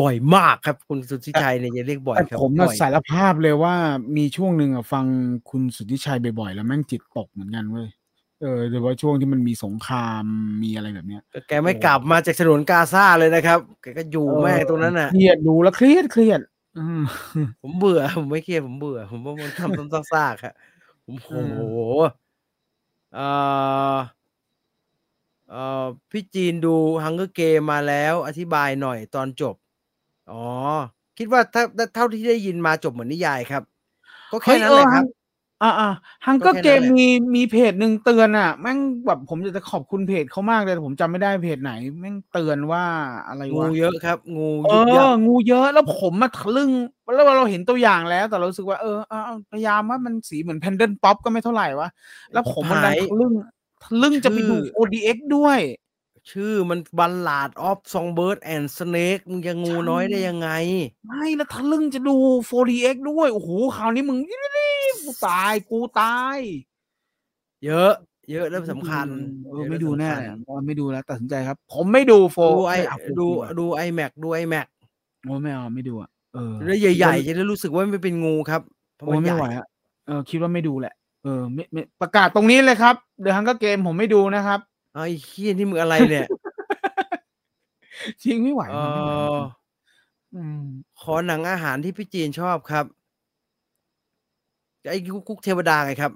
Speaker 1: บ่อยมากครับ คุณสุทธิชัยเนี่ยจะเรียกบ่อย
Speaker 2: แต่
Speaker 1: ครับ
Speaker 2: ผมน่ะ
Speaker 1: บ่อย
Speaker 2: สารภาพเลยว่ามีช่วงหนึ่งอะฟังคุณสุทธิชัยบ่อยๆ แล้วแม่งจิตตกเหมือนกันเว้ยเออโดยเฉพาะช่วงที่มันมีสงครามมีอะไรแบบเนี้ย
Speaker 1: แกไม่กลับมาจากฉนวนกาซาเลยนะครับแกก็อยู่
Speaker 2: เออ
Speaker 1: แม่งตรงนั้นน่ะ
Speaker 2: เครียดดูแล้วเครียดเครียดอืม
Speaker 1: ผมเบื่อ ผมไม่เครียดผมเบื่อ ผมว่ามัน ทำ ซ้ำๆซากๆครับผมโอ้โหเอ่อเอ่อพี่จีนดูฮังเกอร์เกมมาแล้ว อธิบายหน่อยตอนจบ อ๋อ คิดว่าถ้าถ้าเท่าที่ได้ยินมาจบเหมือนนิยายครับ ก็แค่นั้นแหละครับ
Speaker 2: เออฮังอ่าอ่าฮัง
Speaker 1: ก็
Speaker 2: ก็
Speaker 1: แค่
Speaker 2: เก
Speaker 1: นั้น
Speaker 2: ม
Speaker 1: แหละ
Speaker 2: มีมีเพจหนึ่งเตือนอ่ะ แม่งแบบผมจะขอบคุณเพจเขามากเลยแต่ผมจำไม่ได้เพจไหน แม่งเตือนว่าอะไร
Speaker 1: งู
Speaker 2: วะ
Speaker 1: เยอะครับ งู
Speaker 2: เอ
Speaker 1: ยุบยับ
Speaker 2: องูเยอะแล้วผมมาทะลึ่งแล้วเราเห็นตัวอย่างแล้ว แต่เรารู้สึกว่าเออเอาเอาพยายามว่ามันสีเหมือนแพนเดิลป๊อปก็ไม่เท่าไหร่วะแล้วผมมันดัน
Speaker 1: หาย
Speaker 2: ทะลึ่งทะลึ่งจะไปดู
Speaker 1: ชื่อ
Speaker 2: ODX ด้วย
Speaker 1: ชื่อมันบัลลาดออฟซองเบิร์ดแอนด์สเนกมึงจะงูน้อยได้ยังไง
Speaker 2: ไม่แล้วทะลึ่งจะดู 4DX ด้วยโอ้โหคราวนี้มึงกูตายกูตาย
Speaker 1: เยอะ เยอะแล้วสำคัญ
Speaker 2: เออ
Speaker 1: เยอะ
Speaker 2: ไม่
Speaker 1: แล้ว
Speaker 2: ดูแน่
Speaker 1: สำคัญ
Speaker 2: ไม่ดูแล้วตัดสินใจครับ ผมไม่ดูโฟ
Speaker 1: ดูไอ
Speaker 2: ม่เา 4D
Speaker 1: ดู
Speaker 2: ว่ะ
Speaker 1: ดูไอแม็กดูไอแม็ก
Speaker 2: โอ้ไม่เอาไม่ดูอ่ะเออ
Speaker 1: แล้วใหญ่ๆ จะได้รู้สึกว่ามันเป็นงูครับเพราะ
Speaker 2: โอ้
Speaker 1: มันให
Speaker 2: ไม่
Speaker 1: ญ่
Speaker 2: ไหวอ่ะเออคิดว่าไม่ดูแหละเออไม่ไม่ประกาศตรงนี้เลยครับเด e h ฮังก็เกมผมไม่ดู นะครับ
Speaker 1: เอาไอ้เคี้ยนี่มึงอะไรเนี่ย
Speaker 2: จริงไม่ไหว
Speaker 1: เอ
Speaker 2: มันไม่ไหว
Speaker 1: อ
Speaker 2: อืม
Speaker 1: ขอหนังอาหารที่พี่จีนชอบครับไอ้กุ๊กกุ๊กเทวดาไงครับ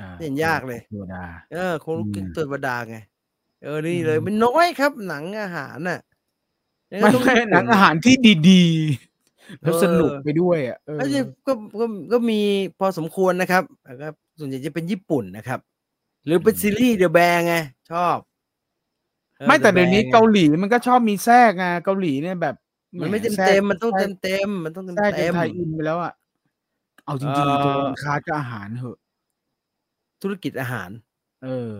Speaker 2: อ่า
Speaker 1: เห็นยากเลย
Speaker 2: ธรรมดา
Speaker 1: เออคงลูกกุ๊ก
Speaker 2: อืม
Speaker 1: เทวดาไงเออนี่เลย
Speaker 2: อืม
Speaker 1: มันน้อยครับ หนังอาหารน่ะยัง
Speaker 2: ไม่
Speaker 1: ต้อง
Speaker 2: ใช่
Speaker 1: ญี่ปุ่
Speaker 2: หนังอาหารที่ดีๆ แล้ว
Speaker 1: เออ
Speaker 2: สนุกไปด้วยอ่ะเออ
Speaker 1: ไม่ใช่ก็ก็ก็มีพอสมควรนะครับแล้วก็ส่วนใหญ่จะเป็นญี่ปุ่นนะครับ หรือเป็นซีรีส์เดอะแบงไงชอบเออ
Speaker 2: ไม่แต่
Speaker 1: The
Speaker 2: เดี๋ยวนี้
Speaker 1: Bear ไง
Speaker 2: เกาหลีมันก็ชอบมีแทรกไงเกาหลีเนี่ยแบบ
Speaker 1: มันไม่
Speaker 2: แห
Speaker 1: เต็ม
Speaker 2: แทรก
Speaker 1: เต็มมันต้องเต็มเต็มมันต้องเต็ม
Speaker 2: ใช่จ
Speaker 1: เต็
Speaker 2: น
Speaker 1: ม
Speaker 2: ไทยอินไปแล้วอ่ะ เอาจริง
Speaker 1: เอ่อ
Speaker 2: ๆตัวร้านค้าก็อาหารเหอะ
Speaker 1: ธุรกิจอาหาร
Speaker 2: เออ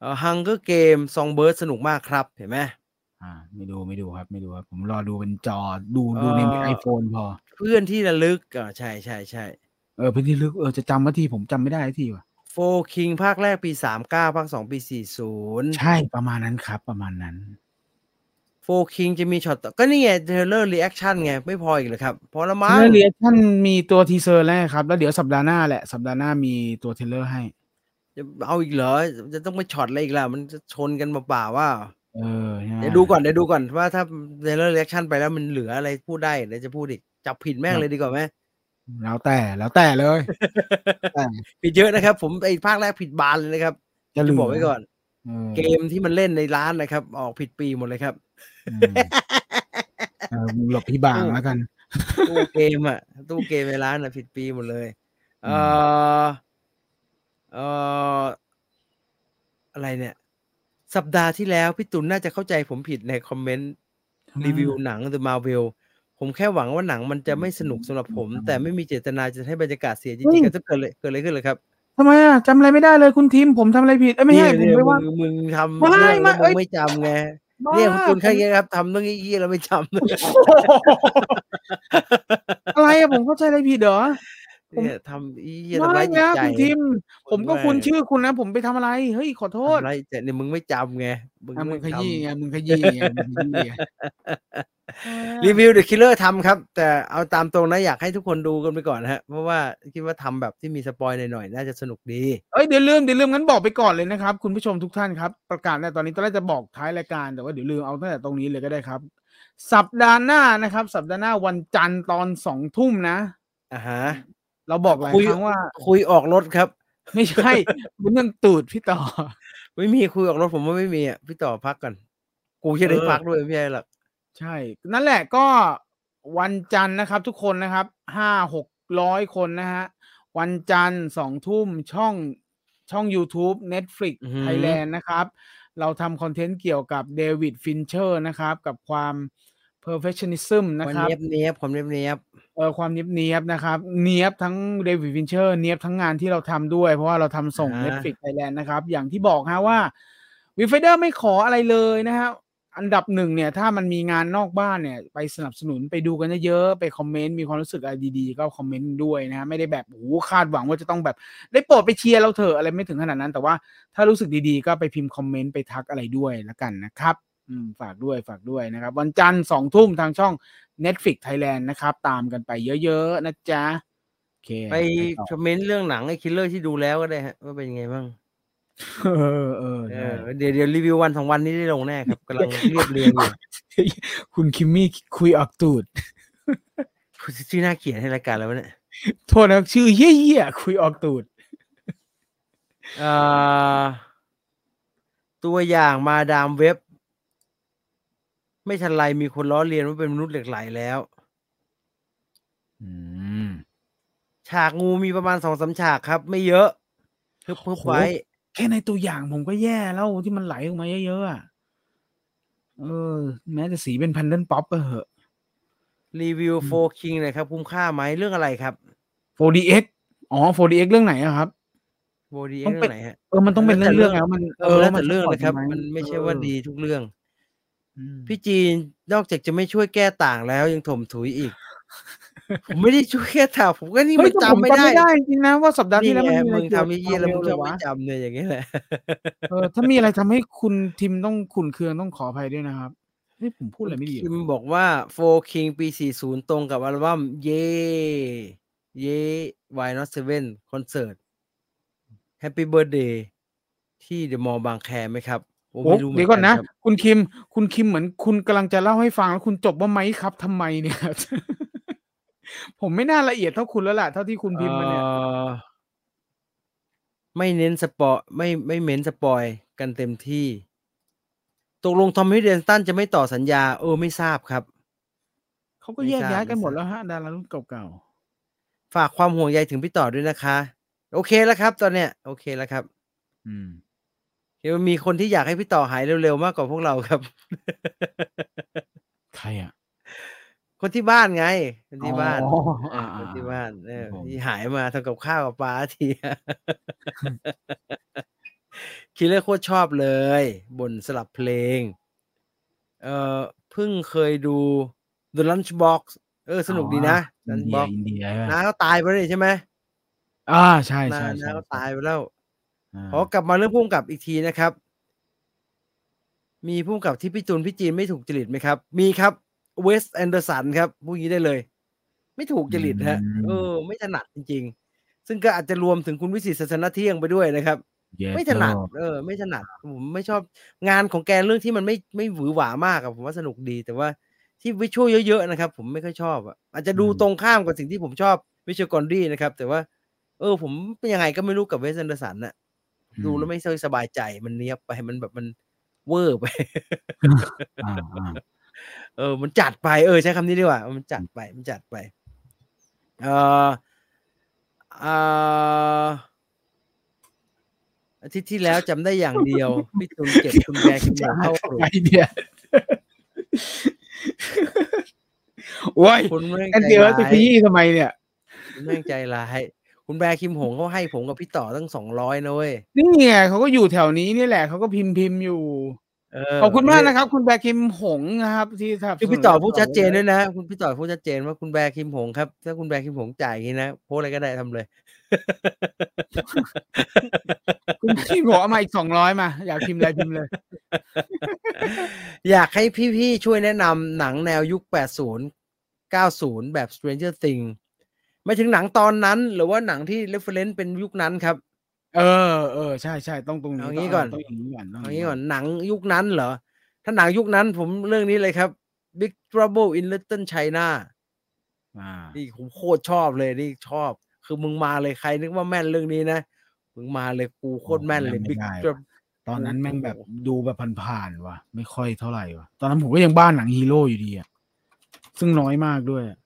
Speaker 1: เอ่อฮังเกอร์เกมซองเบิร์ดสนุกมากครับ เห็นไหม
Speaker 2: อ่า ไม่ดูไม่ดูครับ ไม่ดูครับ ผมรอดูเป็นจอดูดูใน
Speaker 1: เอ่อ
Speaker 2: ไอโฟนพอ
Speaker 1: เพื่อนที่ระลึกอ่าใช่ใช่ใช่
Speaker 2: เออพื้นที่ลึกเออจะจำว่าที่ผมจำไม่ได้ที่ว่ะ
Speaker 1: โฟคิงภาคแรกปีสามเก้าภาคสองปีสี่ศูนย์
Speaker 2: ใช่ประมาณนั้นครับ ประมาณนั้น
Speaker 1: โฟคิงจะมีช็อตต่อก็นี่ไงเทเลอร์รีแอคชั่นไง ไม่พออีกเหรอครับ พอละมั้ง
Speaker 2: เรื่องเรียท่านมีตัวทีเซอร์แล้วครับ แล้วเดี๋ยวสัปดาห์หน้าแหละ สัปดาห์หน้ามีตัวเทรลเลอร์ให้
Speaker 1: จะเอาอีกเหรอ จะต้องไปช็อตอะไรอีกล่ะ มันจะชนกันเปล่าๆว่า
Speaker 2: เออใช่ไหม
Speaker 1: เดี๋ยวดูก่อนเดี๋ยวดูก่อนว่าถ้าเทเลอร์รีแอคชั่นไปแล้วมันเหลืออะไรพูดได้เดี๋ยวจะพูดอีกจับผิดแม่งเลยดีกว่าไหม
Speaker 2: แล้วแต่แล้วแต่เลยแต่
Speaker 1: ผิดเยอะนะครับ ผมไอ้ภาคแรกผิดบานเลยนะครับ
Speaker 2: จะ
Speaker 1: จะบอกไว้ก่อน
Speaker 2: เออ
Speaker 1: เกมที่มันเล่นในร้านนะครับ ออกผิดปีหมดเลย ครับ
Speaker 2: อืมเออหลบพี่บางแล้วกัน
Speaker 1: ตู้เกมอะตู้เกมในร้านอะผิดปีหมดเลยเอ
Speaker 2: อื
Speaker 1: อเอออะไรเนี่ย สัปดาห์ที่แล้วพี่ตุลน่าจะเข้าใจผมผิดในคอมเมนต์ รีวิวหนัง The Marvel ผมแค่หวังว่าหนังมันจะไม่สนุกสำหรับผม แต่ไม่มีเจตนาจะให้บรรยากาศเสียจริงๆก็จะเกิดอะไรเกิดอะไรขึ้นเลยครับ
Speaker 2: ทำไมอ่ะจำอะไรไม่ได้เลยคุณทีมผมทำอะไรผิดเอ้ยไม่ใช่
Speaker 1: เนี่ยเนี่
Speaker 2: ผม
Speaker 1: ยมึ
Speaker 2: ไม่ว่า
Speaker 1: งมึงทำ
Speaker 2: ไม่
Speaker 1: เรื่อง
Speaker 2: ไม่
Speaker 1: แล้ว
Speaker 2: เอ้
Speaker 1: มึง
Speaker 2: ย
Speaker 1: ไม่จำไงเนี่ยคุณตุลแค่เนี้ยครับทำเรื่องอี้ยๆแล้วไม่จำ
Speaker 2: โอ้โห อะไรอ่ะผมเข้าใจอะไรผิดเหรอ ผม
Speaker 1: เนี่ยทำอี้ยๆทำร้า
Speaker 2: ไม่
Speaker 1: ยจิต
Speaker 2: นะ
Speaker 1: ใจ
Speaker 2: คุณทีม ผมก็
Speaker 1: แม่
Speaker 2: คุณชื่อคุณนะ ผมไปทำอะไร เฮ้ยขอโทษ
Speaker 1: อะไรแต่เนี่ยมึงไม่จำไงมึง
Speaker 2: อ่ะมึงข
Speaker 1: ไจำ
Speaker 2: ยี้ไงมึงขยี้ไงมึงขยี้ไง
Speaker 1: รีวิวเดอะคิลเลอร์ทำครับ แต่เอาตามตรงนะอยากให้ทุกคนดูกันไปก่อนนะฮะ เพราะว่าคิดว่าทำแบบที่มีสปอยหน่อยๆน่าจะสนุกดี
Speaker 2: เอ้ยเดี๋ยวลืมเดี๋ยวลืมงั้นบอกไปก่อนเลยนะครับ คุณผู้ชมทุกท่านครับ ประกาศในตอนนี้ตอนแรกจะบอกท้ายรายการแต่ว่าเดี๋ยวลืมเอาตั้งแต่ตรงนี้เลยก็ได้ครับ สัปดาห์หน้านะครับ สัปดาห์หน้าวันจันทร์ตอนสองทุ่มนะ
Speaker 1: อ่ะฮะ
Speaker 2: เราบอกหลาย
Speaker 1: คุย
Speaker 2: ครั้งว่า
Speaker 1: คุยออกรถครับ
Speaker 2: ไม่ ใช่ มันเรื่องตูดพี่ต่อ
Speaker 1: ไม่มีคุยออกรถผมว่าไม่มีอ่ะพี่ต่อพักก่อนกูจะได้พักด้วยพี่ไอ้หรอก
Speaker 2: ใช่ นั่นแหละก็วันจันทร์นะครับทุกคนนะครับห้าหกร้อยคนนะฮะ วันจันทร์สองทุ่มช่องช่อง YouTube Netflix Thailand นะครับ เราทำคอนเทนต์เกี่ยวกับเดวิดฟินเชอร์นะครับ กับความ perfectionism นะ
Speaker 1: วั
Speaker 2: ครับ
Speaker 1: เนี้ยบเนี้ยบผมเนี้ยบเนี้ยบ
Speaker 2: เออความเนียบเนียบๆนะครับ เนียบทั้งเดวิดวินเชอร์เนียบทั้งงานที่เราทำด้วย เพราะว่าเราทำส่ง Netflix Thailand นะครับ อย่างที่บอกฮะว่าวิฟเดอร์ไม่ขออะไรเลยนะฮะ อันดับหนึ่งเนี่ย ถ้ามันมีงานนอกบ้านเนี่ย ไปสนับสนุนไปดูกันเยอะๆไปคอมเมนต์ มีความรู้สึกอะไรดีๆ ก็คอมเมนต์ด้วยนะฮะ ไม่ได้แบบโอ้โหคาดหวังว่าจะต้องแบบ ได้โปรดไปเชียร์เราเถอะอะไรไม่ถึงขนาดนั้น แต่ว่าถ้ารู้สึกดีๆ ก็ไปพิมพ์คอมเมนต์ไปทักอะไรด้วยละกันนะครับอืมฝากด้วยฝากด้วยนะครับ วันจันทร์สองทุ่มทางช่อง Netflix Thailand นะครับ ตามกันไปเยอะๆ นะจ๊ะ โอเค
Speaker 1: ไป
Speaker 2: ต่อ
Speaker 1: คอมเมนต์เรื่องหนังไอ้คิลเลอร์ที่ดูแล้วก็ได้ฮะว่าเป็นยังไงบ้าง
Speaker 2: เออเออ
Speaker 1: เอ
Speaker 2: ได้
Speaker 1: อเดี๋ยวเดี๋ยวรีวิววันสองวันนี้ได้ลงแน่ครับกำลังเรียบเรียงอยู่
Speaker 2: คุณคิมมี่คุยออกตูด
Speaker 1: ชื่อน่าเกลียดให้รายการแล้วะเนี่ย
Speaker 2: โทษนะครับชื่อเยี่ยๆ คุยออกตูด
Speaker 1: เอ่อตัวอย่างมาดามเว็บ ไม่ทันไรมีคนล้อเลียนว่าเป็นมนุษย์เหล็กไหลแล้ว
Speaker 2: อืม
Speaker 1: ฉากงูมีประมาณสองสามฉากครับ ไม่เยอะเพิ่มเพิ่ม
Speaker 2: โห
Speaker 1: ไว้
Speaker 2: แค่ในตัวอย่างผมก็แย่แล้วที่มันไหลออกมาเยอะๆอะเออ แม้จะสีเป็นพันเดิลป๊อปก็เหอะ
Speaker 1: รีวิว
Speaker 2: อืม
Speaker 1: โฟคิงหน่อยครับ คุ้มค่าไหมเรื่องอะไรครับ
Speaker 2: 4DX อ๋อ 4DX เรื่องไหนอะครับ
Speaker 1: โบดี
Speaker 2: ต้
Speaker 1: เรื่
Speaker 2: อ
Speaker 1: อง
Speaker 2: งเป็น
Speaker 1: ไหนฮะ
Speaker 2: เออ มันต้องเป็น
Speaker 1: แล้
Speaker 2: เรื่อ
Speaker 1: ว
Speaker 2: ง
Speaker 1: แต่เรื่อง
Speaker 2: เรื่องแล้วมั
Speaker 1: เออแล้วแต่
Speaker 2: นมัน
Speaker 1: เรื่อง
Speaker 2: สป
Speaker 1: นะครับ
Speaker 2: ไห
Speaker 1: มันไม่ใช่ว่า
Speaker 2: เออ
Speaker 1: ดีทุกเรื่อง
Speaker 2: อืม
Speaker 1: พี่จีนนอกจากจะไม่ช่วยแก้ต่างแล้วยังถมถุยอีก ผมไม่ได้ช่วยแก้ต่างผมก็นี่
Speaker 2: เฮ้
Speaker 1: มั
Speaker 2: ย
Speaker 1: น
Speaker 2: แต่ผ
Speaker 1: จำ
Speaker 2: ม
Speaker 1: ไม่
Speaker 2: จำ
Speaker 1: ได้
Speaker 2: ไม่ได้จริงๆนะว่าสัปดาห์ที่
Speaker 1: นี่
Speaker 2: แล้ว
Speaker 1: ไง
Speaker 2: มันมีอะไร
Speaker 1: มึง
Speaker 2: เกี่ยว
Speaker 1: ทำ
Speaker 2: กับ
Speaker 1: ไอ้เยี่ยแล้วมึงช
Speaker 2: ควาเร็
Speaker 1: อบ
Speaker 2: ว
Speaker 1: ไม่จำ
Speaker 2: วะ
Speaker 1: เนี่ยอย่างเงี้ยแหละ
Speaker 2: เออถ้ามีอะไรทำให้คุณทิมต้องขุนเคืองต้องขออภัยด้วยนะครับเฮ้ยผมพูดอะไรไม่ดี
Speaker 1: คิ
Speaker 2: วะ
Speaker 1: มบอกว่า โฟคิงปี 40 ตรงกับอัลบั้มเย่เย่วายนอตเซเว่นคอนเสิร์ตแฮปปี้เบิร์ดเดย์ที่เดอะมอลล์บางแคไหมครับโอ้
Speaker 2: โอ้
Speaker 1: ไม่รู้หมื
Speaker 2: เดี๋ยวก่อนนะ
Speaker 1: ครับ
Speaker 2: คุณคิม คุณคิมเหมือนคุณกำลังจะเล่าให้ฟังแล้วคุณจบว่าไหมครับทำไมเนี่ย ผมไม่น่าละเอียดเท่าคุณแล้วล่ะเท่าที่คุณพิมพ์มาเนี่ย
Speaker 1: เอ่อไม่เน้นสปอยไม่ไม่เม้นสปอยกันเต็มที่ ตกลงทอมฮิดเดนตันจะไม่ต่อสัญญา เออ ไม่ทราบครับ
Speaker 2: เขาก็
Speaker 1: ไม่
Speaker 2: แยก
Speaker 1: ทราบ
Speaker 2: ย้ายกัน
Speaker 1: ไม่
Speaker 2: หมด
Speaker 1: ทราบ
Speaker 2: แล้วฮะดารารุ่นเก่า
Speaker 1: ฝากความห่วงใยถึงพี่ต่อด้วยนะคะ โอเคแล้วครับ ตอนเนี้ยโอเคแล้วครับ
Speaker 2: ๆอืม
Speaker 1: เดี๋ยวมีคนที่อยากให้พี่ต่อหายเร็วๆมากกว่าพวกเราครับ
Speaker 2: ใครอ่ะ
Speaker 1: คนที่บ้านไง คนที่บ้าน
Speaker 2: อ๋อ
Speaker 1: เออค
Speaker 2: อ่าๆ
Speaker 1: นที่บ้านเออ
Speaker 2: ครับผม
Speaker 1: ที่หายมาทำกับข้าวกับปลาที คิดเลยโคตรชอบเลยบนสลับเพลง เออเพิ่งเคยดู The Lunchbox เออ สนุกดีนะ
Speaker 2: อินเดีย
Speaker 1: Lunchbox
Speaker 2: อินเดีย
Speaker 1: น้าเขาตายไปเลยใช่ไหม
Speaker 2: อ่าใช่
Speaker 1: น้า
Speaker 2: ใช่ใช่
Speaker 1: น้าเขาตายไปแล้ว
Speaker 3: อ่า
Speaker 1: ขอกลับมาเรื่องพุ่มกับอีกทีนะครับ มีพุ่มกับที่พี่จูนพี่จีนไม่ถูกจริตไหมครับ มีครับเวสแอนเดอร์สันครับพูดอย่างนี้ได้เลย ไม่ถูกจริตฮะ
Speaker 3: อืม
Speaker 1: เออ ไม่ถนัดจริง ๆ ซึ่งก็อาจจะรวมถึงคุณวิสิทธิ์ศาสนเที่ยงไปด้วยนะครับ
Speaker 3: เย็ด
Speaker 1: ไม่ถนัด
Speaker 3: เนอะ
Speaker 1: เออ ไม่ถนัดผมไม่ชอบงานของแกเรื่องที่มันไม่ไม่หวือหวามากอะผมว่าสนุกดี แต่ว่าที่วิชวลเยอะๆนะครับ ผมไม่ค่อยชอบอะอาจจะดูตรงข้ามกับสิ่งที่ผมชอบวิชวลกอนดี้นะครับ แต่ว่า เออ ผมเป็นยังไงก็ไม่รู้กับเวสแอนเดอร์สันอะ ดูแล้วไม่ค่อยสบายใจมันเนี้ยบไปมันแบบมันเวอร์ไป
Speaker 3: อ่าอ่า
Speaker 1: เออ มันจัดไปเออใช้คำนี้ดีกว่า มันจัดไปมันจัดไปเออเอ่ออาทิตย์ที่แล้วจำได้อย่างเดียว พี่ตุนเก็บคุณแบกคุณหมูเข้า
Speaker 2: ทำ
Speaker 1: กลุ่ม
Speaker 2: ไมเนี่ย โอ้ย
Speaker 1: คุณแม่ง
Speaker 2: แอน
Speaker 1: ใจ
Speaker 2: เดียว
Speaker 1: ร้าย
Speaker 2: จะขยี้ทำไมเนี่ย
Speaker 1: คุณแม่งใจร้ายคุณแบกคิมหงเขาให้ผมกับพี่ต่อตั้งสองร้อยนะเว้ย
Speaker 2: นี่ไงเขาก็อยู่แถวนี้นี่แหละเขาก็พิมพ์พิมพ์อยู่
Speaker 1: เ
Speaker 2: ขอบคุณมากนะครับ คุณแบร์คิมหงนะครับ ที่สนับสนุน
Speaker 1: คือพี่ต่อพูดชัดเจนด้วยนะ คุณพี่ต่อพูดชัดเจนว่าคุณแบร์คิมหงครับ ถ้าคุณแบร์คิมหงจ่ายอย่างนี้นะโพสต์อะไรก็ได้ทำเลย
Speaker 2: คุณพี่บอกเอามาอีกสองร้อยมา อยากพิมพ์อะไรพิมพ์เลย
Speaker 1: อยากให้พี่ๆช่วยแนะนำหนังแนวยุค 80 90 แบบ Stranger Things ไม่ถึงหนังตอนนั้น หรือว่าหนังที่ reference เป็นยุคนั้นครับ
Speaker 2: เออเออใช่ใช่ต้องตรงนี้
Speaker 1: เอางี้
Speaker 2: ต้
Speaker 1: ก่อน
Speaker 2: ต้องอย่างนี้ก่อนต้
Speaker 1: เอางี้ก่อนหนังยุคนั้นเหรอ ถ้าหนังยุคนั้นผมเรื่องนี้เลยครับ Big Trouble in Little China
Speaker 3: อ่า
Speaker 1: นี่ผมโคตรชอบเลยนี่ชอบ คือมึงมาเลยใครนึกว่าแม่นเรื่องนี้นะ มึงมาเลยกูโคตรแม่นเลย
Speaker 2: โอ้
Speaker 1: Big
Speaker 2: จำไม่ได้
Speaker 1: Trouble
Speaker 2: ตอนนั้นแม่งแบบ
Speaker 1: โอ้โห
Speaker 2: ดูแบบผ่านๆว่ะ ไม่ค่อยเท่าไหร่ว่ะ ตอนนั้นผมก็ยังบ้านหนังฮีโร่อยู่ดีอ่ะ ซึ่งน้อยมากด้วยอะ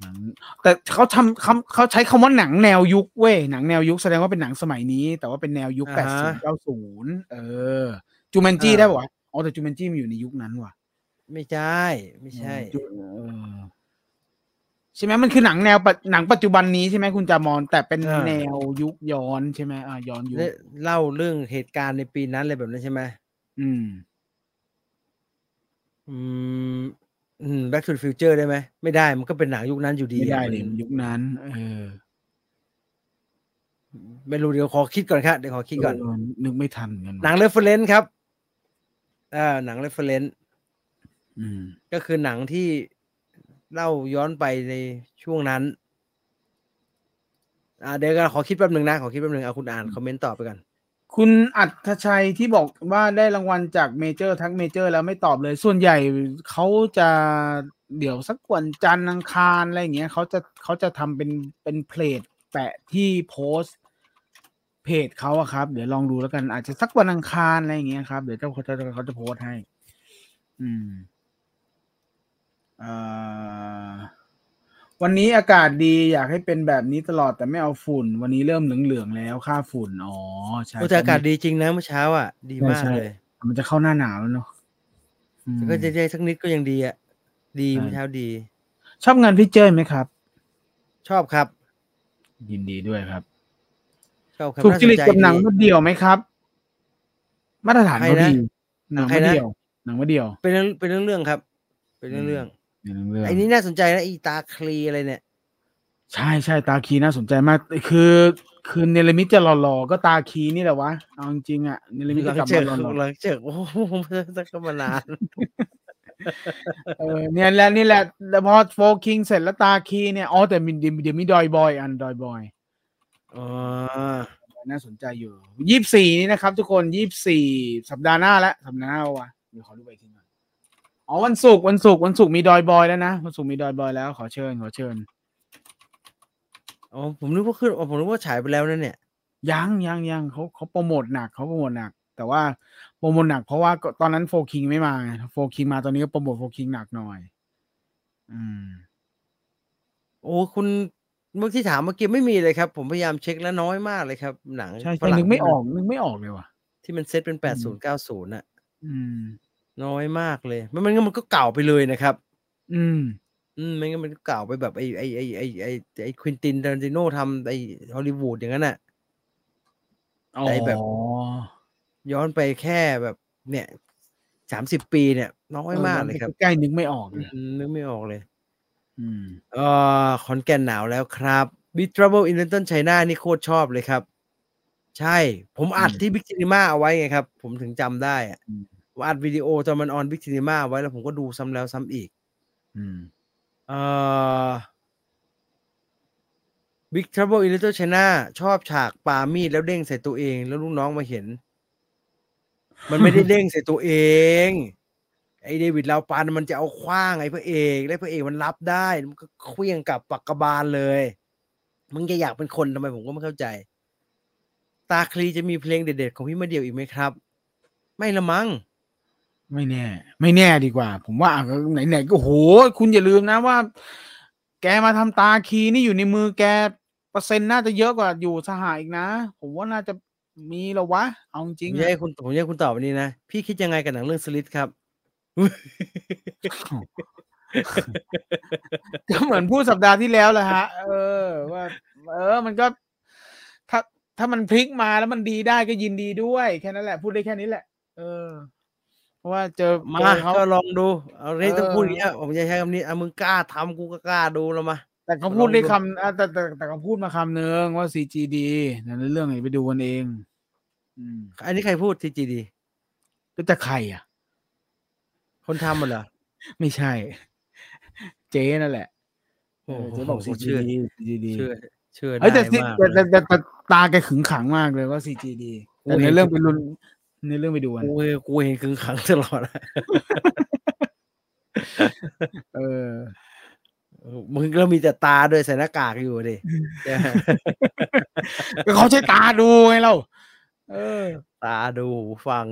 Speaker 2: หนังแต่เขาทำคำเขาใช้คำว่าหนังแนวยุคเว้ยหนังแนวยุคแสดงว่าเป็นหนังสมัยนี้ แต่ว่าเป็นแนวยุค
Speaker 1: อ่า
Speaker 2: แปด
Speaker 1: ฮะ
Speaker 2: ศูนย์เก้าศูนย์เออจูแมนจี้
Speaker 1: อ่า
Speaker 2: ได้ปะวะอ๋อแต่จูแมนจี้มันอยู่ในยุคนั้นว่ะ
Speaker 1: ไม่ใช่ไม่ใช่
Speaker 2: จูเออใช่ไหมมันคือหนังแนวปัจหนังปัจจุบันนี้ใช่ไหมคุณจามอนแต่เป็น
Speaker 1: อ่า
Speaker 2: แนวยุคย้อนใช่ไหมอ่าย้อนยุค
Speaker 1: เนี่ยเล่าเรื่องเหตุการณ์ในปีนั้นเลยแบบนั้นใช่ไหม
Speaker 2: อืม
Speaker 1: อืมอืม Back to the Future ได้ไหม ไม่ได้มันก็เป็นหนังยุคนั้นอยู่ดี
Speaker 2: ไม่ได้
Speaker 1: อะ
Speaker 2: เลย
Speaker 1: มัน
Speaker 2: ยุคนั้น เออ
Speaker 1: ไม่รู้เดี๋ยวขอคิดก่อนครับเดี๋ยวขอคิดก่อน
Speaker 2: เนึกไม่ทันเหมือนกัน
Speaker 1: หนังเรฟเฟ r เ n นซ์ครับอ่าหนังเรฟเฟ r เ n นซ์
Speaker 2: อืม
Speaker 1: ก็คือหนังที่เล่าย้อนไปในช่วงนั้น อ่าเดี๋ยวก็ขอคิดแป๊บหนึ่งนะ ขอคิดแป๊บหนึ่งเอาคุณอ่านคอมเมนต์ตอบไปก่อน
Speaker 2: คุณอัธชัยที่บอกว่าได้รางวัลจากเมเจอร์ทั้งเมเจอร์แล้วไม่ตอบเลย ส่วนใหญ่เขาจะเดี๋ยวสักวันจันทร์อังคารอะไรอย่างเงี้ยเขาจะเขาจะทำเป็นเป็นเพลทแปะที่โพสต์เพจเขาอะครับ เดี๋ยวลองดูแล้วกัน อาจจะสักวันอังคารอะไรอย่างเงี้ยครับ เดี๋ยวเจ้าเขาจะเขาจะโพสต์ให้ อืม อ่าวันนี้อากาศดีอยากให้เป็นแบบนี้ตลอดแต่ไม่เอาฝุ่น วันนี้เริ่มเหลืองๆแล้วค่าฝุ่นอ๋อใช่
Speaker 1: โอ้แต่อากาศดีจริงนะเมื่อเช้าอ่ะ ดีมาก
Speaker 2: ใช่
Speaker 1: เลย
Speaker 2: ใช่มันจะเข้าหน้าหนาวแล้วเนาะอืม
Speaker 1: แต่ก็จะได้สักนิดก็ยังดีอ่ะ ดี
Speaker 2: ใช่
Speaker 1: เมื่อเช้าดี
Speaker 2: ชอบงานพี่เจ้ยไหมครับ
Speaker 1: ชอบครับ
Speaker 3: ยินดีด้วยครับ
Speaker 1: ชอบครับ
Speaker 2: ถูก
Speaker 1: น่า
Speaker 2: จริต
Speaker 1: ส
Speaker 2: กับหนัง
Speaker 1: ดี
Speaker 2: มาเดียวไหมครับ มาตรฐาน
Speaker 1: ใคร
Speaker 2: เขา
Speaker 1: นะ
Speaker 2: ดีหนัง
Speaker 1: ใคร
Speaker 2: มา
Speaker 1: นะ
Speaker 2: เดียว หนังมาเดียว
Speaker 1: เป็นเรื่องเป็นเรื่องเรื่องครับ เป็นเรื่องเรื่อง
Speaker 3: ในเรื่องเรื่อง
Speaker 1: ไอ้นี่น่าสนใจนะอีตาคลีอะไรเนี่ย
Speaker 2: ใช่ใช่ตาคีน่าสนใจมาก คือคือเนลมิตจะหล่อๆก็ตาคีนี่แหละวะเอาจริงๆอะเนลมิต
Speaker 1: ห
Speaker 2: จะ
Speaker 1: ลัง
Speaker 2: กลับ
Speaker 1: เจ
Speaker 2: มา
Speaker 1: อ
Speaker 2: หล่อๆ
Speaker 1: หลังเจอโอ้โหสักมา นาน
Speaker 2: เออเนี่ยแหละนี่แหละแล้วพอโฟกิงเสร็จแล้วตาคีเนี่ยอ๋อแต่มีเดี๋ยวเดี๋ยวมีดอยบอยอันดอยบอย
Speaker 1: อ๋อ
Speaker 2: น่าสนใจอยู่ยี่สี่นี่นะครับ ทุกคนยี่สี่สัปดาห์หน้าแล้วสัปดาห์หน้าว่ะเดี๋ยวขอดูไปทีหน่อยอ๋อวันศุกร์วันศุกร์วันศุกร์มีดอยบอยแล้วนะวันศุกร์มีดอยบอยแล้วขอเชิญขอเชิญ
Speaker 1: อ๋อผมนึกว่าขึ้นอ๋อผมนึกว่าฉายไปแล้วนั่นเนี่ย
Speaker 2: ยังยังยังเขาเขาโปรโมทหนักเขาโปรโมทหนัก แต่ว่าโปรโมทหนักเพราะว่าก็ตอนนั้นโฟคิงไม่มาไงโฟคิงมาตอนนี้ก็โปรโมทโฟคิงหนักหน่อย อืม
Speaker 1: โอ้คุณเมื่อที่ถามเมื่อกี้ไม่มีเลยครับ ผมพยายามเช็คแล้วน้อยมากเลยครับ หนัง
Speaker 2: ใช่
Speaker 1: ฝ
Speaker 2: ใช่
Speaker 1: รั่
Speaker 2: นึกไม่ออกนึกไม่ออกเลยว่ะ
Speaker 1: ที่มันเซตเป็นแปดศูนย์เก้าศูนย์น่ะ
Speaker 2: อืม
Speaker 1: น้อยมากเลยไม่มันก็มันก็เก่าไปเลยนะครับ
Speaker 2: อืม
Speaker 1: อืมไม่งั้นมันก็เก่าไปแบบไอ้ไอ้ไอ้ไอ้ไอ้ไอ้ควินตินเดนติโนทำไอ้ฮอลลีวูดอย่างนั้นน่ะ ได้แบบ
Speaker 2: อ๋อ
Speaker 1: ย้อนไปแค่แบบ เนี่ยสามสิบปีเนี่ย น้อยมากเลยครับ
Speaker 2: ใกล้ๆนึกไม่ออกเลย
Speaker 1: อืมนึกไม่ออกเลย
Speaker 2: อืม
Speaker 1: เอ่อขอนแก่นหนาวแล้วครับ Big Trouble in Little China นี่โคตรชอบเลยครับ ใช่ ผมอัด
Speaker 3: อืม
Speaker 1: ที่บิ๊ก i ิน m มาเอาไว้ไงครับ ผมถึงจำได้อะ
Speaker 3: อืม
Speaker 1: ผมอัดวิดีโอตอนมันออนบิ๊ก i ิน m มาไว้แล้วผมก็ดูซ้ำแล้วซ้ำอีก
Speaker 3: อืม
Speaker 1: เอ่อ Big Trouble in Little China ชอบฉากปามีดแล้วเด้งใส่ตัวเอง แล้วลูกน้องมาเห็น มันไม่ได้เด้งใส่ตัวเอง ไอเดวิดลาวปานมันจะเอาคว้างไอพระเอกแล้วพระเอกมันรับได้มันก็เคลี้ยงกลับปักกระบาลเลย มึงจะอยากเป็นคนทำไมผมก็ไม่เข้าใจ ตาคลีจะมีเพลงเด็ดๆของพี่มาเดียวอีกไหมครับ ไม่ละมั้ง
Speaker 2: ไม่แน่ ไม่แน่ดีกว่า ผมว่าอ่ะไหนๆก็โห คุณอย่าลืมนะว่า แกมาทำตาคีนี่อยู่ในมือแกเปอร์เซ็นต์น่าจะเยอะกว่าอยู่สหายอีกนะ ผมว่าน่าจะมีแล้ววะ เอาจริง
Speaker 1: ผม
Speaker 2: ๆ
Speaker 1: จะ
Speaker 2: อะ
Speaker 1: ให้คุณผมจะให้คุณตอบวันนี้นะ พี่คิดยังไงกับหนังเรื่องสลิดครับ
Speaker 2: ก็เหมือนพูดสัปดาห์ที่แล้วแหละฮะ เออ ว่า เออ มันก็ ถ้าถ้ามันพลิกมาแล้วมันดีได้ก็ยินดีด้วย แค่นั้นแหละ พูดได้แค่นี้แหละ เออ เพราะว่าเจอ
Speaker 1: มา
Speaker 2: เจอเขา
Speaker 1: ก็ลองดูเอาเรื่องต้อง
Speaker 2: เออ
Speaker 1: พูดอย่างเงี้ยผมจะใช้คำนี้อ่ะมึงกล้าทำกูก็กล้าดูแล้วมา
Speaker 2: แต่เขาพูดได้
Speaker 1: ลองดู
Speaker 2: คำอ่ะแต่แต่แต่เขาพูดมาคำนึงว่าซีจีดีนั่นเรื่องไหนไปดูกันเอง อืม
Speaker 1: อันนี้ใครพูดทีจีดี
Speaker 2: ก็จะใครอ่ะ
Speaker 1: คนทำมันเหรอ
Speaker 2: ไม่ใช่ เจ๊นั่นแหละเออเจ๊บอกซีจี
Speaker 1: เชื่อ
Speaker 2: ดีซีจีดี
Speaker 1: เชื่อเชื่อ
Speaker 2: เอ้ยแต่
Speaker 1: ได้
Speaker 2: ซี
Speaker 1: มาก
Speaker 2: แต่
Speaker 1: เล
Speaker 2: แต่
Speaker 1: ย
Speaker 2: แต่แต่ตาแกขึงขังมากเลยว่าซีจีดีแต่
Speaker 1: กูเห็น
Speaker 2: ในเรื่องไปรุนในเรื่องไปดูกัน
Speaker 1: กูเห็นกูเห็นคึงขังตลอดอะ
Speaker 2: เออ
Speaker 1: มึงแล้วมีแต่ตาด้วยใส่หน้ากากอยู่ดิ
Speaker 2: ก็เขาใช้ตาดูไงเรา เออ
Speaker 1: ตาดูหูฟัง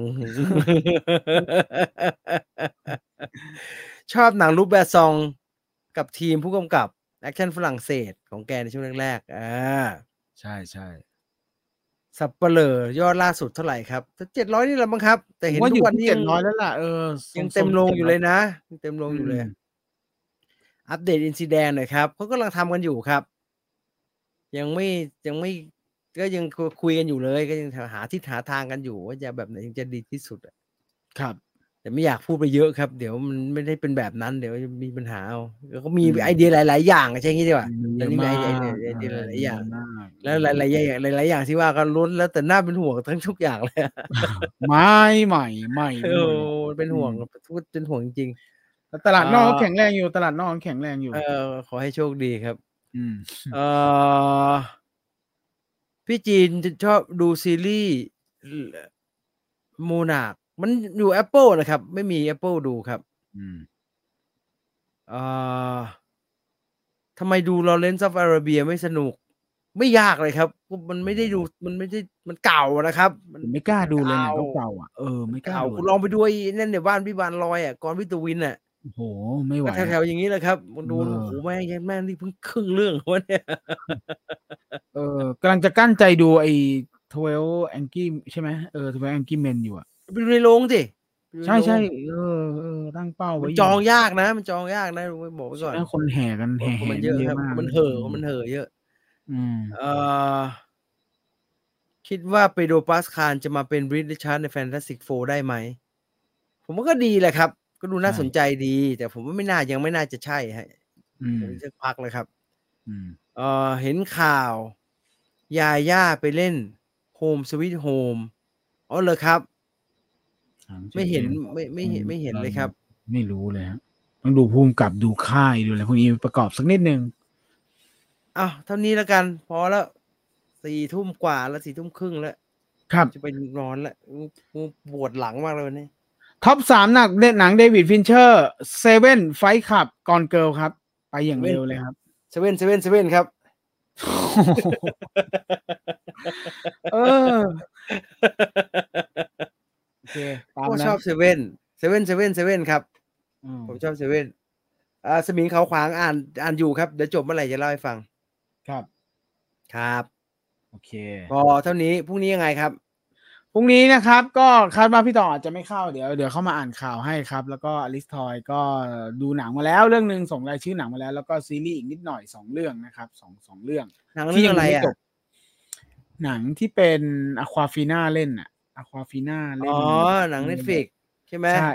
Speaker 1: ชอบหนังรูปแบบซองกับทีมผู้กำกับ แอคชั่นฝรั่งเศสของแกในช่วงแรกๆอ่า
Speaker 3: ใช่ใช่
Speaker 1: สับเปลือยอดล่าสุดเท่าไหร่ครับเจ็ดร้อยนี่แหละมั้งครับ แต่เห็น
Speaker 2: ว่าอ
Speaker 1: ทุ
Speaker 2: ยู่
Speaker 1: กวันนี้
Speaker 2: ที่เจ็
Speaker 1: ยั
Speaker 2: ด
Speaker 1: ง
Speaker 2: ร้อยแล้วล่ะเออ
Speaker 1: ยัง
Speaker 2: ทๆ
Speaker 1: เต็มลงอยู่เลย
Speaker 2: จ็ดร้
Speaker 1: นะยังเต็มลงอยู่เลย
Speaker 2: อืม
Speaker 1: อัปเดตอินซิแดนหน่อยครับเขากำลังทำกันอยู่ครับ ยังไม่ยังไม่ก็ยังคุยกันอยู่เลย ก็ยังหาทิศหาทางกันอยู่ ว่าจะแบบไหนถึงจะดีที่สุดอะ
Speaker 2: ครับ
Speaker 1: แต่ไม่อยากพูดไปเยอะครับ เดี๋ยวมันไม่ได้เป็นแบบนั้นเดี๋ยวจะมีปัญหาเอาแล้วก็มี
Speaker 2: อืม
Speaker 1: ไอเดียหลาย ๆ อย่างอะใช่ไหมดีกว่า
Speaker 2: เย
Speaker 1: แล้ว
Speaker 2: อะ
Speaker 1: นี่มี
Speaker 2: มาก
Speaker 1: ไอเดียไอเดียหลายๆอย่าง
Speaker 2: เะมก
Speaker 1: แล้วหลายๆอย่างหลายๆอย่างที่ว่าก็ล้นแล้วแต่น่าเป็นห่วงทั้งทุกอย่างเลย
Speaker 2: ไม้ใหม่ใหม่
Speaker 1: เอ
Speaker 2: หมด
Speaker 1: อ
Speaker 2: เลย
Speaker 1: เป็นห่วงพูดเป็นห่วงจริง
Speaker 2: แต่ตลาดนอก
Speaker 1: อ่า
Speaker 2: เขาแข็งแรงอยู่ตลาดนอกเขาแข็งแรงอยู่
Speaker 1: ๆเออขอให้โชคดีครับ
Speaker 2: ม
Speaker 1: เออพี่จีนจะชอบดูซีรีส์มูนาคมันอยู่ Apple นะครับ ไม่มี Apple ดูครับ
Speaker 3: อืม
Speaker 1: เออทำไมดูลอเรนซ์อ f ฟอาราเบียไม่สนุก ไม่ยากเลยครับ มันไม่ได้ดูมันไม่ได้มันเก่านะครับ มัน
Speaker 2: ผมไม่กล้าดูเลยหนัง
Speaker 1: เก่า
Speaker 2: เก่าๆอ่ะเออไม่กล้า
Speaker 1: เก่า
Speaker 2: ดู
Speaker 1: คุณลองไปดูไอ้นั่นเนี่ยบ้านพี่บานลอยอ่ะกรวิตวินอ่ะ
Speaker 2: โอ้โห ไม่ไหว
Speaker 1: ก็แถวๆอย่างนี้แหละครับมันดู
Speaker 2: เออ
Speaker 1: โอ้โหแม่งแม่งนี่เพิ่งครึ่งเรื่องวะเนี่ย
Speaker 2: เออกำลังจะกั้นใจดูไอ้ทเวลแองกี้ใช่ไหมเออทเวลแองกี้เมนอยู่อ่ะ
Speaker 1: ไปดูในโรงสิไปดูน
Speaker 2: ใช่ใช่
Speaker 1: โรง
Speaker 2: เออเออตั้งเป้า
Speaker 1: มั
Speaker 2: ไว้
Speaker 1: น
Speaker 2: ยู่
Speaker 1: จองยากนะ มันจองยากนะรู้ไว้บอกไว้ก่อน
Speaker 2: ใช่คนแห่กันแห่
Speaker 1: คน
Speaker 2: แห่
Speaker 1: มันเยอะครับ
Speaker 2: มาก
Speaker 1: คนมันเห่อะคนมันเห่อะเยอะ
Speaker 2: อืม
Speaker 1: เอ่อคิดว่าเปโดรปาสคาลจะมาเป็นบริตชาร์ดในแฟนตาสติกโฟได้ไหม ผมว่าก็ดีแหละครับ ก็ดูน่าสนใจดี แต่ผมว่าไม่น่ายังไม่น่าจะใช่ฮะ
Speaker 3: อืม
Speaker 1: ผมจะพักเลยครับ
Speaker 3: อืม
Speaker 1: เอ่อเห็นข่าว ยาย่าไปเล่นโฮมสวิตโฮมอ๋อเหรอครับ
Speaker 3: ถา
Speaker 1: ไม่เห็น
Speaker 3: จริง
Speaker 1: ไม่ไม่เห็นไม่เห็นเลยครับ
Speaker 3: ๆไม่รู้เลยฮะต้องดูภูมิกับดูค่ายดูอะไรพวกนี้ประกอบสักนิดนึง
Speaker 1: อ้าวเท่านี้แล้วกัน พอแล้วสี่ทุ่มกว่าแล้วสี่ทุ่มครึ่งแล้ว
Speaker 2: ครับ
Speaker 1: จะไปนอนแล้วอู้อู้ปวดหลังมากเลยวันนี่
Speaker 2: ท็อปสามหนักเล่นหนังเดวิดฟินเชอร์เซเว่นไฟขับก่อนเกิลครับ ไปอย่างเร็วเลยครับ
Speaker 1: เซเว่นเซเว่นเซเว่นครับ
Speaker 2: เออโอเคตาม
Speaker 1: ผม
Speaker 2: นะ
Speaker 1: ชอบเซเว่นเซเว่นเซเว่นเซเว่นครับ
Speaker 2: อืม
Speaker 1: ผมชอบเซเว่นอ่าสมิงเขาวขวางอ่านอ่านอยู่ครับ เดี๋ยวจบเมื่อไหร่จะเล่าให้ฟัง
Speaker 2: ครับ
Speaker 1: ครับ
Speaker 3: โอเค
Speaker 1: พอเท่านี้พรุ่งนี้ยังไงครับ
Speaker 2: พรุ่งนี้นะครับ ก็คาดว่าพี่ต่ออาจจะไม่เข้าเดี๋ยวเดี๋ยวเข้ามาอ่านข่าวให้ครับ แล้วก็อลิสทอยก็ดูหนังมาแล้วเรื่องหนึ่งส่งรายชื่อหนังมาแล้ว แล้วก็ซีรีส์อีกนิดหน่อยสองเรื่องนะครับสองสองเรื่อง
Speaker 1: หนังเรื่องอะไรอ่ะ
Speaker 2: ที่ยัม่จบหนังที่เป็นอควาฟีน่าเล่นอะอควาฟีน่าเล่น
Speaker 1: อ๋อหนังเน็ตฟิกใช่ไหม
Speaker 2: ใช่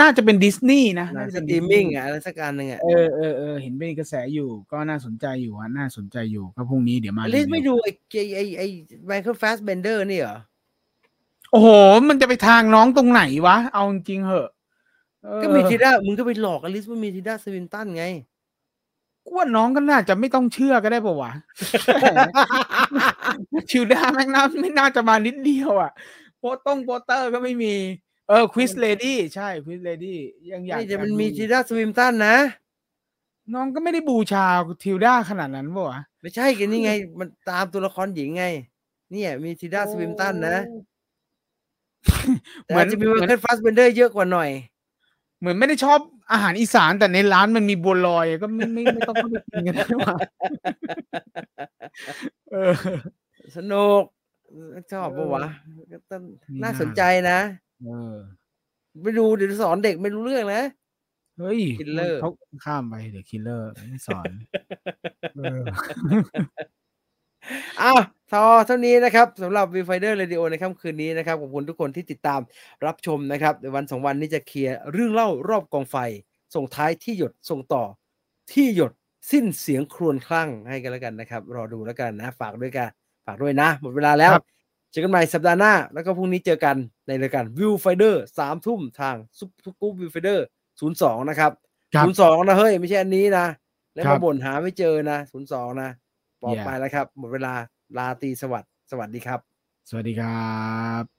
Speaker 2: น่าจะเป็นดิสนีย์นะ
Speaker 1: หนั
Speaker 2: น่าง จะ
Speaker 1: ส
Speaker 2: เป็น
Speaker 1: ตรีมมิ่ง
Speaker 2: Disney
Speaker 1: อะอะไรสักการหนึ่งอ่ะ
Speaker 2: เออเออเออเห็นเป็นกระแสอยู่ก็น่าสนใจอยู่ฮะน่าสนใจอยู่ก็พรุ่งนี้เดี๋ยวมา
Speaker 1: ลิสไม่
Speaker 2: รีวิว
Speaker 1: ดูไอ้ไอ้ไอ้ไอ้ไมเคิลฟาสเบนเดอร์นี่เหรอ
Speaker 2: โอ้โห มันจะไปทางน้องตรงไหนวะ เอาจริงเหอะเออ
Speaker 1: ก็มีทีด้ามึงก็ไปหลอกอลิสว่ามีทีด้าสวินตัน ไง
Speaker 2: กว่าน้องก็น่าจะไม่ต้องเชื่อก็ได้ปะวะ ชิวด้าแม่งน่าไม่น่าจะมานิดเดียวอ่ะโปสต้องโปสเตอร์ก็ไม่มี เออควิสเลดี้ใช่ควิสเลดี้ยังอยาก
Speaker 1: นี่จะ
Speaker 2: จะ
Speaker 1: มันมี
Speaker 2: ดู
Speaker 1: ทีด้าสวิมตันนะ
Speaker 2: น้องก็ไม่ได้บูชาทิวด้าขนาดนั้นปะวะ
Speaker 1: ไม่ใช่กันนี่ไง มันตามตัวละครหญิงไง เนี่ยมีทีด้าสวิมตันนะแต่
Speaker 2: เหมื
Speaker 1: อา
Speaker 2: อ
Speaker 1: จ
Speaker 2: น
Speaker 1: จะมีเวอร์เคิลฟาสเบนเดอร์เยอะกว่าหน่อย
Speaker 2: เหมือนไม่ได้ชอบอาหารอีสานแต่ในร้านมันมีบัวลอยก็ไม่ไม่ไม่ต้องเข้าไปกินกันได้ว่าเออ
Speaker 1: สนุกชอบปะวะก็ต้อง
Speaker 2: มี
Speaker 1: น่า
Speaker 2: น่า
Speaker 1: สนใจนะ
Speaker 2: เออ
Speaker 1: ไปดูเดี๋ยวสอนเด็กไม่รู้เรื่องนะ
Speaker 2: เฮ้ย
Speaker 1: Killer
Speaker 2: เขาข้ามไปเดี๋ยวคิลเลอร์ไม่สอนเออ
Speaker 1: อ้าวทอเท่านี้นะครับสำหรับ v ีไฟเดอร์เรดิโอในค่ำคืนนี้นะครับขอบคุณทุกคนที่ติดตามรับชมนะครับในวันสองวันนี้จะเคลียร์เรื่องเล่ารอบกองไฟ ส่งท้ายที่หยดส่งต่อ ที่หยดสิ้นเสียงครวญคลั่งให้กันแล้วกันนะครับ รอดูแล้วกันนะ ฝากด้วยกันฝากด้วยนะ หมดเวลาแล้วเจอกันใหม่สัปดาห์หน้า แล้วก็พรุ่งนี้เจอกันในรายการวิวไฟเดอร์สามทุ่มทางซุปกู๊ปวิวไฟเดอร์ศูนย์สองนะครับ
Speaker 2: ครับ
Speaker 1: ศูนย์สองนะเฮ้ยไม่ใช่อันนี้นะ แล้ว
Speaker 2: ครั
Speaker 1: มา
Speaker 2: บ
Speaker 1: บ่นหาไม่เจอนะศูนย์สองนะบอก
Speaker 2: Yeah
Speaker 1: ไปแล้วครับ หมดเวลาลาตรีสวัสดีสวัสดีครับ
Speaker 2: สวัสดีครับ